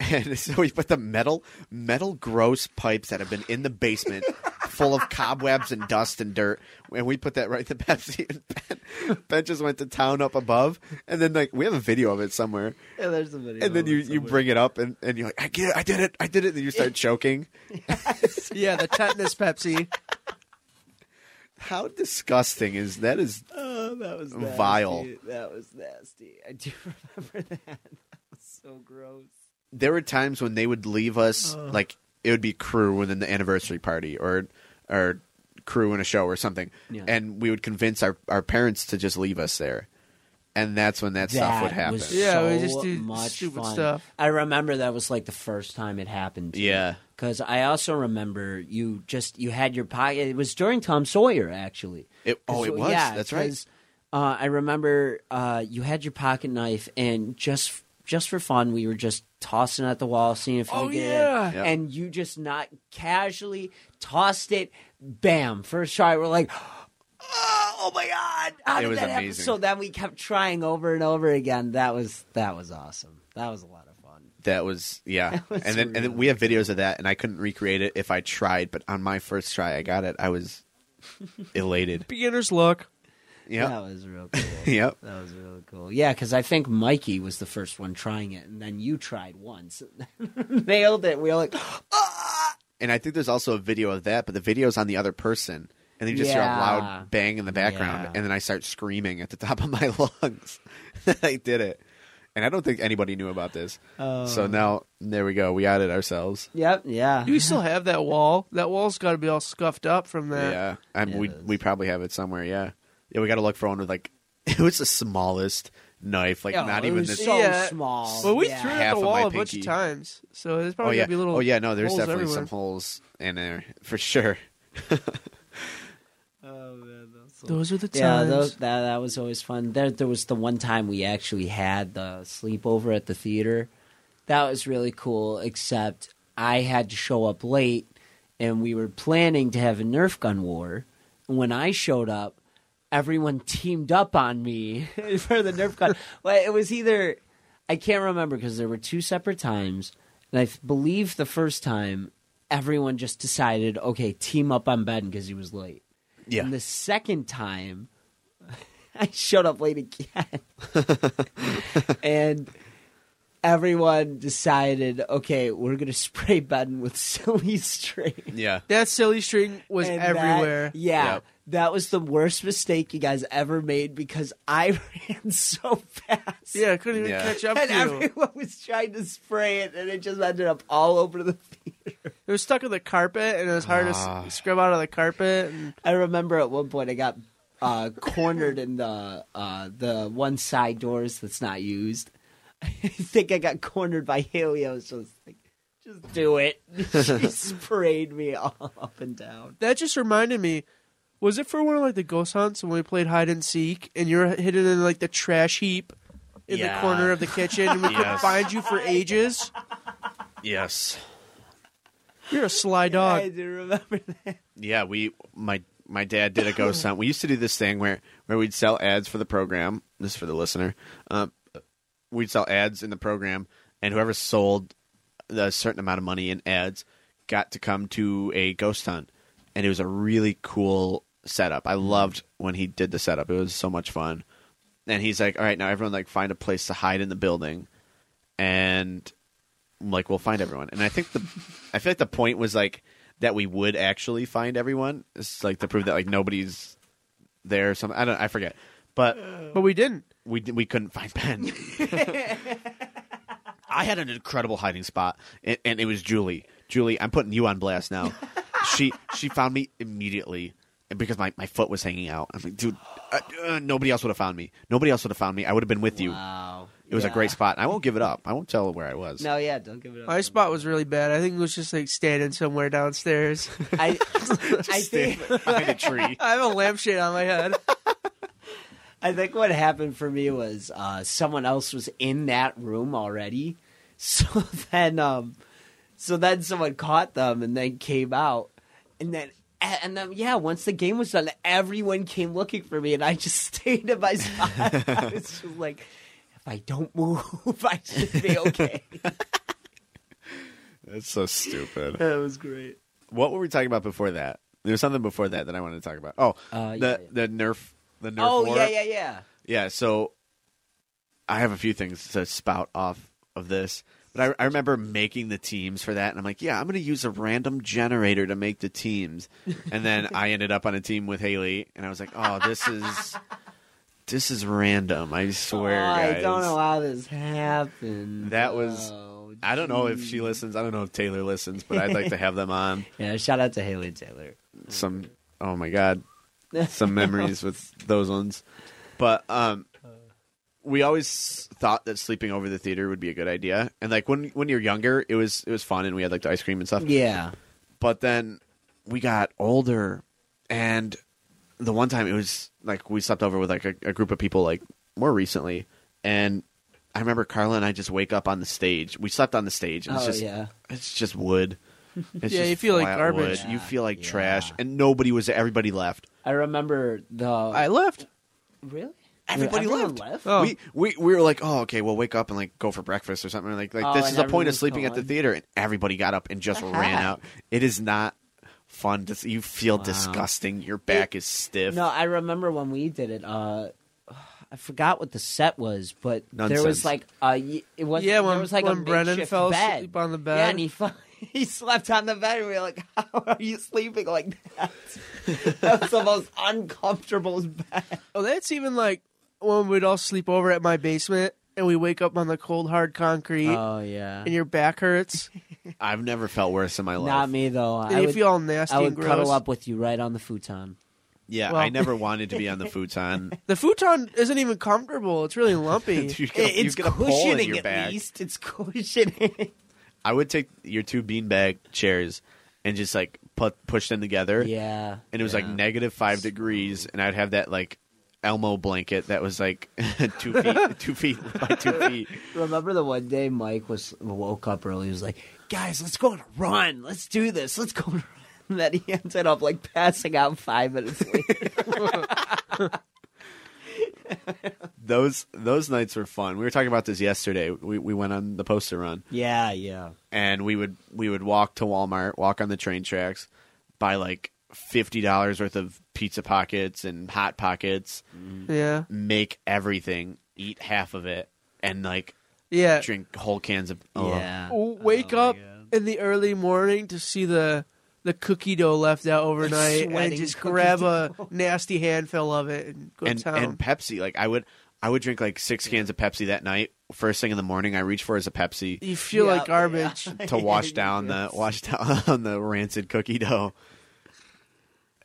[SPEAKER 1] And so we put the metal metal gross pipes that have been in the basement full of cobwebs and dust and dirt and we put that right to Pepsi and Ben, ben just went to town up above and then like we have a video of it somewhere
[SPEAKER 4] Yeah, there's a video.
[SPEAKER 1] and then you, you bring it up and, and you're like I get it, I did it I did it and then you start choking
[SPEAKER 2] yeah, the tetanus Pepsi.
[SPEAKER 1] How disgusting is that? Is
[SPEAKER 4] Oh, that was nasty.
[SPEAKER 1] Vile.
[SPEAKER 4] That was nasty. I do remember that. That was so gross.
[SPEAKER 1] there were times when they would leave us like it would be crew within the anniversary party or or crew in a show or something,
[SPEAKER 4] Yeah.
[SPEAKER 1] and we would convince our our parents to just leave us there, and that's when that, stuff
[SPEAKER 4] That
[SPEAKER 1] would happen.
[SPEAKER 4] was
[SPEAKER 2] Yeah, we
[SPEAKER 4] so
[SPEAKER 2] just do
[SPEAKER 4] much
[SPEAKER 2] stupid
[SPEAKER 4] fun.
[SPEAKER 2] stuff.
[SPEAKER 4] I remember that was like the first time it happened.
[SPEAKER 1] Yeah.
[SPEAKER 4] because I also remember you just you had your pocket. It was during Tom Sawyer actually.
[SPEAKER 1] It- oh, it was.
[SPEAKER 4] Yeah,
[SPEAKER 1] That's right.
[SPEAKER 4] 'cause, Uh, I remember uh, you had your pocket knife, and just just for fun, we were just tossing at the wall, seeing if
[SPEAKER 2] Oh,
[SPEAKER 4] you did.
[SPEAKER 2] yeah.
[SPEAKER 1] Yep.
[SPEAKER 4] And you just not casually tossed it. Bam! First try, we're like. Oh, oh my God! How
[SPEAKER 1] It
[SPEAKER 4] did
[SPEAKER 1] was
[SPEAKER 4] that happen?
[SPEAKER 1] amazing.
[SPEAKER 4] So then we kept trying over and over again. That was that was awesome. That was a lot of fun.
[SPEAKER 1] That was yeah,
[SPEAKER 4] That was
[SPEAKER 1] and then and
[SPEAKER 4] really-
[SPEAKER 1] then we have videos of that, and I couldn't recreate it if I tried, but on my first try, I got it. I was elated.
[SPEAKER 2] Beginner's luck.
[SPEAKER 1] Yep,
[SPEAKER 4] That was real cool.
[SPEAKER 1] yep.
[SPEAKER 4] That was really cool. Yeah, because I think Mikey was the first one trying it, and then you tried once, nailed it. We were like,
[SPEAKER 1] and I think there's also a video of that, but the video's on the other person, and then you just hear a
[SPEAKER 4] Yeah.
[SPEAKER 1] loud bang in the background,
[SPEAKER 4] Yeah.
[SPEAKER 1] and then I start screaming at the top of my lungs. I did it, and I don't think anybody knew about this.
[SPEAKER 4] Oh.
[SPEAKER 1] so now there we go. We outed ourselves.
[SPEAKER 4] Yep. Yeah.
[SPEAKER 2] Do we still have that wall? That wall's got to be all scuffed up from that.
[SPEAKER 1] Yeah, I mean,
[SPEAKER 4] Yeah,
[SPEAKER 1] we
[SPEAKER 4] it is.
[SPEAKER 1] we probably have it somewhere. Yeah, yeah. We got to look for one with like it was the smallest knife, like
[SPEAKER 4] Yeah,
[SPEAKER 1] not
[SPEAKER 4] it
[SPEAKER 1] even
[SPEAKER 4] was
[SPEAKER 1] this.
[SPEAKER 4] so
[SPEAKER 2] Yeah.
[SPEAKER 4] small.
[SPEAKER 2] Well, we
[SPEAKER 4] yeah.
[SPEAKER 2] threw it
[SPEAKER 1] Half
[SPEAKER 2] at
[SPEAKER 1] of
[SPEAKER 2] the
[SPEAKER 1] my
[SPEAKER 2] wall a bunch of
[SPEAKER 1] pinky.
[SPEAKER 2] times, so there's
[SPEAKER 1] oh
[SPEAKER 2] probably
[SPEAKER 1] yeah,
[SPEAKER 2] gonna be little.
[SPEAKER 1] oh yeah. No, there's
[SPEAKER 2] holes
[SPEAKER 1] definitely some
[SPEAKER 2] everywhere.
[SPEAKER 1] holes in there for sure.
[SPEAKER 2] Those are the times.
[SPEAKER 4] Yeah, those, that that was always fun. There there was the one time we actually had the sleepover at the theater. That was really cool. Except I had to show up late, and we were planning to have a Nerf gun war. And when I showed up, everyone teamed up on me for the Nerf gun. well, it was either I can't remember because there were two separate times, and I f- believe the first time everyone just decided, okay, team up on Ben because he was late.
[SPEAKER 1] Yeah.
[SPEAKER 4] And the second time, I showed up late again. and everyone decided, okay, we're going to spray Ben with silly string.
[SPEAKER 1] Yeah.
[SPEAKER 2] That silly string was
[SPEAKER 4] And that-
[SPEAKER 2] everywhere.
[SPEAKER 4] yeah.
[SPEAKER 1] Yep.
[SPEAKER 4] That was the worst mistake you guys ever made because I ran so fast.
[SPEAKER 2] yeah, I couldn't even
[SPEAKER 1] Yeah.
[SPEAKER 2] catch up
[SPEAKER 4] And
[SPEAKER 2] to you.
[SPEAKER 4] everyone was trying to spray it, and it just ended up all over the theater.
[SPEAKER 2] It was stuck in the carpet, and it was hard to
[SPEAKER 1] Ah.
[SPEAKER 2] s- scrub out of the carpet. And
[SPEAKER 4] I remember at one point I got uh, cornered in the uh, the one side doors that's not used. I think I got cornered by Haley. I was just like, just do it. she sprayed me all up and down.
[SPEAKER 2] that just reminded me. Was it for one of like the ghost hunts when we played hide and seek, and you were hidden in like the trash heap in the
[SPEAKER 1] Yeah.
[SPEAKER 2] corner of the kitchen, and we couldn't
[SPEAKER 1] Yes.
[SPEAKER 2] find you for ages?
[SPEAKER 1] Yes.
[SPEAKER 2] You're a sly
[SPEAKER 4] I
[SPEAKER 2] dog.
[SPEAKER 4] do remember that.
[SPEAKER 1] Yeah, we my my dad did a ghost hunt. We used to do this thing where where we'd sell ads for the program. This is for the listener. Uh, we'd sell ads in the program, and whoever sold a certain amount of money in ads got to come to a ghost hunt, and it was a really cool setup. I loved when he did the setup. It was so much fun. And he's like, "All right, now everyone like find a place to hide in the building," and like we'll find everyone. And I think the I feel like the point was like that we would actually find everyone. It's like to prove that like nobody's there or something. I don't I forget. But
[SPEAKER 2] But we didn't.
[SPEAKER 1] we d- we couldn't find Ben. I had an incredible hiding spot and, and it was Julie. Julie, I'm putting you on blast now. she she found me immediately and because my, my foot was hanging out. I'm like, dude, uh, uh, nobody else would have found me. Nobody else would have found me. I would have been with you.
[SPEAKER 4] Wow.
[SPEAKER 1] It was a great spot. I won't give it up. I won't tell where I was.
[SPEAKER 4] No, yeah, don't give it up.
[SPEAKER 2] My spot was really bad. I think it was just like standing somewhere downstairs.
[SPEAKER 4] I, I
[SPEAKER 1] Stand
[SPEAKER 4] think
[SPEAKER 1] behind a tree.
[SPEAKER 2] I have a lampshade on my head.
[SPEAKER 4] I think what happened for me was uh, someone else was in that room already. So then, um, so then someone caught them and then came out, and then and then yeah, once the game was done, everyone came looking for me, and I just stayed in my spot. I was just like, if I don't move, I should be okay.
[SPEAKER 1] That's so stupid.
[SPEAKER 4] that was great.
[SPEAKER 1] What were we talking about before that? There was something before that that I wanted to talk about. Oh,
[SPEAKER 4] Uh, yeah,
[SPEAKER 1] the
[SPEAKER 4] yeah.
[SPEAKER 1] the Nerf the Nerf.
[SPEAKER 4] oh
[SPEAKER 1] war.
[SPEAKER 4] yeah, yeah, yeah.
[SPEAKER 1] Yeah, so I have a few things to spout off of this, but I, I remember making the teams for that, and I'm like, yeah, I'm going to use a random generator to make the teams, and then I ended up on a team with Haley, and I was like, oh, this is this is random. I swear,
[SPEAKER 4] oh,
[SPEAKER 1] guys.
[SPEAKER 4] I don't know how this happened.
[SPEAKER 1] That was-
[SPEAKER 4] Oh,
[SPEAKER 1] I don't know if she listens. I don't know if Taylor listens, but I'd like to have them on
[SPEAKER 4] yeah, shout out to Haley Taylor.
[SPEAKER 1] some. Oh my god, some memories with those ones. But um, we always thought that sleeping over the theater would be a good idea. And like when when you're younger, it was it was fun, and we had like the ice cream and stuff.
[SPEAKER 4] Yeah.
[SPEAKER 1] But then we got older, and the one time it was like we slept over with like a, a group of people like more recently, and I remember Carla and I just wake up on the stage. We slept on the stage. And
[SPEAKER 4] Oh
[SPEAKER 1] it's just,
[SPEAKER 4] yeah.
[SPEAKER 1] It's just wood. It's
[SPEAKER 2] Yeah,
[SPEAKER 1] just
[SPEAKER 2] you feel like
[SPEAKER 1] flat
[SPEAKER 2] garbage.
[SPEAKER 1] wood. You feel like
[SPEAKER 4] Yeah.
[SPEAKER 1] trash, and nobody was. Everybody left.
[SPEAKER 4] I remember the
[SPEAKER 2] I left.
[SPEAKER 4] really
[SPEAKER 1] Everybody
[SPEAKER 4] Everyone
[SPEAKER 1] left.
[SPEAKER 2] Oh.
[SPEAKER 1] We, we we were like, oh, okay, we'll wake up and like go for breakfast or something. Like like
[SPEAKER 4] Oh,
[SPEAKER 1] this
[SPEAKER 4] and
[SPEAKER 1] is the point of
[SPEAKER 4] everyone's
[SPEAKER 1] sleeping at the
[SPEAKER 4] gone.
[SPEAKER 1] theater, and everybody got up and just ran out. It is not fun. To, s- you feel
[SPEAKER 4] Wow.
[SPEAKER 1] disgusting. Your back is stiff.
[SPEAKER 4] No, I remember when we did it. Uh, I forgot what the set was, but there
[SPEAKER 1] Nonsense.
[SPEAKER 4] was like uh, y- it was
[SPEAKER 2] Yeah, when-
[SPEAKER 4] there was like a
[SPEAKER 2] when Brennan
[SPEAKER 4] makeshift
[SPEAKER 2] fell
[SPEAKER 4] bed.
[SPEAKER 2] asleep on the
[SPEAKER 4] Yeah,
[SPEAKER 2] bed.
[SPEAKER 4] and he fell, he slept on the bed, and we were like, "How are you sleeping like that?" That's the most uncomfortable bed.
[SPEAKER 2] Oh, that's even like when we'd all sleep over at my basement and we wake up on the cold, hard concrete
[SPEAKER 4] Oh, yeah,
[SPEAKER 2] and your back hurts.
[SPEAKER 1] I've never felt worse in my life.
[SPEAKER 4] not me though.
[SPEAKER 2] And
[SPEAKER 4] I
[SPEAKER 2] you
[SPEAKER 4] would,
[SPEAKER 2] feel all nasty
[SPEAKER 4] I would
[SPEAKER 2] and gross.
[SPEAKER 4] cuddle up with you right on the futon.
[SPEAKER 1] Yeah,
[SPEAKER 2] Well-
[SPEAKER 1] I never wanted to be on the futon.
[SPEAKER 2] The futon isn't even comfortable. It's really lumpy.
[SPEAKER 1] You get a- you
[SPEAKER 4] it's
[SPEAKER 1] get a pole in
[SPEAKER 4] cushioning
[SPEAKER 1] your
[SPEAKER 4] at
[SPEAKER 1] back.
[SPEAKER 4] least. It's cushioning.
[SPEAKER 1] I would take your two beanbag chairs and just like put push them together.
[SPEAKER 4] yeah,
[SPEAKER 1] And it was like
[SPEAKER 4] yeah.
[SPEAKER 1] negative five degrees, and I'd have that like Elmo blanket that was like two feet, two feet by two feet.
[SPEAKER 4] Remember the one day Mike was woke up early. He was like, "Guys, let's go on a run. Let's do this. Let's go." On a run. And then he ended up like passing out five minutes later.
[SPEAKER 1] Those those nights were fun. We were talking about this yesterday. We we went on the poster run,
[SPEAKER 4] yeah, yeah.
[SPEAKER 1] and we would we would walk to Walmart, walk on the train tracks, buy like fifty dollars worth of pizza pockets and hot pockets,
[SPEAKER 2] yeah.
[SPEAKER 1] make everything, eat half of it, and like
[SPEAKER 2] Yeah.
[SPEAKER 1] drink whole cans of oh.
[SPEAKER 4] Yeah.
[SPEAKER 2] W- Wake up in the early morning to see the the cookie dough left out overnight and
[SPEAKER 4] sweating
[SPEAKER 2] just
[SPEAKER 4] cookie
[SPEAKER 2] grab a nasty handful of it and go
[SPEAKER 1] and
[SPEAKER 2] to town.
[SPEAKER 1] and Pepsi. Like I would I would drink like six cans of Pepsi that night. First thing in the morning, I reach for is a Pepsi
[SPEAKER 2] you feel
[SPEAKER 4] Yeah,
[SPEAKER 2] like garbage.
[SPEAKER 1] to wash down the wash down the rancid cookie dough.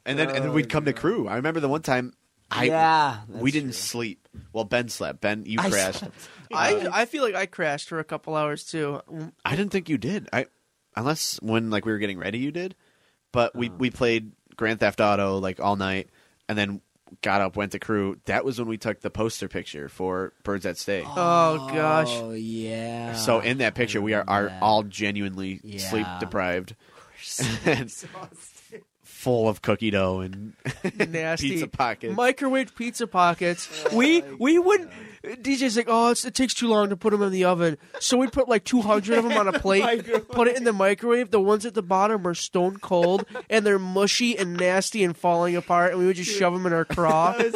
[SPEAKER 1] And then and then we'd come to crew. I remember the one time I
[SPEAKER 4] Oh, yeah,
[SPEAKER 1] we
[SPEAKER 4] that's
[SPEAKER 1] didn't
[SPEAKER 4] true.
[SPEAKER 1] sleep. Well, Ben slept. Ben, you
[SPEAKER 4] I
[SPEAKER 1] crashed.
[SPEAKER 4] slept.
[SPEAKER 2] I I feel like I crashed for a couple hours too.
[SPEAKER 4] Oh.
[SPEAKER 1] I didn't think you did. I unless when like we were getting ready, you did. But
[SPEAKER 4] Oh.
[SPEAKER 1] we we played Grand Theft Auto like all night, and then got up, went to crew. That was when we took the poster picture for Birds That Stay.
[SPEAKER 2] Oh gosh.
[SPEAKER 4] Oh yeah.
[SPEAKER 1] so in that picture, we are, are
[SPEAKER 4] that.
[SPEAKER 1] all genuinely
[SPEAKER 4] Yeah.
[SPEAKER 1] sleep deprived, and full of cookie dough and
[SPEAKER 2] nasty
[SPEAKER 1] Pizza pockets.
[SPEAKER 2] microwave pizza pockets. we
[SPEAKER 4] Oh
[SPEAKER 2] we wouldn't. DJ's like, oh, it's, it takes too long to put them in the oven, so we put like two hundred of them on a plate, put it in the microwave. The ones at the bottom are stone cold, and they're mushy and nasty and falling apart, and we would just shove them in our craw.
[SPEAKER 4] I
[SPEAKER 2] it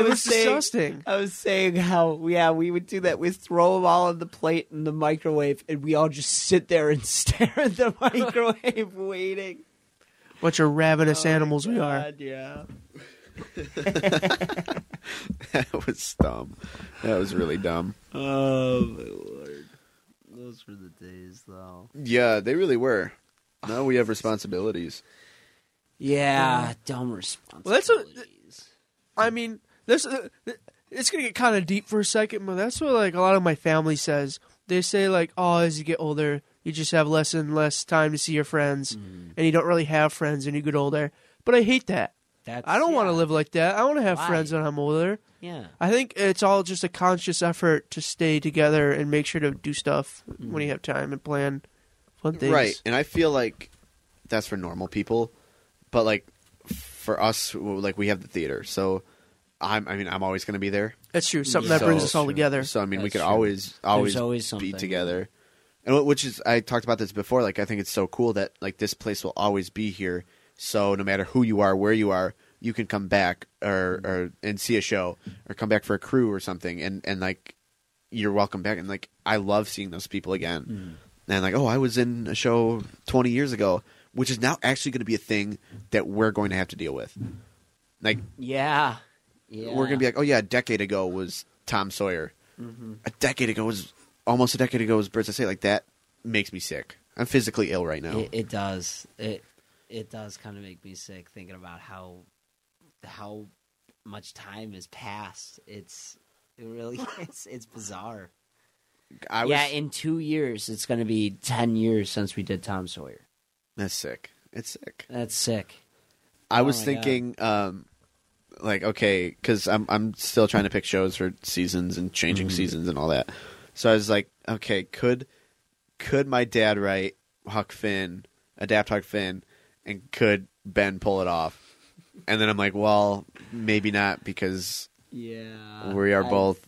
[SPEAKER 4] was
[SPEAKER 2] was
[SPEAKER 4] saying-
[SPEAKER 2] disgusting.
[SPEAKER 4] I was saying how yeah we would do that. We'd throw them all in the plate in the microwave, and we all just sit there and stare at the microwave waiting.
[SPEAKER 2] Bunch of ravenous animals we are.
[SPEAKER 4] Oh God, yeah.
[SPEAKER 1] that was dumb. That was really dumb.
[SPEAKER 4] Oh my lord, those were the days though.
[SPEAKER 1] Yeah, they really were. Now we have responsibilities.
[SPEAKER 4] Yeah, dumb
[SPEAKER 2] Well, that's
[SPEAKER 4] responsibilities.
[SPEAKER 2] what- I mean, this uh, it's gonna get kind of deep for a second, but that's what like a lot of my family says. They say like, "Oh, as you get older, you just have less and less time to see your friends,
[SPEAKER 4] Mm-hmm.
[SPEAKER 2] and you don't really have friends when you get older." But I hate that.
[SPEAKER 4] That's,
[SPEAKER 2] I don't want to
[SPEAKER 4] yeah,
[SPEAKER 2] live like that. I want to have
[SPEAKER 4] Why?
[SPEAKER 2] friends when I'm older.
[SPEAKER 4] Yeah.
[SPEAKER 2] I think it's all just a conscious effort to stay together and make sure to do stuff when
[SPEAKER 4] Mm-hmm.
[SPEAKER 2] you have time and plan fun things.
[SPEAKER 1] Right, and I feel like that's for normal people, but like for us, like we have the theater, so I'm. I mean, I'm always going to be there.
[SPEAKER 2] That's true. Something
[SPEAKER 4] Yeah.
[SPEAKER 2] that brings
[SPEAKER 1] So-
[SPEAKER 2] us all together.
[SPEAKER 1] So I mean, we
[SPEAKER 4] That's
[SPEAKER 1] could
[SPEAKER 4] true.
[SPEAKER 1] always always,
[SPEAKER 4] always
[SPEAKER 1] be
[SPEAKER 4] something.
[SPEAKER 1] together, and wh- which is I talked about this before. Like I think it's so cool that like this place will always be here. So no matter who you are, where you are, you can come back or or and see a show or come back for a crew or something, and and like you're welcome back. And like I love seeing those people again.
[SPEAKER 4] Mm.
[SPEAKER 1] And like oh, I was in a show 20 years ago, which is now actually going to be a thing that we're going to have to deal with. Like
[SPEAKER 4] Yeah. Yeah. Mm-hmm.
[SPEAKER 1] we're gonna be like, oh yeah, a decade ago was Tom Sawyer. A decade ago was almost a decade ago was Birds I Say. Like that makes me sick. I'm physically ill right now.
[SPEAKER 4] It, it does. It it does kind of make me sick thinking about how how much time has passed. It's it really it's it's bizarre.
[SPEAKER 1] I was
[SPEAKER 4] yeah, in two years it's going to be ten years since we did Tom Sawyer.
[SPEAKER 1] that's sick. It's sick.
[SPEAKER 4] That's sick.
[SPEAKER 1] I
[SPEAKER 4] Oh
[SPEAKER 1] was
[SPEAKER 4] my
[SPEAKER 1] thinking, um, like, okay, because I'm I'm still trying to pick shows for seasons and changing
[SPEAKER 4] Mm-hmm.
[SPEAKER 1] seasons and all that. So I was like, okay, could could my dad write Huck Finn, adapt Huck Finn, and could Ben pull it off? And then I'm like, well, maybe not because
[SPEAKER 4] Yeah,
[SPEAKER 1] we are
[SPEAKER 4] Uh, I-
[SPEAKER 1] both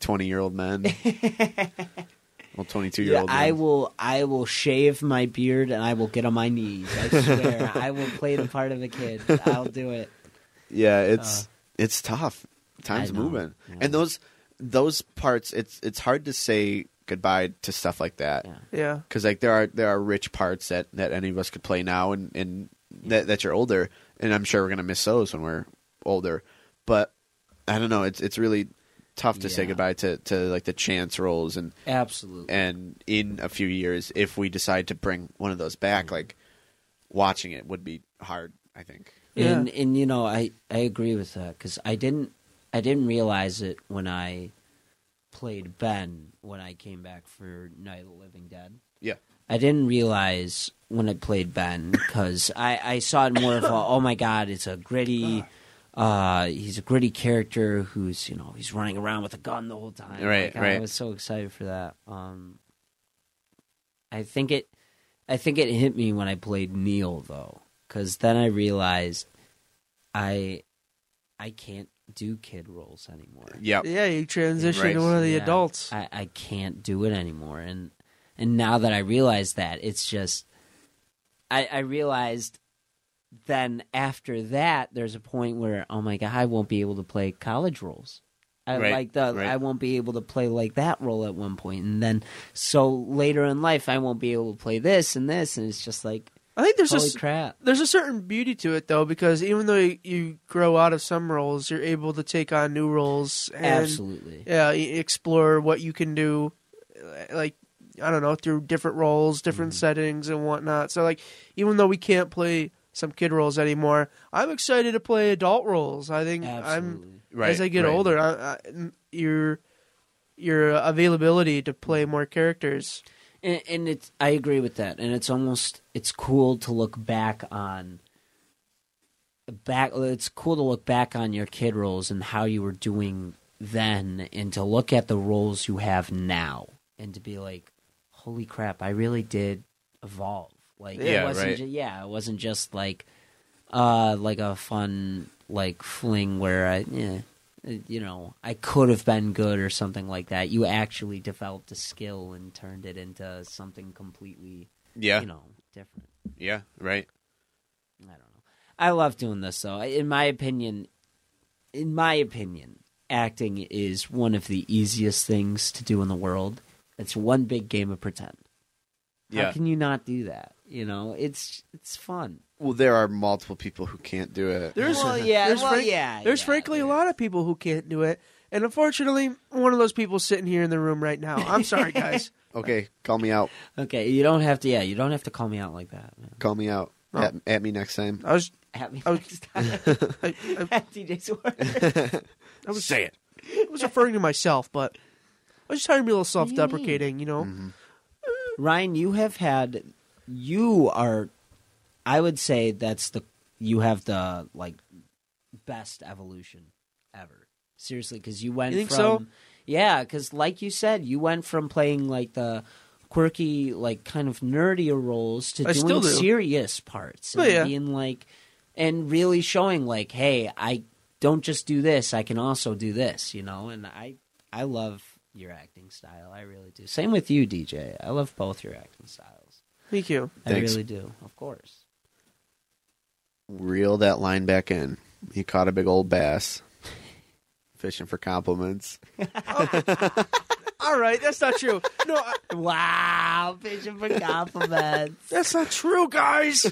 [SPEAKER 1] 20 year old men. well, 22 year
[SPEAKER 4] Yeah,
[SPEAKER 1] old.
[SPEAKER 4] I will. I will shave my beard and I will get on my knees. I swear, I will play the part of a kid. I'll do it.
[SPEAKER 1] Yeah, it's it's tough.
[SPEAKER 4] Uh. I
[SPEAKER 1] Time's
[SPEAKER 4] know.
[SPEAKER 1] moving,
[SPEAKER 4] Yeah.
[SPEAKER 1] and those those parts. It's it's hard to say goodbye to stuff like that.
[SPEAKER 4] Yeah.
[SPEAKER 2] Yeah.
[SPEAKER 1] Because like there are there are rich parts that that any of us could play now, and and that that you're older, and I'm sure we're gonna miss those when we're older. But I don't know. It's it's really tough to say
[SPEAKER 4] Yeah.
[SPEAKER 1] goodbye to to like the chance roles and
[SPEAKER 4] Absolutely.
[SPEAKER 1] and in a few years if we decide to bring one of those back
[SPEAKER 4] Mm-hmm.
[SPEAKER 1] like watching it would be hard i think
[SPEAKER 2] Yeah.
[SPEAKER 4] And and you know, I I agree with that because I didn't I didn't realize it when I played Ben when I came back for Night of the Living Dead.
[SPEAKER 1] yeah
[SPEAKER 4] I didn't realize when I played Ben because I, I saw it more of a, oh my god, it's a gritty. Uh, he's a gritty character who's you know he's running around with a gun the whole time.
[SPEAKER 1] Right,
[SPEAKER 4] Like, I
[SPEAKER 1] right.
[SPEAKER 4] was so excited for that. Um, I think it, I think it hit me when I played Neil though, because then I realized I, I can't do kid roles anymore.
[SPEAKER 1] yeah
[SPEAKER 2] Yeah, you transition
[SPEAKER 1] Right.
[SPEAKER 2] to one of the
[SPEAKER 4] Yeah.
[SPEAKER 2] adults.
[SPEAKER 4] I, I can't do it anymore. And and now that I realize that, it's just I, I realized then after that there's a point where, oh my god, I won't be able to play college roles. I
[SPEAKER 1] Right,
[SPEAKER 4] like the
[SPEAKER 1] right.
[SPEAKER 4] I won't be able to play like that role at one point and then so later in life I won't be able to play this and this and it's just like
[SPEAKER 2] I think there's
[SPEAKER 4] holy
[SPEAKER 2] a s-
[SPEAKER 4] crap.
[SPEAKER 2] there's a certain beauty to it though because even though you, you grow out of some roles, you're able to take on new roles and
[SPEAKER 4] Absolutely.
[SPEAKER 2] yeah, y- explore what you can do uh, like I don't know, through different roles, different settings and whatnot. So like even though we can't play some kid roles anymore, I'm excited to play adult roles. I think I'm
[SPEAKER 4] Absolutely.
[SPEAKER 1] right
[SPEAKER 2] as I get
[SPEAKER 1] right.
[SPEAKER 2] older, I, I, your your availability to play more characters.
[SPEAKER 4] and, and it's I agree with that, and it's almost it's cool to look back on back. It's cool to look back on your kid roles and how you were doing then, and to look at the roles you have now, and to be like, "Holy crap! I really did evolve." Like,
[SPEAKER 1] Yeah,
[SPEAKER 4] it wasn't
[SPEAKER 1] right.
[SPEAKER 4] ju- yeah, it wasn't just like, uh, like a fun like fling where I yeah. uh, You know, I could have been good or something like that. You actually developed a skill and turned it into something completely,
[SPEAKER 1] yeah
[SPEAKER 4] you know, different.
[SPEAKER 1] yeah right
[SPEAKER 4] I don't know. I love doing this though. In my opinion, in my opinion, acting is one of the easiest things to do in the world. It's one big game of pretend.
[SPEAKER 1] Yeah.
[SPEAKER 4] How can you not do that? You know, it's it's fun.
[SPEAKER 1] well there are multiple people who can't do it
[SPEAKER 2] There's
[SPEAKER 4] Well, yeah,
[SPEAKER 2] there's
[SPEAKER 4] well,
[SPEAKER 2] frank-
[SPEAKER 4] yeah,
[SPEAKER 2] there's
[SPEAKER 4] yeah,
[SPEAKER 2] frankly a lot of people who can't do it, and unfortunately, one of those people sitting here in the room right now. I'm sorry, guys.
[SPEAKER 1] okay call me out
[SPEAKER 4] Okay, you don't have to. Yeah, you don't have to call me out like that. Man.
[SPEAKER 1] call me out
[SPEAKER 2] Oh.
[SPEAKER 1] at, at me next time
[SPEAKER 2] I was
[SPEAKER 4] At me
[SPEAKER 2] I was-
[SPEAKER 4] next time.
[SPEAKER 2] I, I,
[SPEAKER 4] At DJ's word.
[SPEAKER 2] I was
[SPEAKER 1] say it
[SPEAKER 2] I was referring to myself, but I was just trying to be a little self-deprecating, you Mm-hmm. know.
[SPEAKER 4] Ryan, you have had. You are. I would say that's the. You have the like best evolution ever. Seriously, because you went
[SPEAKER 2] You think
[SPEAKER 4] from
[SPEAKER 2] so?
[SPEAKER 4] yeah, because like you said, you went from playing like the quirky, like kind of nerdier roles to
[SPEAKER 2] I
[SPEAKER 4] doing
[SPEAKER 2] still do.
[SPEAKER 4] serious parts
[SPEAKER 2] Oh,
[SPEAKER 4] and
[SPEAKER 2] yeah.
[SPEAKER 4] being like and really showing like, hey, I don't just do this; I can also do this, you know. And I I love your acting style. I really do. Same with you, DJ. I love both your acting styles.
[SPEAKER 2] Thank you.
[SPEAKER 1] Thanks.
[SPEAKER 4] I really do. Of course.
[SPEAKER 1] reel that line back in he caught a big old bass fishing for compliments
[SPEAKER 2] All right, that's not true. No, I,
[SPEAKER 4] Wow, fishing for compliments.
[SPEAKER 2] that's not true, guys.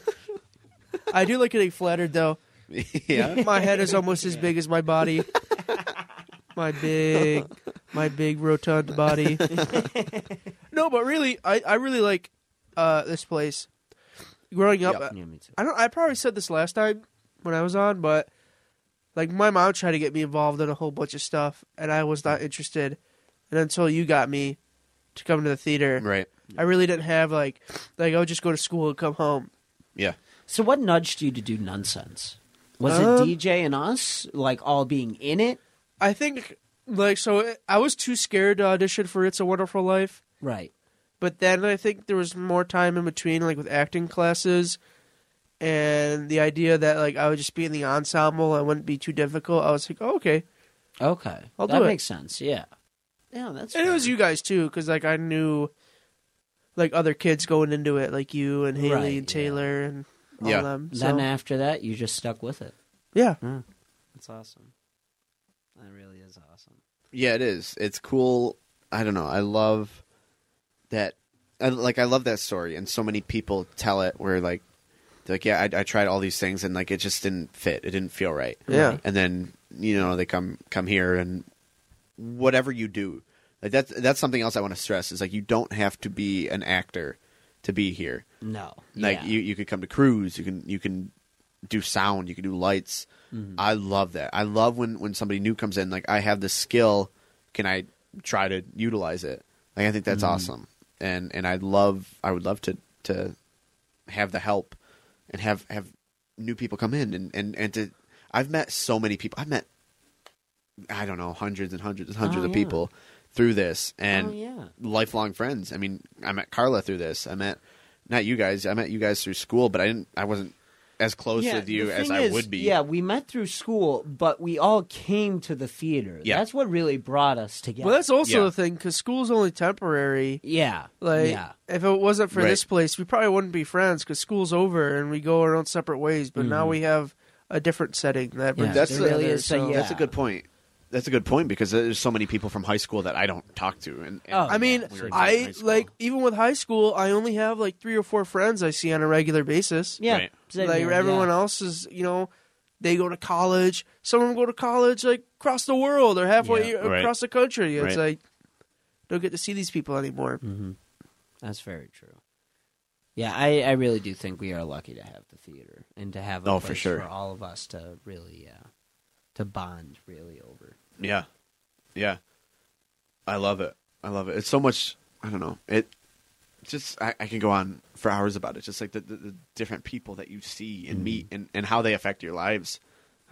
[SPEAKER 2] I do like getting flattered though.
[SPEAKER 1] yeah
[SPEAKER 2] My head is almost as big as my body. My big, my big rotund body. no, but really, I, I really like uh, this place. Growing up,
[SPEAKER 4] yeah, me too.
[SPEAKER 2] I don't. I probably said this last time when I was on, but like my mom tried to get me involved in a whole bunch of stuff, and I was not interested. And until you got me to come to the theater,
[SPEAKER 1] right
[SPEAKER 2] I really didn't have like like I would just go to school and come home.
[SPEAKER 1] yeah
[SPEAKER 4] So, what nudged you to do nonsense? Was
[SPEAKER 2] Um,
[SPEAKER 4] it DJ and us, like all being in it?
[SPEAKER 2] I think like so I was too scared to audition for It's a Wonderful Life.
[SPEAKER 4] Right.
[SPEAKER 2] But then I think there was more time in between, like with acting classes, and the idea that like I would just be in the ensemble, and it wouldn't be too difficult. I was like, oh, okay.
[SPEAKER 4] Okay.
[SPEAKER 2] I'll
[SPEAKER 4] that
[SPEAKER 2] do it.
[SPEAKER 4] makes sense. Yeah. Yeah, that's.
[SPEAKER 2] And it was
[SPEAKER 4] fair.
[SPEAKER 2] you guys too, because like I knew, like other kids going into it, like you and Haley
[SPEAKER 4] Right,
[SPEAKER 2] and
[SPEAKER 4] yeah.
[SPEAKER 2] Taylor and all
[SPEAKER 1] Yeah.
[SPEAKER 2] them. So,
[SPEAKER 4] Then after that, you just stuck with it.
[SPEAKER 2] yeah,
[SPEAKER 4] That's awesome. That really is awesome.
[SPEAKER 1] Yeah, it is. It's cool. I don't know. I love that I, like I love that story, and so many people tell it where like they're like yeah, I, I tried all these things and like it just didn't fit, it didn't feel right.
[SPEAKER 2] Yeah.
[SPEAKER 1] and then you know they come come here and whatever you do, like that's that's something else I want to stress is like you don't have to be an actor to be here.
[SPEAKER 4] No.
[SPEAKER 1] Like
[SPEAKER 4] Yeah.
[SPEAKER 1] you, you could come to cruise. You can you can do sound. You can do lights.
[SPEAKER 4] Mm-hmm.
[SPEAKER 1] I love that. I love when when somebody new comes in. Like I have this skill. Can I try to utilize it? Like I think that's
[SPEAKER 4] Mm-hmm.
[SPEAKER 1] awesome. And and I love. I would love to to have the help and have have new people come in and and and to. I've met so many people. I've met I don't know hundreds and hundreds and hundreds
[SPEAKER 4] Oh,
[SPEAKER 1] of
[SPEAKER 4] yeah.
[SPEAKER 1] people through this and
[SPEAKER 4] oh yeah.
[SPEAKER 1] lifelong friends. I mean, I met Carla through this. I met not you guys. I met you guys through school, but I didn't. I wasn't as close
[SPEAKER 4] Yeah,
[SPEAKER 1] with you
[SPEAKER 4] the
[SPEAKER 1] as
[SPEAKER 4] thing
[SPEAKER 1] I
[SPEAKER 4] is,
[SPEAKER 1] would be.
[SPEAKER 4] Yeah, we met through school, but we all came to the theater.
[SPEAKER 1] Yeah.
[SPEAKER 4] That's what really brought us together.
[SPEAKER 2] Well, that's also
[SPEAKER 1] Yeah.
[SPEAKER 2] the thing because school's only temporary.
[SPEAKER 4] yeah.
[SPEAKER 2] Like,
[SPEAKER 4] yeah.
[SPEAKER 2] if it wasn't for
[SPEAKER 1] Right.
[SPEAKER 2] this place, we probably wouldn't be friends because school's over and we go our own separate ways. But now we have a different setting that brings
[SPEAKER 4] Mm-hmm. Yeah,
[SPEAKER 2] us
[SPEAKER 1] that's
[SPEAKER 4] there
[SPEAKER 1] the-
[SPEAKER 4] really
[SPEAKER 2] together,
[SPEAKER 4] is.
[SPEAKER 2] so-
[SPEAKER 4] So, yeah.
[SPEAKER 1] That's a good point. That's a good point because there's so many people from high school that I don't talk to. And, and
[SPEAKER 4] Oh,
[SPEAKER 2] I mean,
[SPEAKER 1] we were in high
[SPEAKER 2] I
[SPEAKER 1] school.
[SPEAKER 2] like even with high school, I only have like three or four friends I see on a regular basis.
[SPEAKER 4] Yeah.
[SPEAKER 1] Right.
[SPEAKER 4] same
[SPEAKER 2] like
[SPEAKER 4] here,
[SPEAKER 2] everyone
[SPEAKER 4] yeah.
[SPEAKER 2] else is, you know, they go to college. Some of them go to college like across the world or halfway
[SPEAKER 1] Yeah. Right.
[SPEAKER 2] across the country.
[SPEAKER 1] Right.
[SPEAKER 2] It's like don't get to see these people anymore.
[SPEAKER 4] Mm-hmm. That's very true. Yeah, I, I really do think we are lucky to have the theater and to have a
[SPEAKER 1] Oh, for
[SPEAKER 4] place
[SPEAKER 1] sure.
[SPEAKER 4] for all of us to really uh, to bond really over.
[SPEAKER 1] Yeah. Yeah. I love it. I love it. It's so much I don't know. It just I, I can go on for hours about it. Just like the, the, the different people that you see and meet and, and how they affect your lives.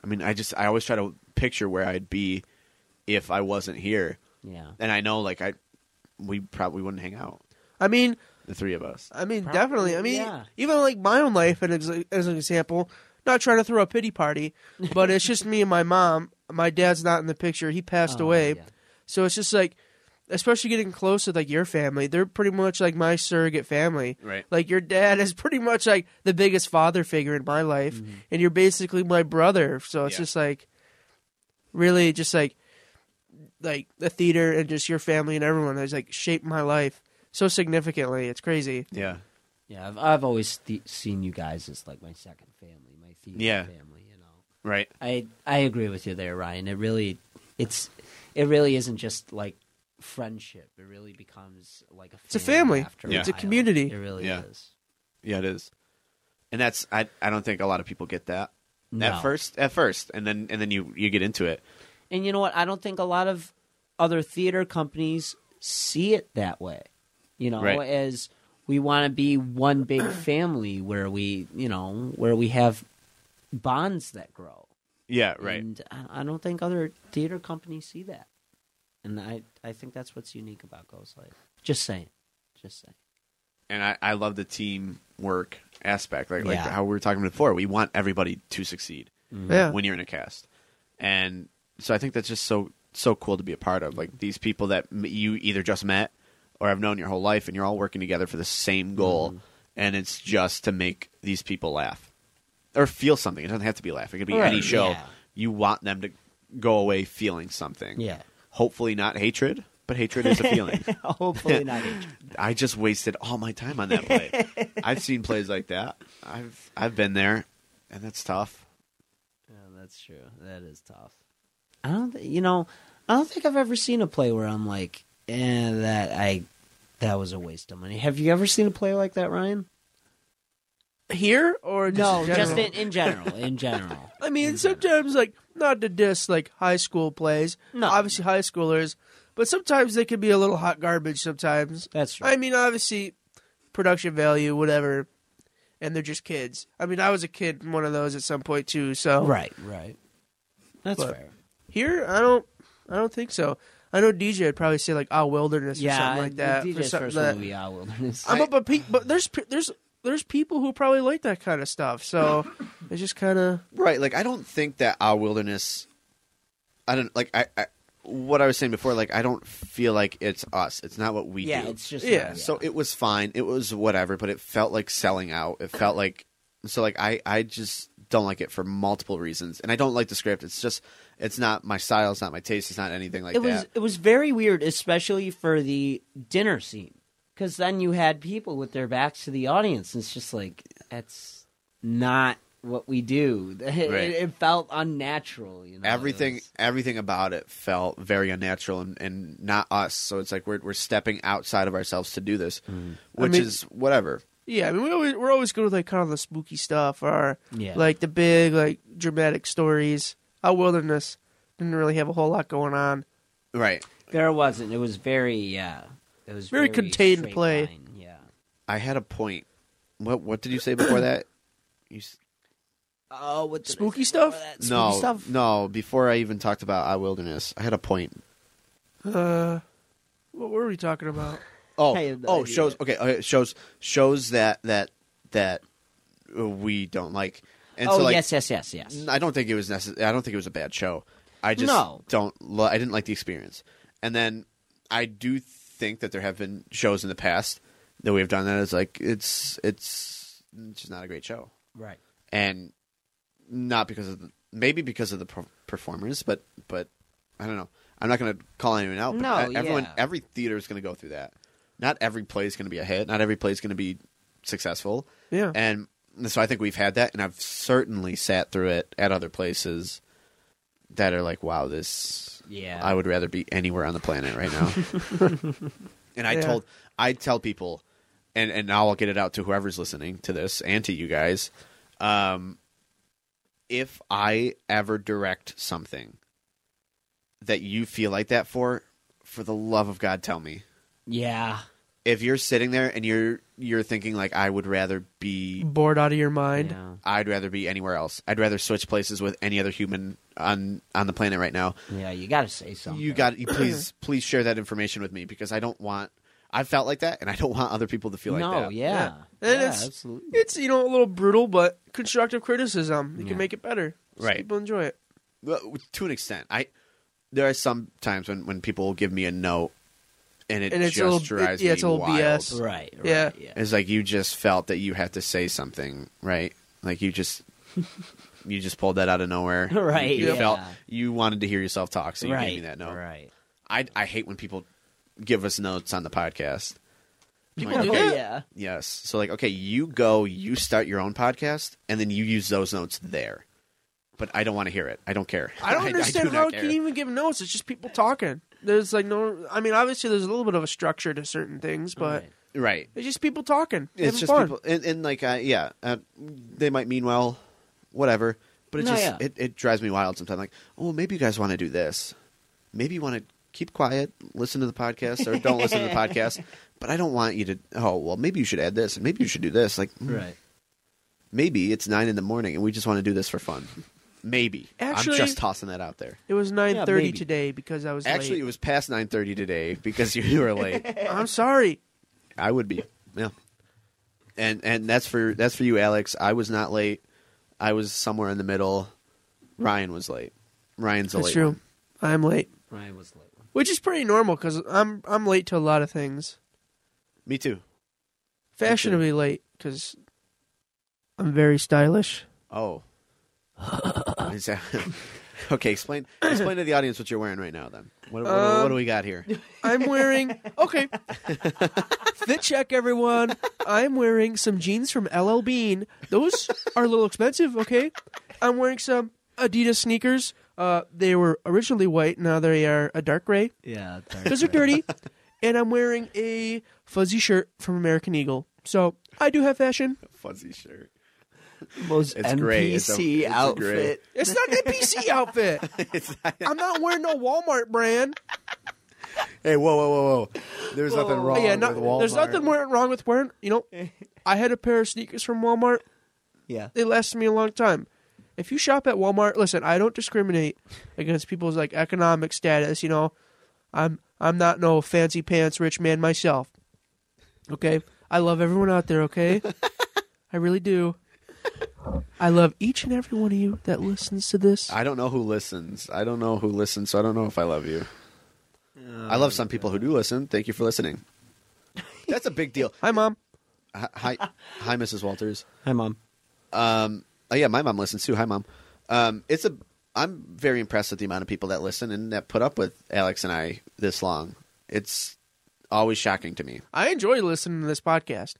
[SPEAKER 1] I mean, I just I always try to picture where I'd be if I wasn't here.
[SPEAKER 4] Yeah.
[SPEAKER 1] And I know like I we probably wouldn't hang out,
[SPEAKER 2] I mean,
[SPEAKER 1] the three of us.
[SPEAKER 2] I mean,
[SPEAKER 4] Probably,
[SPEAKER 2] definitely. I mean,
[SPEAKER 4] yeah.
[SPEAKER 2] even like my own life, and ex- as an example, not trying to throw a pity party, but it's just me and my mom. My dad's not in the picture; he passed
[SPEAKER 4] Oh,
[SPEAKER 2] away.
[SPEAKER 4] yeah.
[SPEAKER 2] So it's just like, especially getting close with like your family, they're pretty much like my surrogate family.
[SPEAKER 1] Right.
[SPEAKER 2] Like your dad is pretty much like the biggest father figure in my life,
[SPEAKER 4] Mm-hmm.
[SPEAKER 2] and you're basically my brother. So it's
[SPEAKER 1] Yeah.
[SPEAKER 2] just like, really, just like, like the theater and just your family and everyone has like shaped my life so significantly. It's crazy.
[SPEAKER 1] Yeah.
[SPEAKER 4] Yeah, I've, I've always th- seen you guys as like my second family, my theater
[SPEAKER 1] Yeah.
[SPEAKER 4] family. You know,
[SPEAKER 1] Right.
[SPEAKER 4] I I agree with you there, Ryan. It really it's it really isn't just like friendship. It really becomes like a family
[SPEAKER 2] It's a family.
[SPEAKER 4] After
[SPEAKER 1] Yeah.
[SPEAKER 4] a
[SPEAKER 1] It's a
[SPEAKER 4] while.
[SPEAKER 2] community.
[SPEAKER 4] It really
[SPEAKER 1] Yeah.
[SPEAKER 4] is.
[SPEAKER 1] Yeah, it is. And that's I I don't think a lot of people get that.
[SPEAKER 4] No.
[SPEAKER 1] At first at first and then and then you you get into it.
[SPEAKER 4] And you know what? I don't think a lot of other theater companies see it that way. You know,
[SPEAKER 1] Right.
[SPEAKER 4] as we want to be one big family where we, you know, where we have bonds that grow.
[SPEAKER 1] Yeah, right.
[SPEAKER 4] And I I don't think other theater companies see that. And I, I think that's what's unique about Ghost Light. Just saying. Just saying.
[SPEAKER 1] and I, I love the teamwork aspect, like like
[SPEAKER 4] Yeah.
[SPEAKER 1] how we were talking before. We want everybody to succeed
[SPEAKER 2] Yeah.
[SPEAKER 1] when you're in a cast, and so I think that's just so so cool to be a part of. Like these people that m- you either just met or have known your whole life, and you're all working together for the same
[SPEAKER 4] Mm-hmm.
[SPEAKER 1] goal, and it's just to make these people laugh or feel something. It doesn't have to be laugh. It could be
[SPEAKER 4] Right,
[SPEAKER 1] any show.
[SPEAKER 4] yeah.
[SPEAKER 1] You want them to go away feeling something.
[SPEAKER 4] Yeah.
[SPEAKER 1] Hopefully not hatred, but hatred is a feeling.
[SPEAKER 4] Hopefully not. each-
[SPEAKER 1] I just wasted all my time on that play. I've seen plays like that. I've I've been there, and that's tough.
[SPEAKER 4] Yeah, that's true. That is tough. I don't, th- you know, I don't think I've ever seen a play where I'm like, eh, that I, that was a waste of money. Have you ever seen a play like that, Ryan?
[SPEAKER 2] Here or just
[SPEAKER 4] No,
[SPEAKER 2] in
[SPEAKER 4] just
[SPEAKER 2] general?
[SPEAKER 4] in, in general, in general.
[SPEAKER 2] I mean, sometimes like not to diss like high school plays.
[SPEAKER 4] No.
[SPEAKER 2] obviously high schoolers, but sometimes they can be a little hot garbage. Sometimes
[SPEAKER 4] That's true.
[SPEAKER 2] I mean, obviously production value, whatever, and they're just kids. I mean, I was a kid in one of those at some point too. So
[SPEAKER 4] right, right. That's
[SPEAKER 2] But-
[SPEAKER 4] fair.
[SPEAKER 2] here, I don't, I don't think so. I know DJ would probably say like, "Ah, wilderness" or
[SPEAKER 4] Yeah,
[SPEAKER 2] something like that.
[SPEAKER 4] DJ's
[SPEAKER 2] for something
[SPEAKER 4] first
[SPEAKER 2] that-
[SPEAKER 4] movie, Out Wilderness.
[SPEAKER 2] I'm a, but, pe- but there's pe- there's there's people who probably like that kind of stuff. So it's just kind of
[SPEAKER 1] Right. Like I don't think that our wilderness. I don't like I, I. What I was saying before, like I don't feel like it's us. It's not what we
[SPEAKER 4] yeah,
[SPEAKER 1] do.
[SPEAKER 4] it's just
[SPEAKER 2] Yeah,
[SPEAKER 1] So it was fine. It was whatever, but it felt like selling out. It felt like so like I I just don't like it for multiple reasons, and I don't like the script. It's just it's not my style. It's not my taste. It's not anything like
[SPEAKER 4] it was
[SPEAKER 1] that.
[SPEAKER 4] it was very weird, especially for the dinner scene, because then you had people with their backs to the audience. And it's just like that's not what we do. It,
[SPEAKER 1] Right.
[SPEAKER 4] it felt unnatural. You know, It
[SPEAKER 1] everything
[SPEAKER 4] was-
[SPEAKER 1] everything about it felt very unnatural and, and not us. So it's like we're we're stepping outside of ourselves to do this,
[SPEAKER 4] Mm-hmm.
[SPEAKER 1] which
[SPEAKER 2] mean-
[SPEAKER 1] is whatever.
[SPEAKER 2] Yeah, I mean, we always, we're always good with like kind of the spooky stuff or
[SPEAKER 4] Yeah.
[SPEAKER 2] like the big like dramatic stories. Our wilderness didn't really have a whole lot going on.
[SPEAKER 1] Right.
[SPEAKER 4] there wasn't. It was very yeah. It was
[SPEAKER 2] Very contained
[SPEAKER 4] straight
[SPEAKER 2] play.
[SPEAKER 4] line, Yeah.
[SPEAKER 1] I had a point. What what did you say before that? You s-
[SPEAKER 4] Oh, with
[SPEAKER 2] Spooky stuff?
[SPEAKER 1] no no. Before I even talked about I wilderness, I had a point.
[SPEAKER 2] Uh, what were we talking about?
[SPEAKER 1] Oh
[SPEAKER 4] I have no
[SPEAKER 1] oh
[SPEAKER 4] idea.
[SPEAKER 1] shows okay okay shows shows that that that uh, we don't like. And
[SPEAKER 4] oh
[SPEAKER 1] so like,
[SPEAKER 4] yes, yes, yes, yes.
[SPEAKER 1] I don't think it was necessary. I don't think it was a bad show. I just
[SPEAKER 4] No.
[SPEAKER 1] don't. Lo- I didn't like the experience. And then I do think that there have been shows in the past that we've done that is like it's it's it's just not a great show,
[SPEAKER 4] Right.
[SPEAKER 1] and not because of the, maybe because of the per- performers, but but I don't know. I'm not going to call anyone out. But
[SPEAKER 4] No,
[SPEAKER 1] e- everyone,
[SPEAKER 4] yeah.
[SPEAKER 1] every theater is going to go through that. Not every play is going to be a hit. Not every play is going to be successful.
[SPEAKER 2] Yeah.
[SPEAKER 1] And so I think we've had that, and I've certainly sat through it at other places that are like, wow, this.
[SPEAKER 4] Yeah.
[SPEAKER 1] I would rather be anywhere on the planet right now. and I
[SPEAKER 2] Yeah.
[SPEAKER 1] told, I tell people, and and now I'll get it out to whoever's listening to this and to you guys. Um, if I ever direct something that you feel like that for, for the love of God, tell me
[SPEAKER 4] Yeah.
[SPEAKER 1] if you're sitting there and you're you're thinking like I would rather be
[SPEAKER 2] Bored out of your mind.
[SPEAKER 4] yeah.
[SPEAKER 1] I'd rather be anywhere else. I'd rather switch places with any other human on on the planet right now.
[SPEAKER 4] Yeah, you got to say something.
[SPEAKER 1] You got you please please share that information with me because I don't want I felt like that and I don't want other people to feel like
[SPEAKER 4] no,
[SPEAKER 1] that.
[SPEAKER 4] yeah,
[SPEAKER 2] Yeah.
[SPEAKER 4] yeah,
[SPEAKER 2] And it's-
[SPEAKER 4] absolutely.
[SPEAKER 2] It's you know a little brutal, but constructive criticism. You
[SPEAKER 4] Yeah.
[SPEAKER 2] can make it better. So
[SPEAKER 1] Right.
[SPEAKER 2] People enjoy it.
[SPEAKER 1] Well, to an extent. I there are some times when when people will give me a note and it
[SPEAKER 2] And it's a
[SPEAKER 1] just
[SPEAKER 2] little- it-
[SPEAKER 1] drives
[SPEAKER 2] yeah,
[SPEAKER 1] me
[SPEAKER 2] it's a little
[SPEAKER 1] wild.
[SPEAKER 2] BS.
[SPEAKER 4] Right, right.
[SPEAKER 2] Yeah.
[SPEAKER 4] yeah.
[SPEAKER 1] It's like you just felt that you had to say something, right? Like you just you just pulled that out of nowhere.
[SPEAKER 4] Right,
[SPEAKER 1] You
[SPEAKER 4] yeah.
[SPEAKER 1] felt you wanted to hear yourself talk, so you
[SPEAKER 4] right.
[SPEAKER 1] gave me that note.
[SPEAKER 4] Right.
[SPEAKER 1] I I hate when people give us notes on the podcast.
[SPEAKER 2] People do that.
[SPEAKER 4] yeah.
[SPEAKER 1] Yes. So like, okay, you go, you start your own podcast, and then you use those notes there. But I don't want to hear it. I don't care.
[SPEAKER 2] I don't understand
[SPEAKER 1] do
[SPEAKER 2] how
[SPEAKER 1] not
[SPEAKER 2] it can
[SPEAKER 1] care.
[SPEAKER 2] even give notes. It's just people talking. There's like no. I mean, obviously there's a little bit of a structure to certain things, but
[SPEAKER 4] Right.
[SPEAKER 1] Right.
[SPEAKER 2] it's just people talking.
[SPEAKER 1] It's
[SPEAKER 2] having
[SPEAKER 1] just
[SPEAKER 2] fun.
[SPEAKER 1] people, and, and like, uh, yeah, uh, they might mean well, whatever. But it
[SPEAKER 4] No,
[SPEAKER 1] just
[SPEAKER 4] yeah.
[SPEAKER 1] it, it drives me wild sometimes. Like, oh, maybe you guys want to do this. Maybe you want to keep quiet, listen to the podcast, or don't listen to the podcast. But I don't want you to. Oh, well, maybe you should add this, and maybe you should do this. Like, mm,
[SPEAKER 4] right.
[SPEAKER 1] maybe it's nine in the morning, and we just want to do this for fun. Maybe
[SPEAKER 2] Actually-
[SPEAKER 1] I'm just tossing that out there.
[SPEAKER 2] It was nine thirty
[SPEAKER 4] maybe.
[SPEAKER 2] today because I was
[SPEAKER 1] Actually, it
[SPEAKER 2] late.
[SPEAKER 1] was past nine thirty today because you were late.
[SPEAKER 2] I'm sorry.
[SPEAKER 1] I would be. Yeah. And and that's for that's for you, Alex. I was not late. I was somewhere in the middle. Ryan was late. Ryan's a
[SPEAKER 2] That's
[SPEAKER 1] late
[SPEAKER 2] true.
[SPEAKER 1] one.
[SPEAKER 2] I'm late,
[SPEAKER 4] Ryan was late. one.
[SPEAKER 2] which is pretty normal because I'm I'm late to a lot of things.
[SPEAKER 1] Me too.
[SPEAKER 2] Fashionably late because I'm very stylish.
[SPEAKER 1] Oh. Is that- okay, explain explain to the audience what you're wearing right now. Then what what,
[SPEAKER 2] Um,
[SPEAKER 1] what do we got here?
[SPEAKER 2] I'm wearing okay. Fit check, everyone. I'm wearing some jeans from LL Bean. Those are a little expensive. Okay, I'm wearing some Adidas sneakers. Uh, they were originally white. Now they are a dark gray.
[SPEAKER 4] Yeah.
[SPEAKER 2] Those are dirty. And I'm wearing a fuzzy shirt from American Eagle. So I do have fashion.
[SPEAKER 1] Fuzzy shirt.
[SPEAKER 4] most
[SPEAKER 1] It's great. It's a- NPC it's a outfit. great-
[SPEAKER 2] It's not the PC outfit. I'm not wearing no Walmart brand.
[SPEAKER 1] Hey, whoa, whoa, whoa, whoa! There's nothing wrong
[SPEAKER 2] yeah, not, there's nothing wear- wrong with wearing. You know, I had a pair of sneakers from Walmart.
[SPEAKER 4] Yeah.
[SPEAKER 2] They lasted me a long time. If you shop at Walmart, listen, I don't discriminate against people's like economic status. You know, I'm I'm not no fancy pants rich man myself. Okay, I love everyone out there. Okay, I really do. I love each and every one of you that listens to this.
[SPEAKER 1] I don't know who listens. I don't know who listens, so I don't know if I love you. I love some people who do listen. Thank you for listening. That's a big deal.
[SPEAKER 2] Hi, mom.
[SPEAKER 1] Hi, hi, hi, Mrs. Walters.
[SPEAKER 4] Hi, mom.
[SPEAKER 1] Um, oh yeah, my mom listens too. Hi, mom. Um, it's a. I'm very impressed with the amount of people that listen and that put up with Alex and I this long. It's always shocking to me.
[SPEAKER 2] I enjoy listening to this podcast.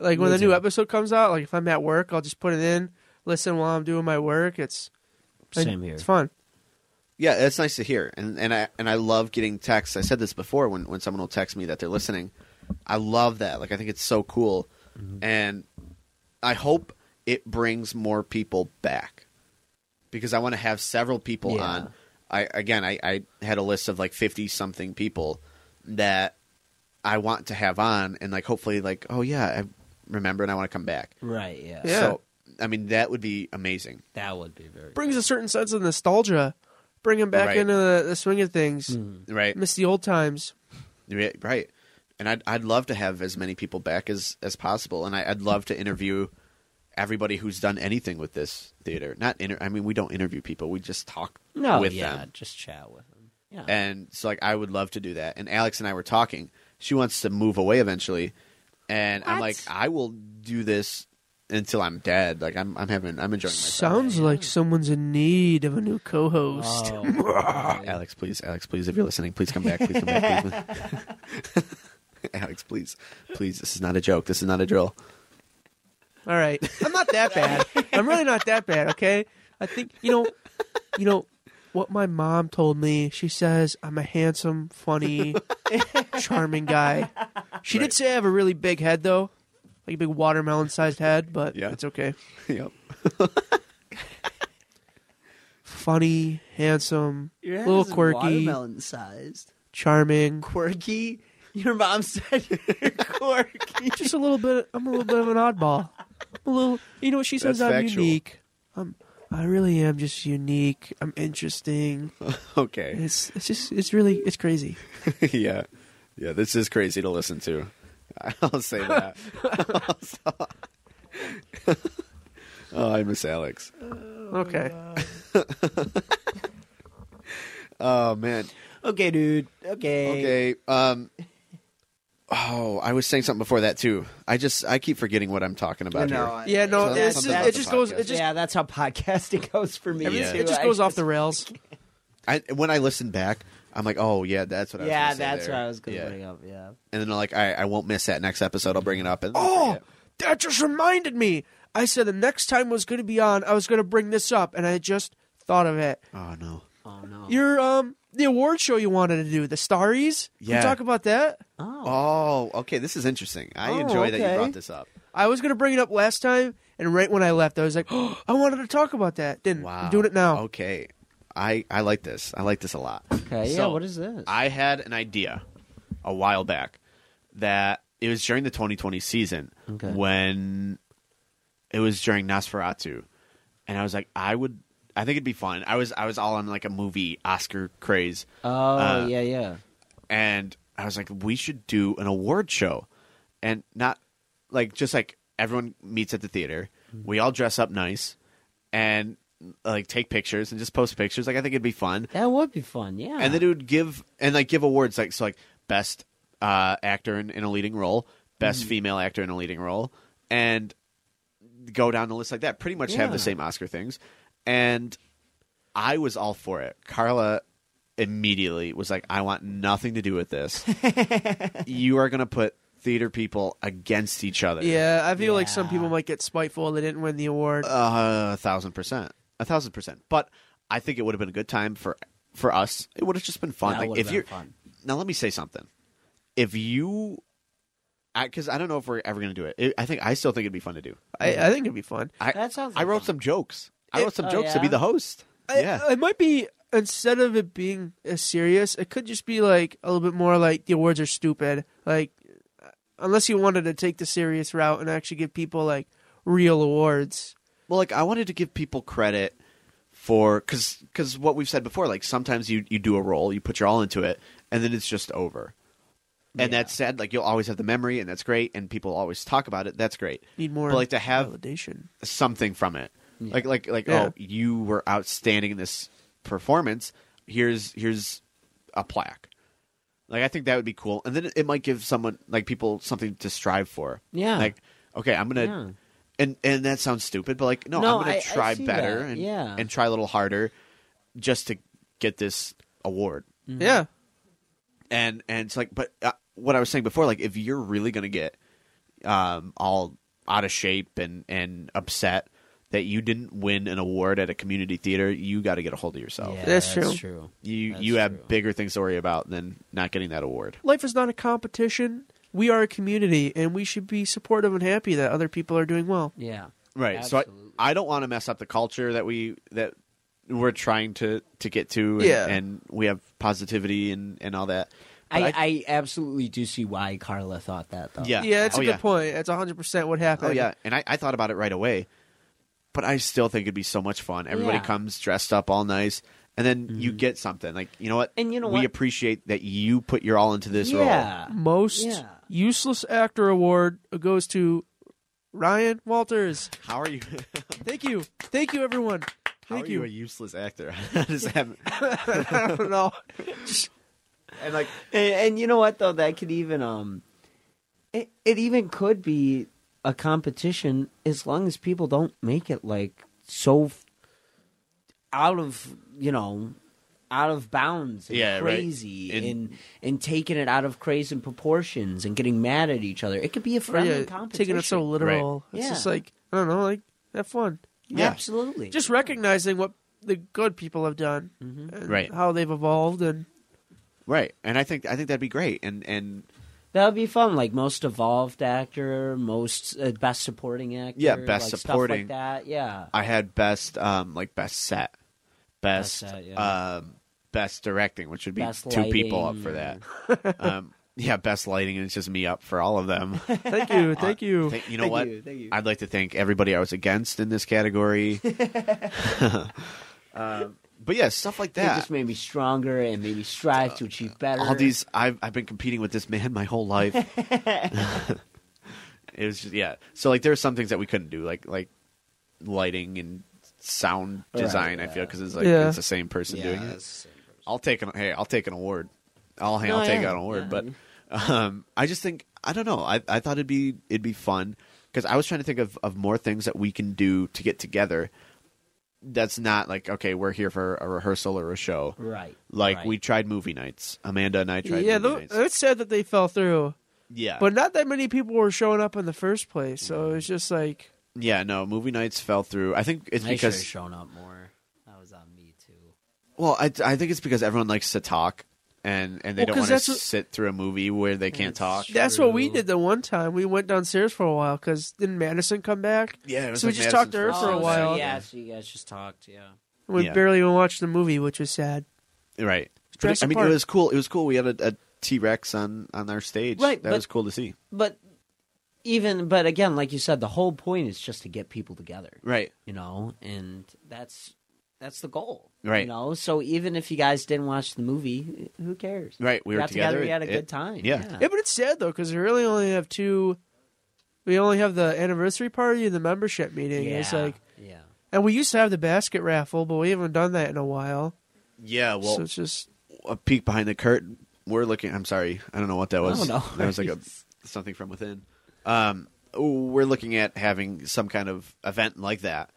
[SPEAKER 2] Like when the new episode comes out, like if I'm at work, I'll just put it in, listen while I'm doing my work. It's
[SPEAKER 4] Same here.
[SPEAKER 2] It's fun.
[SPEAKER 1] Yeah, that's nice to hear, and and I and I love getting texts. I said this before when when someone will text me that they're listening. I love that. Like I think it's so cool, and I hope it brings more people back because I want to have several people
[SPEAKER 4] Yeah.
[SPEAKER 1] on. I again, I, I had a list of like fifty something people that I want to have on, and like hopefully, like oh yeah, I remember, and I want to come back.
[SPEAKER 4] Right. Yeah.
[SPEAKER 2] Yeah.
[SPEAKER 1] So I mean, that would be amazing.
[SPEAKER 4] That would be very.
[SPEAKER 2] Brings a certain sense of nostalgia. Bring him back
[SPEAKER 1] Right.
[SPEAKER 2] into the, the swing of things.
[SPEAKER 4] Mm.
[SPEAKER 1] Right.
[SPEAKER 2] Miss the old times.
[SPEAKER 1] Yeah, right. And I'd I'd love to have as many people back as as possible, and I, I'd love to interview everybody who's done anything with this theater. Not inter- I mean, we don't interview people; we just talk
[SPEAKER 4] no.
[SPEAKER 1] with
[SPEAKER 4] yeah.
[SPEAKER 1] them.
[SPEAKER 4] Just chat with them. Yeah.
[SPEAKER 1] And so, like, I would love to do that. And Alex and I were talking. She wants to move away eventually, and I'm
[SPEAKER 3] What?
[SPEAKER 1] like, I will do this until I'm dead. Like, I'm I'm having I'm enjoying myself.
[SPEAKER 2] Sounds like someone's in need of a new co-host.
[SPEAKER 4] Oh, yeah.
[SPEAKER 1] Alex, please, Alex, please, if you're listening, please come back. Please come back. Please. Alex, please, please. This is not a joke. This is not a drill.
[SPEAKER 2] All right, I'm not that bad. I'm really not that bad. Okay, I think you know, you know what my mom told me. She says I'm a handsome, funny, charming guy. She did say I have a really big head though, like a big watermelon-sized head, but
[SPEAKER 1] Yeah.
[SPEAKER 2] it's okay.
[SPEAKER 1] yep.
[SPEAKER 2] Funny, handsome,
[SPEAKER 4] Your head
[SPEAKER 2] little
[SPEAKER 4] is
[SPEAKER 2] quirky,
[SPEAKER 4] Watermelon sized.
[SPEAKER 2] charming.
[SPEAKER 4] Quirky. Your mom said you're quirky.
[SPEAKER 2] Just a little bit. I'm a little bit of an oddball. I'm a little. You know what she says?
[SPEAKER 1] That's
[SPEAKER 2] I'm
[SPEAKER 1] factual.
[SPEAKER 2] unique. I'm. I really am just unique. I'm interesting.
[SPEAKER 1] Okay.
[SPEAKER 2] It's it's just it's really it's crazy.
[SPEAKER 1] yeah. Yeah, this is crazy to listen to. I'll say that. oh, I miss Alex.
[SPEAKER 2] Okay.
[SPEAKER 1] Uh, Oh man.
[SPEAKER 4] Okay, dude. Okay.
[SPEAKER 1] Okay. Um Oh, I was saying something before that too. I just I keep forgetting what I'm talking about here.
[SPEAKER 2] Yeah, no,
[SPEAKER 1] So that's
[SPEAKER 2] it's
[SPEAKER 1] something
[SPEAKER 2] just,
[SPEAKER 1] about
[SPEAKER 2] it
[SPEAKER 1] the
[SPEAKER 2] just
[SPEAKER 1] podcast.
[SPEAKER 2] goes it just
[SPEAKER 4] yeah, that's how podcasting goes for me.
[SPEAKER 1] Everything-
[SPEAKER 4] too.
[SPEAKER 2] it just
[SPEAKER 4] I
[SPEAKER 2] goes off the rails.
[SPEAKER 1] I when I listen back, I'm like, "Oh, yeah, that's what I was
[SPEAKER 4] Yeah,
[SPEAKER 1] gonna say
[SPEAKER 4] that's
[SPEAKER 1] there.
[SPEAKER 4] what I was going to
[SPEAKER 1] Yeah.
[SPEAKER 4] bring up. Yeah.
[SPEAKER 1] And then like I I won't miss that next episode. I'll bring it up and
[SPEAKER 2] Oh, that just reminded me. I said the next time was going to be on. I was going to bring this up, and I just thought of it.
[SPEAKER 1] Oh no.
[SPEAKER 4] Oh no.
[SPEAKER 2] Your um the award show you wanted to do the Starries. Can
[SPEAKER 1] Yeah.
[SPEAKER 2] we talk about that.
[SPEAKER 4] oh.
[SPEAKER 1] Oh, okay. This is interesting. I
[SPEAKER 4] Oh,
[SPEAKER 1] enjoy that
[SPEAKER 4] okay.
[SPEAKER 1] you brought this up.
[SPEAKER 2] I was going to bring it up last time, and right when I left, I was like, oh, I wanted to talk about that. Didn't.
[SPEAKER 1] Wow.
[SPEAKER 2] I'm doing it now.
[SPEAKER 1] Okay. I, I like this. I like this a lot.
[SPEAKER 4] Okay. yeah.
[SPEAKER 1] So,
[SPEAKER 4] What is this?
[SPEAKER 1] I had an idea a while back that it was during the 2020 season
[SPEAKER 4] Okay.
[SPEAKER 1] when it was during Nosferatu, and I was like, I would, I think it'd be fun. I was, I was all on like a movie Oscar craze,
[SPEAKER 4] oh
[SPEAKER 1] uh,
[SPEAKER 4] yeah yeah.
[SPEAKER 1] and I was like, we should do an award show, and not like just like everyone meets at the theater. We all dress up nice, and like take pictures and just post pictures. Like I think it'd be fun
[SPEAKER 4] That would be fun. Yeah.
[SPEAKER 1] and then it would give and like give awards like so like best uh, actor in, in a leading role, best
[SPEAKER 4] Mm-hmm.
[SPEAKER 1] female actor in a leading role, and go down the list like that. Pretty much have
[SPEAKER 4] Yeah.
[SPEAKER 1] the same Oscar things, and I was all for it. Carla immediately was like, "I want nothing to do with this. you are going to put theater people against each other."
[SPEAKER 2] Yeah, I feel like some
[SPEAKER 4] Yeah.
[SPEAKER 2] people might get spiteful they didn't win the award.
[SPEAKER 1] Uh, a thousand percent, a thousand percent. But I think it would have been a good time for for us. It would have just been fun.
[SPEAKER 4] That
[SPEAKER 1] like
[SPEAKER 4] would've
[SPEAKER 1] if
[SPEAKER 4] been
[SPEAKER 1] you're
[SPEAKER 4] fun.
[SPEAKER 1] now, let me say something. If you, because I, don't know if we're ever gonna do it. it. I think I still think it'd be fun to do.
[SPEAKER 2] I, I think it'd be fun.
[SPEAKER 1] I
[SPEAKER 4] That sounds
[SPEAKER 1] I
[SPEAKER 4] like
[SPEAKER 1] wrote
[SPEAKER 4] fun.
[SPEAKER 1] some jokes. I
[SPEAKER 2] It-
[SPEAKER 1] wrote some
[SPEAKER 4] oh,
[SPEAKER 1] jokes to be
[SPEAKER 4] yeah?
[SPEAKER 1] the host.
[SPEAKER 2] I-
[SPEAKER 1] yeah,
[SPEAKER 2] it might be instead of it being as serious, it could just be like a little bit more like the awards are stupid. Like, unless you wanted to take the serious route and actually give people like real awards.
[SPEAKER 1] Well, like I wanted to give people credit for because because what we've said before, like sometimes you you do a role, you put your all into it, and then it's just over. And that's sad. Like you'll always have the memory, and that's great. And people always talk about it. That's great.
[SPEAKER 2] Need more
[SPEAKER 1] But like to have
[SPEAKER 2] validation.
[SPEAKER 1] something from it. Like like like
[SPEAKER 2] Yeah.
[SPEAKER 1] oh, you were outstanding in this performance. Here's here's a plaque. Like I think that would be cool, and then it might give someone like people something to strive for.
[SPEAKER 4] Yeah.
[SPEAKER 1] Like okay, I'm gonna.
[SPEAKER 4] Yeah.
[SPEAKER 1] And and that sounds stupid, but like no,
[SPEAKER 4] No,
[SPEAKER 1] I'm gonna
[SPEAKER 4] I- I
[SPEAKER 1] try
[SPEAKER 4] see
[SPEAKER 1] better
[SPEAKER 4] that.
[SPEAKER 1] and
[SPEAKER 4] Yeah.
[SPEAKER 1] and Mm-hmm. try a little harder, just to get this award.
[SPEAKER 2] Yeah,
[SPEAKER 1] and and it's like, but uh, what I was saying before, like if you're really gonna get um, all out of shape and and upset that you didn't win an award at a community theater, you got to get a hold of yourself.
[SPEAKER 4] Yeah,
[SPEAKER 2] That's true.
[SPEAKER 1] You
[SPEAKER 4] That's
[SPEAKER 1] you
[SPEAKER 4] true.
[SPEAKER 1] have bigger things to worry about than not getting that award.
[SPEAKER 2] Life is not a competition. We are a community, and we should be supportive and happy that other people are doing well.
[SPEAKER 4] Yeah.
[SPEAKER 1] Right. So
[SPEAKER 4] Absolutely.
[SPEAKER 1] I, I don't want to mess up the culture that we that we're trying to to get to. And,
[SPEAKER 2] Yeah.
[SPEAKER 1] And we have positivity and and all that.
[SPEAKER 4] I,
[SPEAKER 1] But
[SPEAKER 4] I, absolutely do see why Carla thought that though.
[SPEAKER 1] Yeah.
[SPEAKER 2] Yeah, that's
[SPEAKER 1] Oh,
[SPEAKER 2] a good
[SPEAKER 1] yeah.
[SPEAKER 2] point. That's 100% what happened.
[SPEAKER 1] Oh yeah, and I, I thought about it right away, but I still think it'd be so much fun. Everybody
[SPEAKER 4] Yeah. Mm-hmm.
[SPEAKER 1] comes dressed up all nice, and then you get something like you know what?
[SPEAKER 4] And you know
[SPEAKER 1] we
[SPEAKER 4] what?
[SPEAKER 1] appreciate that you put your all into this role.
[SPEAKER 4] Yeah.
[SPEAKER 2] Most
[SPEAKER 4] Yeah.
[SPEAKER 2] useless actor award goes to Ryan Walters.
[SPEAKER 1] How are you?
[SPEAKER 2] Thank you. Thank you, everyone.
[SPEAKER 1] How
[SPEAKER 2] Thank
[SPEAKER 1] are you. a useless actor? I just haven't-
[SPEAKER 2] I don't know.
[SPEAKER 1] and like
[SPEAKER 4] And, and you know what though? That could even um, it, it even could be a competition as long as people don't make it like so f- out of you know out of bounds and
[SPEAKER 1] Yeah, right.
[SPEAKER 4] crazy
[SPEAKER 1] And-
[SPEAKER 4] and and taking it out of crazy proportions and getting mad at each other. It could be a friendly
[SPEAKER 2] Yeah,
[SPEAKER 4] competition.
[SPEAKER 2] taking it so literal. It's
[SPEAKER 4] Yeah.
[SPEAKER 2] just like, I don't know, like, have fun.
[SPEAKER 1] Yeah.
[SPEAKER 4] Absolutely.
[SPEAKER 2] Just recognizing what the good people have done and
[SPEAKER 1] Right.
[SPEAKER 2] how they've evolved and
[SPEAKER 1] right, and I think I think that'd be great. And and
[SPEAKER 4] That would be fun. Like most evolved actor, most uh, best supporting actor.
[SPEAKER 1] Yeah, best
[SPEAKER 4] like,
[SPEAKER 1] supporting.
[SPEAKER 4] Stuff like that. Yeah.
[SPEAKER 1] I had best um like best set, best
[SPEAKER 4] Best set, yeah.
[SPEAKER 1] um best directing, which would be
[SPEAKER 4] Best
[SPEAKER 1] two people up
[SPEAKER 4] lighting
[SPEAKER 1] for that. um, yeah, best lighting, and it's just me up for all of them.
[SPEAKER 2] thank you, thank you.
[SPEAKER 1] Th- you know
[SPEAKER 4] Thank
[SPEAKER 1] what?
[SPEAKER 4] you, thank you.
[SPEAKER 1] I'd like to thank everybody I was against in this category. Um, but yeah, stuff like
[SPEAKER 4] It
[SPEAKER 1] that. Uh,
[SPEAKER 4] just made me stronger and made me strive to achieve better.
[SPEAKER 1] All these I've I've been competing with this man my whole life. it was just yeah. So like there were some things that we couldn't do, like like lighting and sound
[SPEAKER 4] Right,
[SPEAKER 1] design. I feel
[SPEAKER 4] yeah.
[SPEAKER 1] because it's like
[SPEAKER 2] Yeah.
[SPEAKER 1] it's the same person doing it. I'll take an hey, I'll take an award. I'll hang,
[SPEAKER 4] No,
[SPEAKER 1] I'll take
[SPEAKER 4] yeah,
[SPEAKER 1] an award.
[SPEAKER 4] yeah.
[SPEAKER 1] But um, I just think I don't know. I I thought it'd be it'd be fun because I was trying to think of of more things that we can do to get together. That's not like okay, we're here for a rehearsal or a show.
[SPEAKER 4] Right.
[SPEAKER 1] Like
[SPEAKER 4] right.
[SPEAKER 1] we tried movie nights. Amanda and I tried.
[SPEAKER 2] yeah,
[SPEAKER 1] movie
[SPEAKER 2] tho-
[SPEAKER 1] nights.
[SPEAKER 2] it's sad that they fell through,
[SPEAKER 1] yeah,
[SPEAKER 2] but not that many people were showing up in the first place. So it's just like,
[SPEAKER 1] yeah, no, movie nights fell through. I think it's
[SPEAKER 4] I should have
[SPEAKER 1] because
[SPEAKER 4] shown up more. That was on me too.
[SPEAKER 1] well, I I think it's because everyone likes to talk. And and they
[SPEAKER 2] Well,
[SPEAKER 1] don't
[SPEAKER 2] 'cause
[SPEAKER 1] want to
[SPEAKER 2] that's what-
[SPEAKER 1] sit through a movie where they can't talk.
[SPEAKER 2] that's what we
[SPEAKER 4] True.
[SPEAKER 2] did the one time. We went downstairs for a while because didn't Madison come back?
[SPEAKER 1] Yeah, it was
[SPEAKER 2] So we
[SPEAKER 1] like
[SPEAKER 2] just
[SPEAKER 1] Madison's
[SPEAKER 2] talked to her
[SPEAKER 1] first
[SPEAKER 2] for a
[SPEAKER 4] Oh, so
[SPEAKER 1] time.
[SPEAKER 2] while.
[SPEAKER 4] Yeah. So you guys just talked. Yeah.
[SPEAKER 2] We
[SPEAKER 1] Yeah.
[SPEAKER 2] barely even watched the movie, which was sad.
[SPEAKER 1] Right. But
[SPEAKER 2] Jurassic
[SPEAKER 1] it- I mean,
[SPEAKER 2] Park.
[SPEAKER 1] it was cool. It was cool. We had a, a T Rex on on our stage.
[SPEAKER 4] Right,
[SPEAKER 1] That
[SPEAKER 4] but-
[SPEAKER 1] was cool to see.
[SPEAKER 4] But even but again, like you said, the whole point is just to get people together.
[SPEAKER 1] Right.
[SPEAKER 4] you know and that's that's the goal
[SPEAKER 1] Right.
[SPEAKER 4] you know so even if you guys didn't watch the movie who cares
[SPEAKER 1] Right. We
[SPEAKER 4] we
[SPEAKER 1] were
[SPEAKER 4] got together,
[SPEAKER 1] together.
[SPEAKER 4] we had a
[SPEAKER 1] It-
[SPEAKER 4] good time
[SPEAKER 1] yeah.
[SPEAKER 2] Yeah, but it's sad though because we really only have two. We only have the anniversary party and the membership meeting. It's
[SPEAKER 4] Yeah,
[SPEAKER 2] like,
[SPEAKER 4] yeah
[SPEAKER 2] and we used to have the basket raffle, but we haven't done that in a while.
[SPEAKER 1] Yeah. Well,
[SPEAKER 2] so it's just
[SPEAKER 1] a peek behind the curtain. We're looking. I'm sorry. I don't know what that was.
[SPEAKER 4] no
[SPEAKER 1] That was like a something from within. Um, we're looking at having some kind of event like that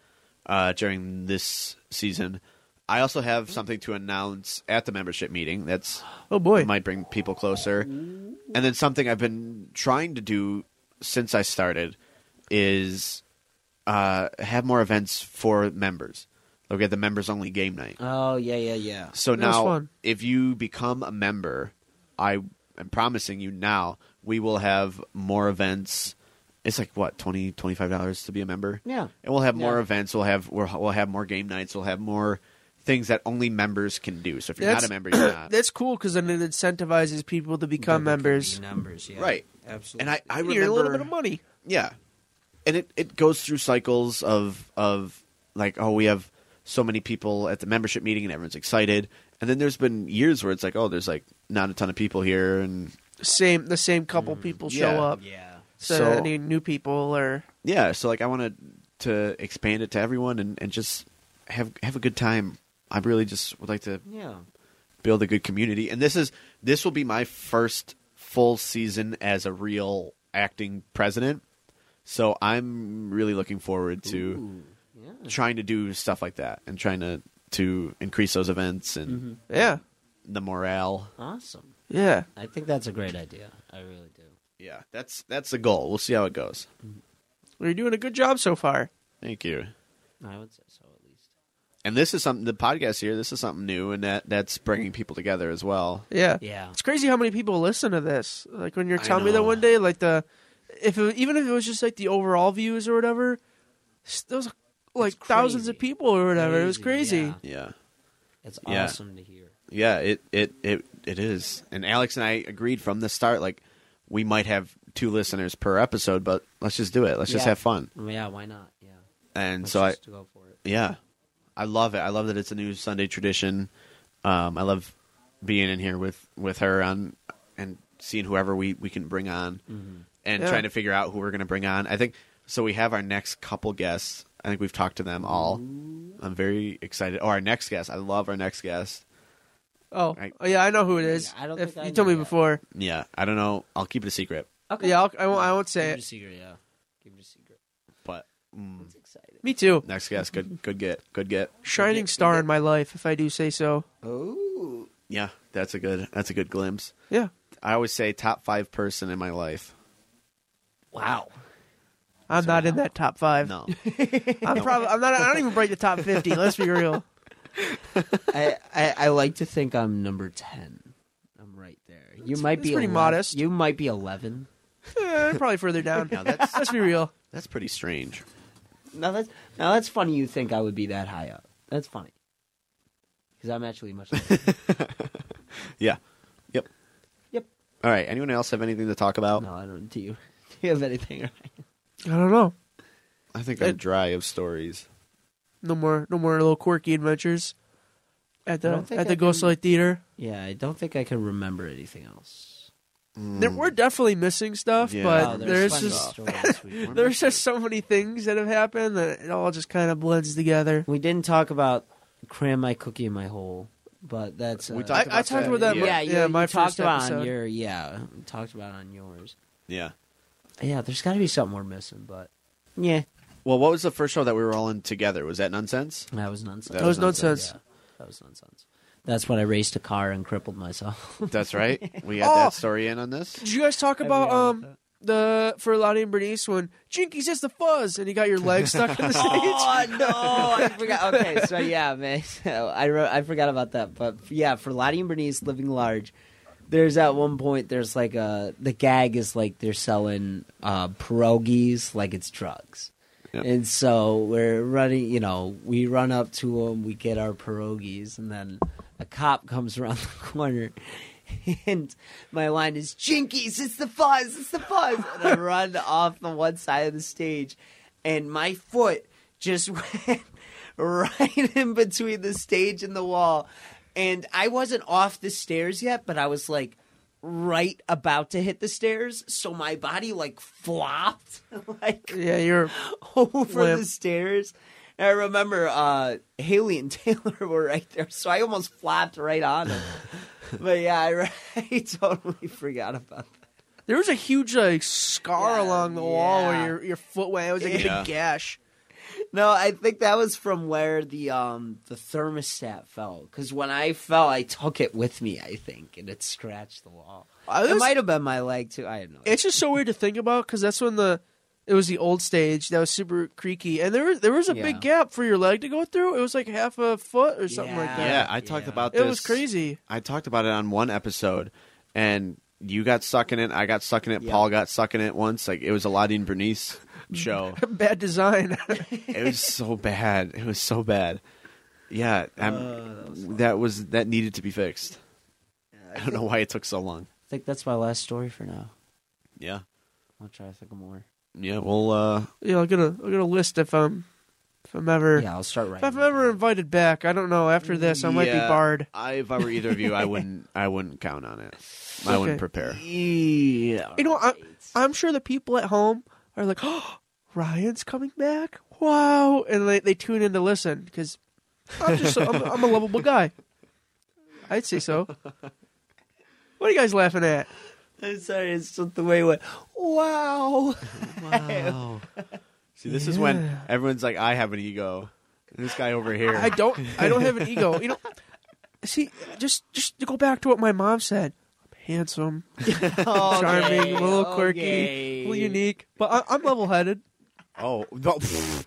[SPEAKER 1] uh, during this season. I also have something to announce at the membership meeting. That's
[SPEAKER 2] oh boy,
[SPEAKER 1] might bring people closer. And then something I've been trying to do since I started is uh, have more events for members. Like we had the members only game night.
[SPEAKER 4] oh yeah yeah yeah
[SPEAKER 1] So
[SPEAKER 2] That was
[SPEAKER 1] now,
[SPEAKER 2] fun.
[SPEAKER 1] if you become a member, I am promising you now we will have more events. It's like what 20 dollars to be a member.
[SPEAKER 4] Yeah.
[SPEAKER 1] and we'll have more
[SPEAKER 4] Yeah.
[SPEAKER 1] events. We'll have we'll, we'll have more game nights. We'll have more things that only members can do. So if you're
[SPEAKER 2] that's
[SPEAKER 1] not a member, you're not.
[SPEAKER 2] that's cool because then it incentivizes people to become members.
[SPEAKER 4] numbers yeah
[SPEAKER 1] Right.
[SPEAKER 4] absolutely
[SPEAKER 1] And I, I
[SPEAKER 2] You
[SPEAKER 1] remember
[SPEAKER 2] get a little bit of money.
[SPEAKER 1] Yeah. And it, it goes through cycles of of like, oh, we have so many people at the membership meeting and everyone's excited. And then there's been years where it's like, oh, there's like not a ton of people here and
[SPEAKER 2] Same, the same couple people show
[SPEAKER 1] Mm, yeah.
[SPEAKER 2] up.
[SPEAKER 4] yeah
[SPEAKER 2] So,
[SPEAKER 1] So-
[SPEAKER 2] any new people or
[SPEAKER 1] yeah, so like I wanna to expand it to everyone and, and just have have a good time. I really just would like to
[SPEAKER 4] yeah
[SPEAKER 1] build a good community. And this is this will be my first full season as a real acting president. So I'm really looking forward to
[SPEAKER 4] Ooh, yeah
[SPEAKER 1] trying to do stuff like that
[SPEAKER 2] Mm-hmm.
[SPEAKER 1] and trying to to increase those events and
[SPEAKER 2] yeah,
[SPEAKER 1] the morale.
[SPEAKER 4] awesome
[SPEAKER 2] Yeah.
[SPEAKER 4] I think that's a great idea. I really do.
[SPEAKER 1] Yeah, that's that's the goal. We'll see how it goes.
[SPEAKER 2] Well, you're doing a good job so far.
[SPEAKER 1] Thank you.
[SPEAKER 4] I would say so at least.
[SPEAKER 1] And this is something the podcast here. This is something new, and that that's bringing people together as well.
[SPEAKER 2] Yeah.
[SPEAKER 4] Yeah.
[SPEAKER 2] It's crazy how many people listen to this. Like when you're
[SPEAKER 1] I
[SPEAKER 2] telling me that
[SPEAKER 1] know.
[SPEAKER 2] one day, like the if it, even if it was just like the overall views or whatever, s- there was like
[SPEAKER 4] It's
[SPEAKER 2] thousands of
[SPEAKER 4] crazy.
[SPEAKER 2] people or whatever. It was crazy.
[SPEAKER 1] Yeah,
[SPEAKER 4] Yeah. It's
[SPEAKER 1] Yeah.
[SPEAKER 4] awesome to hear.
[SPEAKER 1] yeah. It it it it is. And Alex and I agreed from the start. Like we might have two listeners per episode, but let's just do it. Let's just
[SPEAKER 4] Yeah.
[SPEAKER 1] have fun.
[SPEAKER 4] Yeah, why not? Yeah.
[SPEAKER 1] And
[SPEAKER 4] Let's
[SPEAKER 1] so I
[SPEAKER 4] just go for it.
[SPEAKER 1] yeah, I love it. I love that it's a new Sunday tradition. Um, I love being in here with with her on and seeing whoever we we can bring on
[SPEAKER 4] Mm-hmm.
[SPEAKER 1] and
[SPEAKER 2] Yeah.
[SPEAKER 1] trying to figure out who we're going to bring on. I think so. We have our next couple guests. I think we've talked to them all. I'm very excited. Oh, our next guest. I love our next guest.
[SPEAKER 2] Oh,
[SPEAKER 1] Right.
[SPEAKER 2] oh, yeah, I know who it is.
[SPEAKER 4] Yeah, I don't
[SPEAKER 2] If-
[SPEAKER 4] think I
[SPEAKER 2] you told
[SPEAKER 4] knew
[SPEAKER 2] me
[SPEAKER 4] that.
[SPEAKER 2] before.
[SPEAKER 1] Yeah, I don't know. I'll keep it a secret,
[SPEAKER 4] Okay.
[SPEAKER 2] Yeah, I'll, I won't. I won't say
[SPEAKER 4] Give it a
[SPEAKER 2] it.
[SPEAKER 4] secret, yeah. Give it a secret.
[SPEAKER 1] but mm,
[SPEAKER 4] It's exciting.
[SPEAKER 2] Me too.
[SPEAKER 1] next guest. Good, good get, good get.
[SPEAKER 2] Shining star in my life, if I do say so.
[SPEAKER 4] Oh.
[SPEAKER 1] Yeah, that's a good. That's a good glimpse.
[SPEAKER 2] Yeah.
[SPEAKER 1] I always say top five person in my life.
[SPEAKER 4] Wow.
[SPEAKER 2] I'm not in that top five.
[SPEAKER 1] No,
[SPEAKER 2] I'm probably. I'm not. I don't even break the top fifty. Let's be real.
[SPEAKER 4] I, I, I like to think I'm number ten. I'm right there. You might
[SPEAKER 2] that's
[SPEAKER 4] be
[SPEAKER 2] pretty
[SPEAKER 4] 11
[SPEAKER 2] modest.
[SPEAKER 4] You might be eleven.
[SPEAKER 2] Eh, probably further down.
[SPEAKER 1] no, that's
[SPEAKER 2] Let's be real.
[SPEAKER 1] that's pretty strange.
[SPEAKER 4] Now that's now that's funny. You think I would be that high up? That's funny. Because I'm actually much. lower.
[SPEAKER 1] Yeah. Yep.
[SPEAKER 4] Yep.
[SPEAKER 1] All right. Anyone else have anything to talk about?
[SPEAKER 4] no, I don't. Do you? Do you have anything? Right?
[SPEAKER 2] I don't know.
[SPEAKER 1] I think
[SPEAKER 2] I'm
[SPEAKER 1] I'm dry of stories.
[SPEAKER 2] No more. No more little quirky adventures at
[SPEAKER 4] I
[SPEAKER 2] the
[SPEAKER 4] don't think
[SPEAKER 2] at the
[SPEAKER 4] I
[SPEAKER 2] Ghostlight Theater.
[SPEAKER 4] Yeah, I don't think I can remember anything else.
[SPEAKER 2] There, we're definitely missing stuff,
[SPEAKER 1] Hmm.
[SPEAKER 4] Uh,
[SPEAKER 1] Yeah.
[SPEAKER 2] but
[SPEAKER 1] Oh,
[SPEAKER 2] there's,
[SPEAKER 4] plenty of
[SPEAKER 2] just
[SPEAKER 4] stories we can-
[SPEAKER 2] there's just so many things that have happened that it all just kind of blends together.
[SPEAKER 4] we didn't talk about cram my cookie in my hole, but that's uh,
[SPEAKER 1] We
[SPEAKER 2] I,
[SPEAKER 1] talked
[SPEAKER 2] I talked about that.
[SPEAKER 4] yeah,
[SPEAKER 2] Yeah,
[SPEAKER 4] you,
[SPEAKER 2] yeah,
[SPEAKER 4] you
[SPEAKER 2] my
[SPEAKER 4] talked
[SPEAKER 2] first
[SPEAKER 4] about
[SPEAKER 2] episode.
[SPEAKER 4] on your yeah talked about on yours.
[SPEAKER 1] Yeah.
[SPEAKER 4] Yeah, there's got to be something we're missing, but yeah,
[SPEAKER 1] Well, what was the first show that we were all in together? Was that Nonsense?
[SPEAKER 4] that was nonsense.
[SPEAKER 1] That was That
[SPEAKER 2] was nonsense. nonsense.
[SPEAKER 4] Yeah, that was nonsense. That's when I raced a car and crippled myself.
[SPEAKER 1] That's right. We had
[SPEAKER 2] Oh!
[SPEAKER 1] that story in on this.
[SPEAKER 2] Did you guys talk about um the for Lonnie and Bernice when Jinkies hits the fuzz and you got your leg stuck in the stage?
[SPEAKER 4] Oh no! I forgot. Okay, so yeah, man, so I wrote, I forgot about that, but yeah, for Lottie and Bernice living large, there's at one point there's like a the gag is like they're selling uh, pierogies like it's drugs,
[SPEAKER 1] Yep.
[SPEAKER 4] and so we're running. You know, we run up to them, we get our pierogies, and then a cop comes around the corner. And my line is Jinkies, it's the fuzz, it's the fuzz. And I run off the one side of the stage, and my foot just went right in between the stage and the wall. And I wasn't off the stairs yet, but I was like right about to hit the stairs. So my body like flopped like
[SPEAKER 2] yeah, you're
[SPEAKER 4] over
[SPEAKER 2] Limp.
[SPEAKER 4] the stairs. And I remember uh, Haley and Taylor were right there, so I almost flopped right on them. but yeah, I, re- I totally forgot about that.
[SPEAKER 2] there was a huge like scar
[SPEAKER 4] Yeah,
[SPEAKER 2] along the wall
[SPEAKER 4] yeah.
[SPEAKER 2] where your your foot went. It was like a
[SPEAKER 1] Yeah.
[SPEAKER 2] big gash.
[SPEAKER 4] No, I think that was from where the um the thermostat fell. Because when I fell, I took it with me. I think, and it scratched the wall.
[SPEAKER 2] I
[SPEAKER 4] It
[SPEAKER 2] was-
[SPEAKER 4] might have been my leg too. I don't know.
[SPEAKER 2] it's just so weird to think about because that's when the it was the old stage that was super creaky and there was there was a
[SPEAKER 4] Yeah.
[SPEAKER 2] big gap for your leg to go through. It was like half a foot or something like that.
[SPEAKER 1] Yeah, I talked
[SPEAKER 4] Yeah.
[SPEAKER 1] about
[SPEAKER 2] It
[SPEAKER 1] this.
[SPEAKER 2] was crazy.
[SPEAKER 1] I talked about it on one episode, and you got stuck in it. I got stuck in it.
[SPEAKER 4] Yeah.
[SPEAKER 1] Paul got stuck in it once. Like it was a Lottie and Bernice show.
[SPEAKER 2] Bad design.
[SPEAKER 1] it was so bad. It was so bad. Yeah, I'm, Oh, that, was that needed to be fixed. I don't know why it took so long.
[SPEAKER 4] I think that's my last story for now.
[SPEAKER 1] Yeah,
[SPEAKER 4] I'll try to think of more.
[SPEAKER 1] yeah. Well, uh,
[SPEAKER 2] yeah, I'm gonna I'm gonna list if I'm if I'm ever
[SPEAKER 4] Yeah, I'll start
[SPEAKER 2] if
[SPEAKER 4] writing.
[SPEAKER 2] I'm ever invited back. I don't know. After this, I might be
[SPEAKER 1] Yeah,
[SPEAKER 2] barred.
[SPEAKER 1] I, if I were either of you, I wouldn't. I wouldn't count on it. I
[SPEAKER 2] Okay.
[SPEAKER 1] wouldn't prepare.
[SPEAKER 4] Yeah.
[SPEAKER 2] You know, I, I'm sure the people at home are like, "Oh, Ryan's coming back! Wow!" And they they tune in to listen because I'm just so, I'm, I'm a lovable guy. I'd say so. What are you guys laughing at?
[SPEAKER 4] I'm sorry, it's just the way it went. Wow. Wow.
[SPEAKER 1] See, this is when everyone's like, "I have an ego." And this guy over here.
[SPEAKER 2] I don't I don't have an ego. You know, see, just just to go back to what my mom said. I'm handsome, charming, a little quirky, a little unique. But I, I'm level-headed.
[SPEAKER 1] Oh,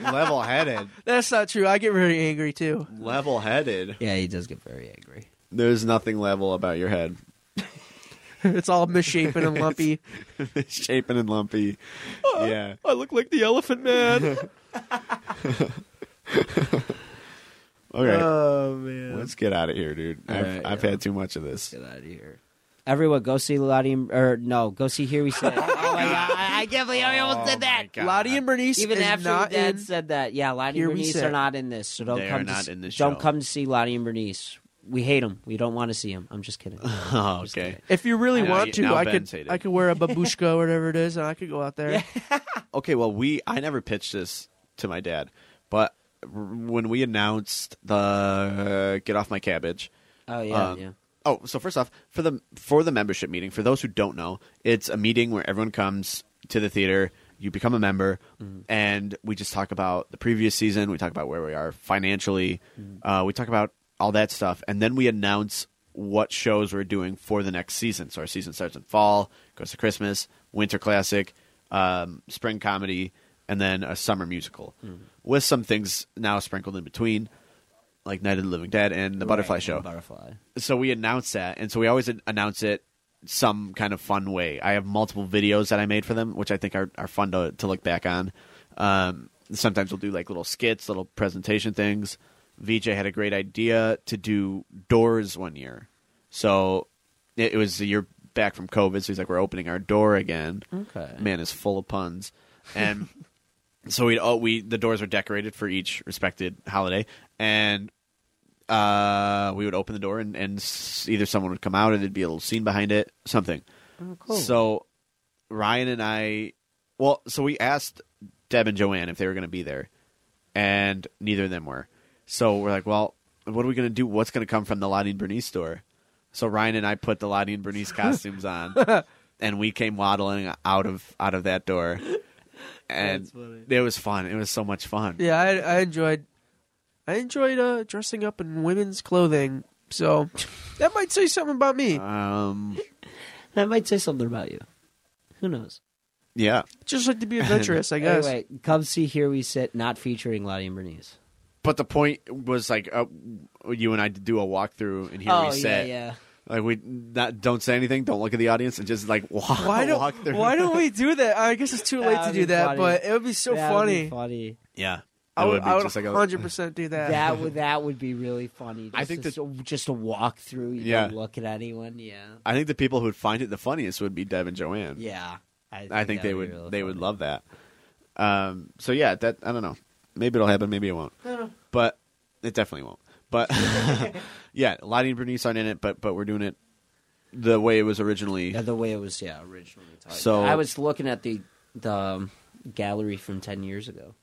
[SPEAKER 1] level headed.
[SPEAKER 2] That's not true. I get very angry too.
[SPEAKER 1] Level headed.
[SPEAKER 4] Yeah, he does get very angry.
[SPEAKER 1] There's nothing level about your head.
[SPEAKER 2] it's all misshapen and lumpy.
[SPEAKER 1] Shaping and lumpy. yeah.
[SPEAKER 2] I look like the Elephant Man.
[SPEAKER 1] Okay.
[SPEAKER 4] Oh man,
[SPEAKER 1] Let's get out of here, dude. I've,
[SPEAKER 4] Alright,
[SPEAKER 1] I've had too much of this.
[SPEAKER 4] get out of here. Everyone, go see Lottie and- or no, go see Here We Sit. oh my god, I can't believe I
[SPEAKER 1] Oh,
[SPEAKER 4] almost said that.
[SPEAKER 2] Lottie and Bernice
[SPEAKER 4] Even
[SPEAKER 2] is
[SPEAKER 4] after
[SPEAKER 2] not
[SPEAKER 4] Dad
[SPEAKER 2] in.
[SPEAKER 4] said that, yeah, Lottie
[SPEAKER 2] Here
[SPEAKER 4] and
[SPEAKER 2] We
[SPEAKER 4] Bernice
[SPEAKER 2] Sit.
[SPEAKER 4] are not in this, so don't
[SPEAKER 1] They
[SPEAKER 4] come
[SPEAKER 1] are
[SPEAKER 4] to
[SPEAKER 1] not
[SPEAKER 4] s-
[SPEAKER 1] in this
[SPEAKER 4] Don't
[SPEAKER 1] show.
[SPEAKER 4] come to see Lottie and Bernice. We hate them. We don't want to see them. I'm just kidding.
[SPEAKER 1] Oh, okay.
[SPEAKER 2] If you really
[SPEAKER 1] Now
[SPEAKER 2] want
[SPEAKER 1] you-
[SPEAKER 2] to,
[SPEAKER 1] now
[SPEAKER 2] I
[SPEAKER 1] Ben
[SPEAKER 2] could
[SPEAKER 1] said it.
[SPEAKER 2] I could wear a babushka or whatever it is, and I could go out there.
[SPEAKER 1] Okay, well, we I never pitched this to my dad, but r- when we announced the uh, get off my cabbage.
[SPEAKER 4] Oh yeah,
[SPEAKER 1] um,
[SPEAKER 4] yeah.
[SPEAKER 1] Oh, so first off, for the for the membership meeting, for those who don't know, it's a meeting where everyone comes to the theater. You become a member,
[SPEAKER 4] Mm-hmm.
[SPEAKER 1] and we just talk about the previous season. We talk about where we are financially.
[SPEAKER 4] Mm-hmm.
[SPEAKER 1] Uh, we talk about all that stuff, and then we announce what shows we're doing for the next season. So our season starts in fall, goes to Christmas, winter classic, um, spring comedy, and then a summer musical,
[SPEAKER 4] Mm-hmm.
[SPEAKER 1] with some things now sprinkled in between, like Night of the Living Dead and the Butterfly
[SPEAKER 4] Right,
[SPEAKER 1] Show
[SPEAKER 4] Butterfly.
[SPEAKER 1] so we announce that, and so we always an- announce it some kind of fun way. I have multiple videos that I made for them, which I think are, are fun to to look back on. Um, sometimes we'll do like little skits, little presentation things. VJ had a great idea to do doors one year, so it, it was the year back from COVID. So he's like, "We're opening our door again."
[SPEAKER 4] Okay.
[SPEAKER 1] man is full of puns, and so we'd all we the doors are decorated for each respected holiday, and uh, we would open the door and, and s- either someone would come out or there'd be a little scene behind it, something.
[SPEAKER 4] Oh, cool.
[SPEAKER 1] So Ryan and I, well, so we asked Deb and Joanne if they were going to be there, and neither of them were. So we're like, well, what are we going to do? What's going to come from the Lottie and Bernice store? So Ryan and I put the Lottie and Bernice costumes on, and we came waddling out of out of that door, and it was fun. It was so much fun.
[SPEAKER 2] Yeah, I, I enjoyed. I enjoyed uh, dressing up in women's clothing, so that might say something about me.
[SPEAKER 1] Um,
[SPEAKER 4] That might say something about you. Who knows?
[SPEAKER 1] yeah.
[SPEAKER 2] Just like to be adventurous, I guess.
[SPEAKER 4] Anyway, come see Here We Sit, not featuring Lottie and Bernice.
[SPEAKER 1] but the point was like uh, you and I did do a walkthrough and here
[SPEAKER 4] oh
[SPEAKER 1] we
[SPEAKER 4] yeah,
[SPEAKER 1] sit.
[SPEAKER 4] yeah.
[SPEAKER 1] Like we not, don't say anything, don't look at the audience, and just like walk.
[SPEAKER 2] why
[SPEAKER 1] walk
[SPEAKER 2] don't
[SPEAKER 1] through.
[SPEAKER 2] Why don't we do that? I guess it's too
[SPEAKER 4] That
[SPEAKER 2] late
[SPEAKER 4] would
[SPEAKER 2] to
[SPEAKER 4] be
[SPEAKER 2] do that,
[SPEAKER 4] funny.
[SPEAKER 2] but it would be so
[SPEAKER 4] That would
[SPEAKER 2] funny.
[SPEAKER 4] be funny.
[SPEAKER 1] Yeah,
[SPEAKER 2] I
[SPEAKER 1] It
[SPEAKER 2] would,
[SPEAKER 1] be
[SPEAKER 2] I would
[SPEAKER 1] just like a-
[SPEAKER 2] 100% do that.
[SPEAKER 4] That would that would be really funny. Just
[SPEAKER 1] I think
[SPEAKER 4] to, s- just to walk through. You
[SPEAKER 1] Yeah.
[SPEAKER 4] don't look at anyone. Yeah,
[SPEAKER 1] I think the people who'd find it the funniest would be Deb and Joanne.
[SPEAKER 4] yeah. I think,
[SPEAKER 1] I think
[SPEAKER 4] that
[SPEAKER 1] they
[SPEAKER 4] be
[SPEAKER 1] would.
[SPEAKER 4] really
[SPEAKER 1] they would
[SPEAKER 4] funny.
[SPEAKER 1] love that. Um. So yeah, that I don't know. Maybe it'll happen. Maybe it won't. But it definitely won't. But yeah, Lottie and Bernice aren't in it, but but we're doing it the way it was originally.
[SPEAKER 4] Yeah, the way it was. Yeah, originally. Taught.
[SPEAKER 1] So-
[SPEAKER 4] I was looking at the the um, gallery from ten years ago.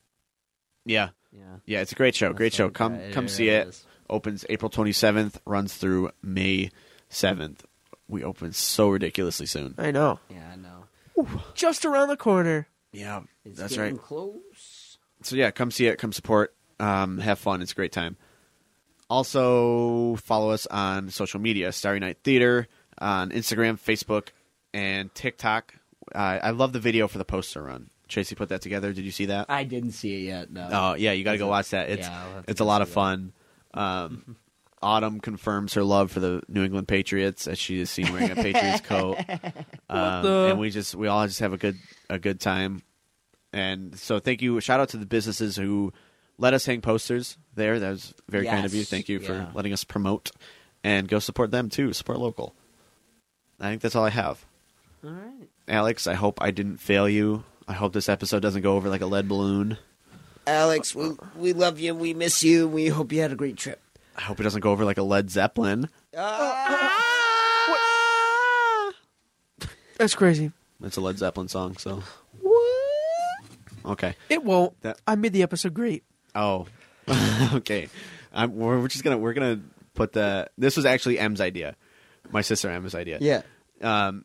[SPEAKER 1] Yeah,
[SPEAKER 4] Yeah.
[SPEAKER 1] yeah. It's a great show. Oh, Great
[SPEAKER 4] That's
[SPEAKER 1] show.
[SPEAKER 4] what-
[SPEAKER 1] Come
[SPEAKER 4] yeah,
[SPEAKER 1] come
[SPEAKER 4] yeah,
[SPEAKER 1] see
[SPEAKER 4] yeah,
[SPEAKER 1] it.
[SPEAKER 4] is.
[SPEAKER 1] opens April 27th, runs through May 7th. We open so ridiculously soon.
[SPEAKER 2] I know.
[SPEAKER 4] Yeah, I know.
[SPEAKER 2] Just around the corner.
[SPEAKER 1] Yeah,
[SPEAKER 4] It's
[SPEAKER 1] that's
[SPEAKER 4] getting
[SPEAKER 1] right.
[SPEAKER 4] Close.
[SPEAKER 1] So yeah, come see it, come support, um, have fun. It's a great time. Also, follow us on social media: Starry Night Theater on Instagram, Facebook, and TikTok. Uh, I love the video for the poster run. Tracy put that together. Did you see that?
[SPEAKER 4] I didn't see it yet. No.
[SPEAKER 1] Oh yeah, you got to go watch that. It's
[SPEAKER 4] Yeah, I'll have to
[SPEAKER 1] it's a
[SPEAKER 4] go
[SPEAKER 1] lot
[SPEAKER 4] see
[SPEAKER 1] of
[SPEAKER 4] that.
[SPEAKER 1] fun. Um, Autumn confirms her love for the New England Patriots as she is seen wearing a Patriots coat, um,
[SPEAKER 2] the-
[SPEAKER 1] and we just we all just have a good a good time. And so thank you. Shout out to the businesses who let us hang posters there. That was very kind of you.
[SPEAKER 4] Yes,
[SPEAKER 1] Thank you
[SPEAKER 4] yeah.
[SPEAKER 1] for letting us promote and go support them too. Support local. I think that's all I have.
[SPEAKER 4] All right.
[SPEAKER 1] Alex, I hope I didn't fail you. I hope this episode doesn't go over like a lead balloon.
[SPEAKER 4] Alex, we we love you. We miss you. We hope you had a great trip.
[SPEAKER 1] I hope it doesn't go over like a Led Zeppelin.
[SPEAKER 4] Uh, Ah.
[SPEAKER 2] That's crazy.
[SPEAKER 1] It's a Led Zeppelin song, so. Okay.
[SPEAKER 2] It won't.
[SPEAKER 1] That-
[SPEAKER 2] I made the episode great.
[SPEAKER 1] Oh. okay. I'm, we're, we're just gonna we're gonna put the. This was actually M's idea, my sister M's idea.
[SPEAKER 4] yeah.
[SPEAKER 1] Um,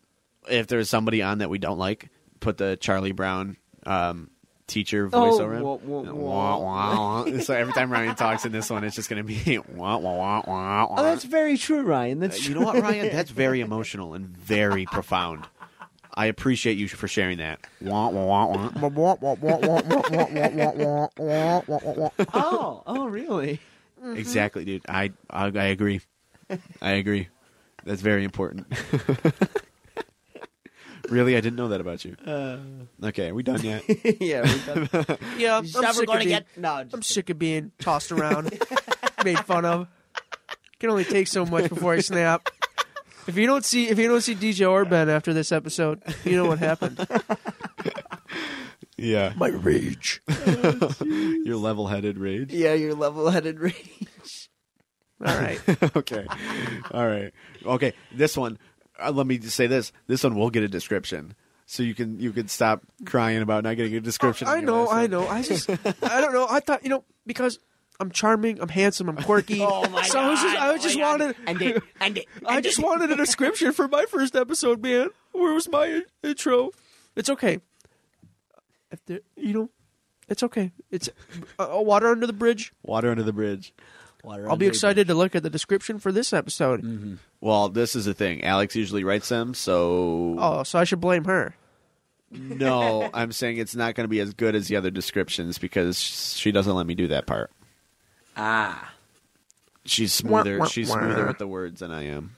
[SPEAKER 1] if there's somebody on that we don't like, put the Charlie Brown um,
[SPEAKER 5] teacher
[SPEAKER 4] Oh,
[SPEAKER 5] voiceover. him.
[SPEAKER 4] wah, wah,
[SPEAKER 1] Wah,
[SPEAKER 4] wah.
[SPEAKER 1] wah, wah. so every time Ryan talks in this one, it's just going to be wah, wah, wah, wah, wah.
[SPEAKER 4] Oh, that's very true, Ryan.
[SPEAKER 1] Uh,
[SPEAKER 4] That's
[SPEAKER 1] you know what, Ryan? That's very emotional and very profound. I appreciate you for sharing that. Wah, wah, wah, wah.
[SPEAKER 4] oh, oh, really?
[SPEAKER 2] Mm-hmm.
[SPEAKER 1] Exactly, dude. I, I I agree. I agree. That's very important. really, I didn't know that about you.
[SPEAKER 2] Uh.
[SPEAKER 1] okay, are we done yet?
[SPEAKER 4] yeah. We're done.
[SPEAKER 2] Yeah, I'm
[SPEAKER 4] Never
[SPEAKER 2] sick, of
[SPEAKER 4] gonna
[SPEAKER 2] being,
[SPEAKER 4] get. No, just
[SPEAKER 2] I'm
[SPEAKER 4] kidding.
[SPEAKER 2] sick of being tossed around, made fun of. Can only take so much before I snap. If you don't see if you don't see DJ or Ben after this episode, you know what happened.
[SPEAKER 1] yeah,
[SPEAKER 2] My rage.
[SPEAKER 1] your level-headed rage.
[SPEAKER 4] Yeah, your level-headed rage.
[SPEAKER 2] All right.
[SPEAKER 1] okay, all right. Okay, this one. Uh, let me just say this. This one will get a description, so you can you can stop crying about not getting a description.
[SPEAKER 2] I
[SPEAKER 1] in your
[SPEAKER 2] know,
[SPEAKER 1] last
[SPEAKER 2] I
[SPEAKER 1] one.
[SPEAKER 2] know. I just, I don't know. I thought, you know, because I'm charming, I'm handsome, I'm quirky.
[SPEAKER 4] Oh my
[SPEAKER 2] so I was just, I was just wanted,
[SPEAKER 4] And it, and it,
[SPEAKER 2] I just wanted a description for my first episode, man. Where was my in- intro? It's okay. If there, you know, it's okay. It's uh, uh, water under the bridge.
[SPEAKER 1] Water under the bridge.
[SPEAKER 2] I'll be excited to look at the description for this episode.
[SPEAKER 1] Well, this is the thing. Alex usually writes them, so
[SPEAKER 2] Oh, so I should blame her.
[SPEAKER 1] No, I'm saying it's not going to be as good as the other descriptions because she doesn't let me do that part.
[SPEAKER 4] Ah,
[SPEAKER 1] She's
[SPEAKER 2] Wah,
[SPEAKER 1] smoother.
[SPEAKER 2] wah,
[SPEAKER 1] she's
[SPEAKER 2] wah.
[SPEAKER 1] smoother with the words than I am.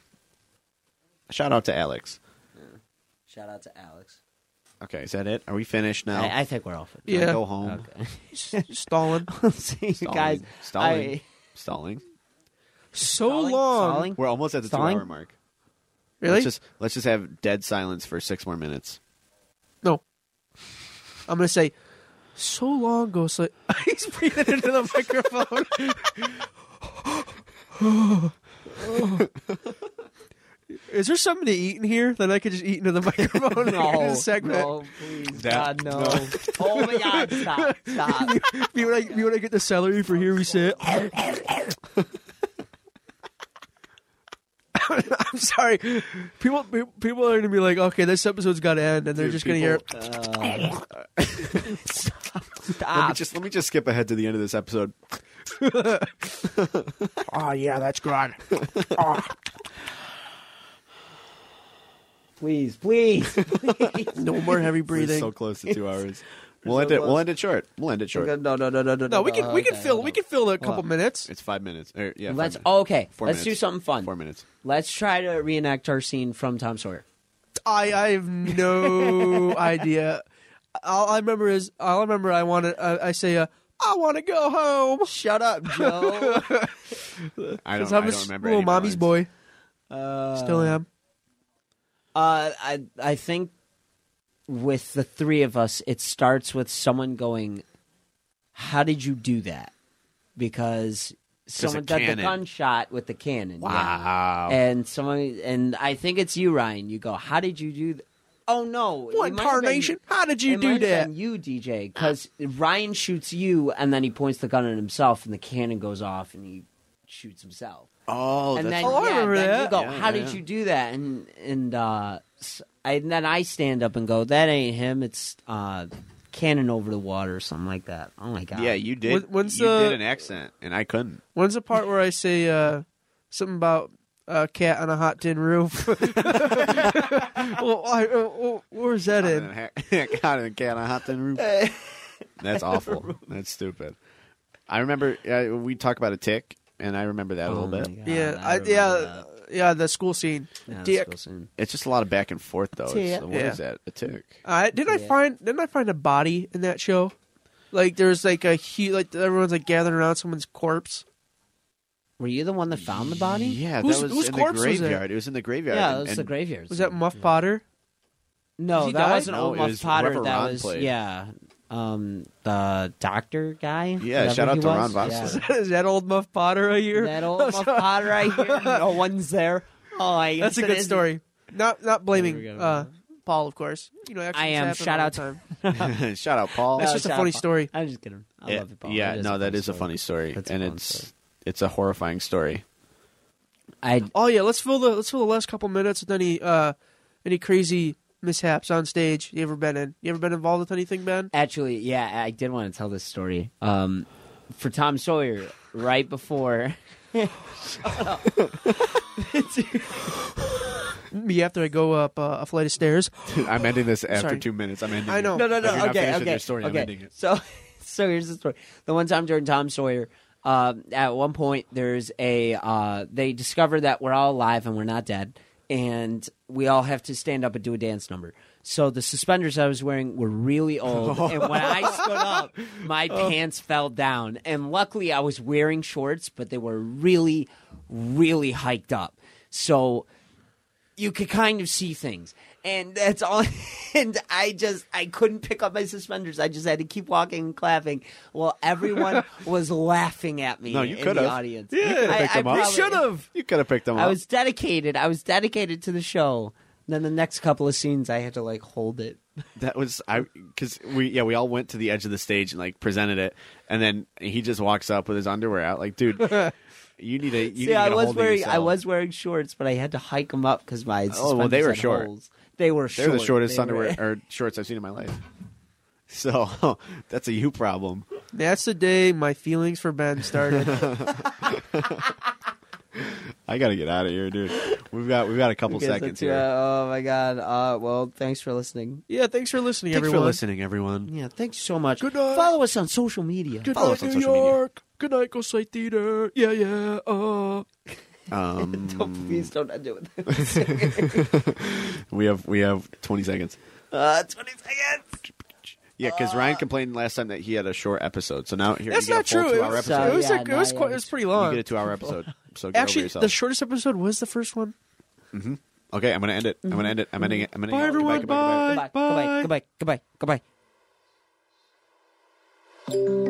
[SPEAKER 1] Shout out to Alex.
[SPEAKER 4] shout out to Alex.
[SPEAKER 1] Okay, is that it? Are we finished now?
[SPEAKER 4] I, I think we're all for
[SPEAKER 1] Can I
[SPEAKER 2] Yeah.
[SPEAKER 1] go home.
[SPEAKER 4] Okay.
[SPEAKER 2] Stalling.
[SPEAKER 4] See you
[SPEAKER 1] Stalling.
[SPEAKER 4] guys.
[SPEAKER 1] stalling.
[SPEAKER 4] I-
[SPEAKER 1] stalling.
[SPEAKER 2] So
[SPEAKER 4] Stalling?
[SPEAKER 2] long.
[SPEAKER 4] Stalling?
[SPEAKER 1] We're almost at the
[SPEAKER 4] Stalling?
[SPEAKER 1] two-hour mark.
[SPEAKER 2] Really?
[SPEAKER 1] Let's just let's just have dead silence for six more minutes.
[SPEAKER 2] No. I'm gonna say, so long ago. So he's breathing into the microphone. Is there something to eat in here that I could just eat into the microphone? in
[SPEAKER 4] No,
[SPEAKER 2] this segment?
[SPEAKER 4] no, please,
[SPEAKER 1] That-
[SPEAKER 4] God, no. oh my God, stop, stop.
[SPEAKER 2] You want to you want to get the celery for here we sit. I'm sorry. People pe- people are gonna be like, okay, this episode's got to end, and they're
[SPEAKER 1] Dude,
[SPEAKER 2] just gonna hear.
[SPEAKER 4] Uh,
[SPEAKER 1] Let me
[SPEAKER 2] Ah.
[SPEAKER 4] stop.
[SPEAKER 1] just let me just skip ahead to the end of this episode.
[SPEAKER 2] Oh yeah, that's good.
[SPEAKER 4] Please, please, please.
[SPEAKER 2] No more heavy
[SPEAKER 1] We're
[SPEAKER 2] breathing.
[SPEAKER 1] so close to two hours. We'll
[SPEAKER 4] so
[SPEAKER 1] end it. We'll
[SPEAKER 4] close.
[SPEAKER 1] end it short. We'll end it short.
[SPEAKER 4] No, no, no, no, no, no.
[SPEAKER 2] No, we can we can
[SPEAKER 4] okay,
[SPEAKER 2] fill
[SPEAKER 4] hold
[SPEAKER 2] we
[SPEAKER 4] on.
[SPEAKER 2] can fill a couple
[SPEAKER 4] Hold on.
[SPEAKER 2] minutes.
[SPEAKER 1] It's five minutes. Or, yeah, five
[SPEAKER 4] Let's
[SPEAKER 1] minutes.
[SPEAKER 4] okay.
[SPEAKER 1] Four
[SPEAKER 4] let's
[SPEAKER 1] minutes.
[SPEAKER 4] do something fun.
[SPEAKER 1] Four minutes.
[SPEAKER 4] Let's try to reenact our scene from Tom Sawyer.
[SPEAKER 2] I I have no idea. All I remember is all I remember. I want to. I, I say, uh, I want to go home.
[SPEAKER 4] Shut up, Joe.
[SPEAKER 1] I don't,
[SPEAKER 2] I'm
[SPEAKER 1] I
[SPEAKER 2] a
[SPEAKER 1] don't
[SPEAKER 2] s-
[SPEAKER 1] remember.
[SPEAKER 2] little
[SPEAKER 1] any
[SPEAKER 2] mommy's
[SPEAKER 1] lines.
[SPEAKER 2] boy.
[SPEAKER 4] uh,
[SPEAKER 2] Still am.
[SPEAKER 4] Uh, I I think with the three of us, it starts with someone going, "How did you do that?" Because someone
[SPEAKER 1] a
[SPEAKER 4] got the
[SPEAKER 1] cannon.
[SPEAKER 4] gunshot with the cannon. yeah.
[SPEAKER 1] Wow.
[SPEAKER 4] And someone, and I think it's you, Ryan. You go, "How did you do?" Th- oh no!
[SPEAKER 2] What
[SPEAKER 4] it might have been-
[SPEAKER 2] incarnation? How did you
[SPEAKER 4] it
[SPEAKER 2] do
[SPEAKER 4] might have
[SPEAKER 2] that?
[SPEAKER 4] been You DJ, because Ryan shoots you, and then he points the gun at himself, and the cannon goes off, and he shoots himself
[SPEAKER 1] oh,
[SPEAKER 4] and
[SPEAKER 1] that's
[SPEAKER 4] then,
[SPEAKER 2] Oh, I
[SPEAKER 4] yeah,
[SPEAKER 2] remember
[SPEAKER 4] then
[SPEAKER 2] that.
[SPEAKER 4] you go,
[SPEAKER 1] Yeah,
[SPEAKER 4] "How
[SPEAKER 1] yeah,
[SPEAKER 4] did
[SPEAKER 1] yeah.
[SPEAKER 4] you do that?" And and uh, s- I, and then I stand up and go, "That ain't him. It's uh, cannon over the water or something like that." Oh my god!
[SPEAKER 1] yeah. You did.
[SPEAKER 2] When- when's
[SPEAKER 1] you
[SPEAKER 2] the-
[SPEAKER 1] did an accent, and I couldn't.
[SPEAKER 2] When's the part where I say uh, something about a cat on a hot tin roof? well, I, uh, well, where's that
[SPEAKER 1] And
[SPEAKER 2] in?
[SPEAKER 1] then I- God, and can I hop in the roof? That's awful. That's stupid. I remember uh, we talked about a tick, and I remember that a
[SPEAKER 4] Oh
[SPEAKER 1] little
[SPEAKER 4] my
[SPEAKER 1] bit.
[SPEAKER 4] God,
[SPEAKER 2] Yeah,
[SPEAKER 4] I
[SPEAKER 2] I,
[SPEAKER 4] remember
[SPEAKER 2] yeah,
[SPEAKER 4] that.
[SPEAKER 2] yeah. The school scene.
[SPEAKER 4] Yeah, that's
[SPEAKER 2] Dick.
[SPEAKER 4] cool scene.
[SPEAKER 1] It's just a lot of back and forth, though. It's,
[SPEAKER 4] Tick.
[SPEAKER 1] what
[SPEAKER 2] Yeah.
[SPEAKER 1] is that? A tick.
[SPEAKER 2] I Uh, didn't I
[SPEAKER 4] Yeah.
[SPEAKER 2] find didn't I find a body in that show? Like there's like a huge like everyone's like gathering around someone's corpse.
[SPEAKER 4] Were you the one that found the body?
[SPEAKER 1] Yeah,
[SPEAKER 2] Whose-
[SPEAKER 1] that was
[SPEAKER 2] whose
[SPEAKER 1] in
[SPEAKER 2] corpse
[SPEAKER 1] the
[SPEAKER 2] was it?
[SPEAKER 1] graveyard. it? was in the graveyard.
[SPEAKER 4] yeah,
[SPEAKER 1] and-
[SPEAKER 4] it was the
[SPEAKER 1] and
[SPEAKER 4] graveyard.
[SPEAKER 2] Was that Muff Potter?
[SPEAKER 4] No,
[SPEAKER 2] Did he
[SPEAKER 4] that
[SPEAKER 2] die?
[SPEAKER 4] wasn't
[SPEAKER 1] No,
[SPEAKER 4] old
[SPEAKER 1] it
[SPEAKER 4] Muff
[SPEAKER 1] was
[SPEAKER 4] Potter.
[SPEAKER 1] whoever
[SPEAKER 4] that
[SPEAKER 1] Ron
[SPEAKER 4] was
[SPEAKER 1] played.
[SPEAKER 4] yeah, um, the doctor guy.
[SPEAKER 1] Yeah, shout
[SPEAKER 4] whatever
[SPEAKER 1] out
[SPEAKER 4] he
[SPEAKER 1] to Ron
[SPEAKER 4] was.
[SPEAKER 1] Vasquez.
[SPEAKER 4] Yeah.
[SPEAKER 2] Is that old Muff Potter right here?
[SPEAKER 4] That old Muff Potter right here. No one's there. Oh, I
[SPEAKER 2] That's a
[SPEAKER 4] guess it
[SPEAKER 2] good
[SPEAKER 4] is.
[SPEAKER 2] story. Not not blaming
[SPEAKER 4] There we go.
[SPEAKER 2] uh, Paul, of course. You know,
[SPEAKER 4] I
[SPEAKER 2] accidents
[SPEAKER 4] am.
[SPEAKER 2] happen
[SPEAKER 4] Shout
[SPEAKER 2] all
[SPEAKER 4] out
[SPEAKER 2] the
[SPEAKER 4] to-
[SPEAKER 2] time.
[SPEAKER 1] Shout out, Paul.
[SPEAKER 2] That's
[SPEAKER 4] No,
[SPEAKER 2] just a
[SPEAKER 4] shout
[SPEAKER 2] funny
[SPEAKER 4] out, Paul.
[SPEAKER 2] story.
[SPEAKER 4] Oh, I'm just kidding. I
[SPEAKER 1] Yeah,
[SPEAKER 4] love it, Paul.
[SPEAKER 1] Yeah,
[SPEAKER 4] It
[SPEAKER 1] no, that is a funny story,
[SPEAKER 4] That's a
[SPEAKER 1] and
[SPEAKER 4] fun
[SPEAKER 1] it's
[SPEAKER 4] story.
[SPEAKER 1] it's a horrifying story.
[SPEAKER 4] I
[SPEAKER 2] Oh yeah, let's fill the let's fill the last couple minutes with any uh any crazy mishaps on stage you ever been in? You ever been involved with anything, Ben?
[SPEAKER 4] Actually, yeah, I did want to tell this story. Um, for Tom Sawyer, right before. Mm-hmm.
[SPEAKER 2] Me after I go up uh, a flight of stairs.
[SPEAKER 1] I'm ending this after
[SPEAKER 2] Sorry.
[SPEAKER 1] two minutes. I'm ending.
[SPEAKER 2] I know.
[SPEAKER 1] It.
[SPEAKER 4] No, no, no.
[SPEAKER 1] If you're not
[SPEAKER 4] okay,
[SPEAKER 1] finished with
[SPEAKER 4] okay,
[SPEAKER 1] your story, I'm
[SPEAKER 4] okay.
[SPEAKER 1] ending it.
[SPEAKER 4] So, so here's the story. The one time during Tom Sawyer, um, at one point there's a uh, they discover that we're all alive and we're not dead, and we all have to stand up and do a dance number. So the suspenders I was wearing were really old, and when I stood up, my
[SPEAKER 1] Oh.
[SPEAKER 4] pants fell down. And luckily, I was wearing shorts, but they were really, really hiked up. So you could kind of see things. And that's all. And I just, I couldn't pick up my suspenders. I just had to keep walking and clapping while everyone was laughing at me
[SPEAKER 1] No, you
[SPEAKER 4] in
[SPEAKER 1] could
[SPEAKER 4] the
[SPEAKER 1] have.
[SPEAKER 4] audience.
[SPEAKER 1] You could have
[SPEAKER 4] I-
[SPEAKER 1] picked
[SPEAKER 4] I
[SPEAKER 1] them up.
[SPEAKER 4] probably-
[SPEAKER 1] have. You could have picked them
[SPEAKER 4] I
[SPEAKER 1] up.
[SPEAKER 4] was dedicated. I was dedicated to the show. Then the next couple of scenes, I had to like hold it.
[SPEAKER 1] That was I because we yeah we all went to the edge of the stage and like presented it, and then he just walks up with his underwear out like, dude, you need a you need
[SPEAKER 4] See,
[SPEAKER 1] to
[SPEAKER 4] I
[SPEAKER 1] get a
[SPEAKER 4] was
[SPEAKER 1] hold of
[SPEAKER 4] wearing I
[SPEAKER 1] yourself. Oh,
[SPEAKER 4] was wearing shorts, but I had to hike them up because my suspenders
[SPEAKER 1] well, they were
[SPEAKER 4] had
[SPEAKER 1] short.
[SPEAKER 4] holes. They were
[SPEAKER 1] They're
[SPEAKER 4] short.
[SPEAKER 1] the shortest
[SPEAKER 4] They were-
[SPEAKER 1] underwear or shorts I've seen in my life. So that's a you problem.
[SPEAKER 2] That's the day my feelings for Ben started.
[SPEAKER 1] I gotta get out of here, dude. We've got we've got a couple
[SPEAKER 4] Okay, so
[SPEAKER 1] seconds
[SPEAKER 4] two-
[SPEAKER 1] here.
[SPEAKER 4] Oh my god. Uh, well, thanks for listening.
[SPEAKER 2] yeah, thanks for listening,
[SPEAKER 1] Thanks
[SPEAKER 2] everyone.
[SPEAKER 1] for listening, everyone.
[SPEAKER 4] Yeah, thanks so much.
[SPEAKER 2] Good night.
[SPEAKER 4] Follow us on social media.
[SPEAKER 2] Good
[SPEAKER 1] Follow
[SPEAKER 2] night,
[SPEAKER 1] us on
[SPEAKER 2] New
[SPEAKER 1] social media.
[SPEAKER 2] York. Good night, Ghostlight Theater. Yeah, yeah. Uh.
[SPEAKER 1] Um,
[SPEAKER 4] Don't- please don't do it. Uh,
[SPEAKER 1] we have we have twenty seconds.
[SPEAKER 4] Uh, 20 seconds.
[SPEAKER 1] Yeah, because
[SPEAKER 4] Uh,
[SPEAKER 1] Ryan complained last time that he had a short episode, so now here
[SPEAKER 2] That's
[SPEAKER 1] you get a
[SPEAKER 2] not
[SPEAKER 1] full
[SPEAKER 2] true. It
[SPEAKER 1] two hour
[SPEAKER 2] was,
[SPEAKER 1] episode.
[SPEAKER 4] So,
[SPEAKER 2] it was,
[SPEAKER 4] yeah,
[SPEAKER 2] a, it
[SPEAKER 4] no,
[SPEAKER 2] was
[SPEAKER 4] yeah,
[SPEAKER 2] quite, it
[SPEAKER 4] it's-
[SPEAKER 2] was pretty
[SPEAKER 1] You
[SPEAKER 2] long.
[SPEAKER 1] get a two hour episode. So get
[SPEAKER 2] Actually,
[SPEAKER 1] over yourself.
[SPEAKER 2] the shortest episode was the first one.
[SPEAKER 1] Okay, I'm gonna end it. I'm gonna end it. I'm ending it. I'm ending
[SPEAKER 2] Bye,
[SPEAKER 1] it.
[SPEAKER 2] everyone.
[SPEAKER 1] Goodbye, goodbye, goodbye.
[SPEAKER 2] Bye.
[SPEAKER 4] Goodbye. Goodbye. Goodbye. Goodbye.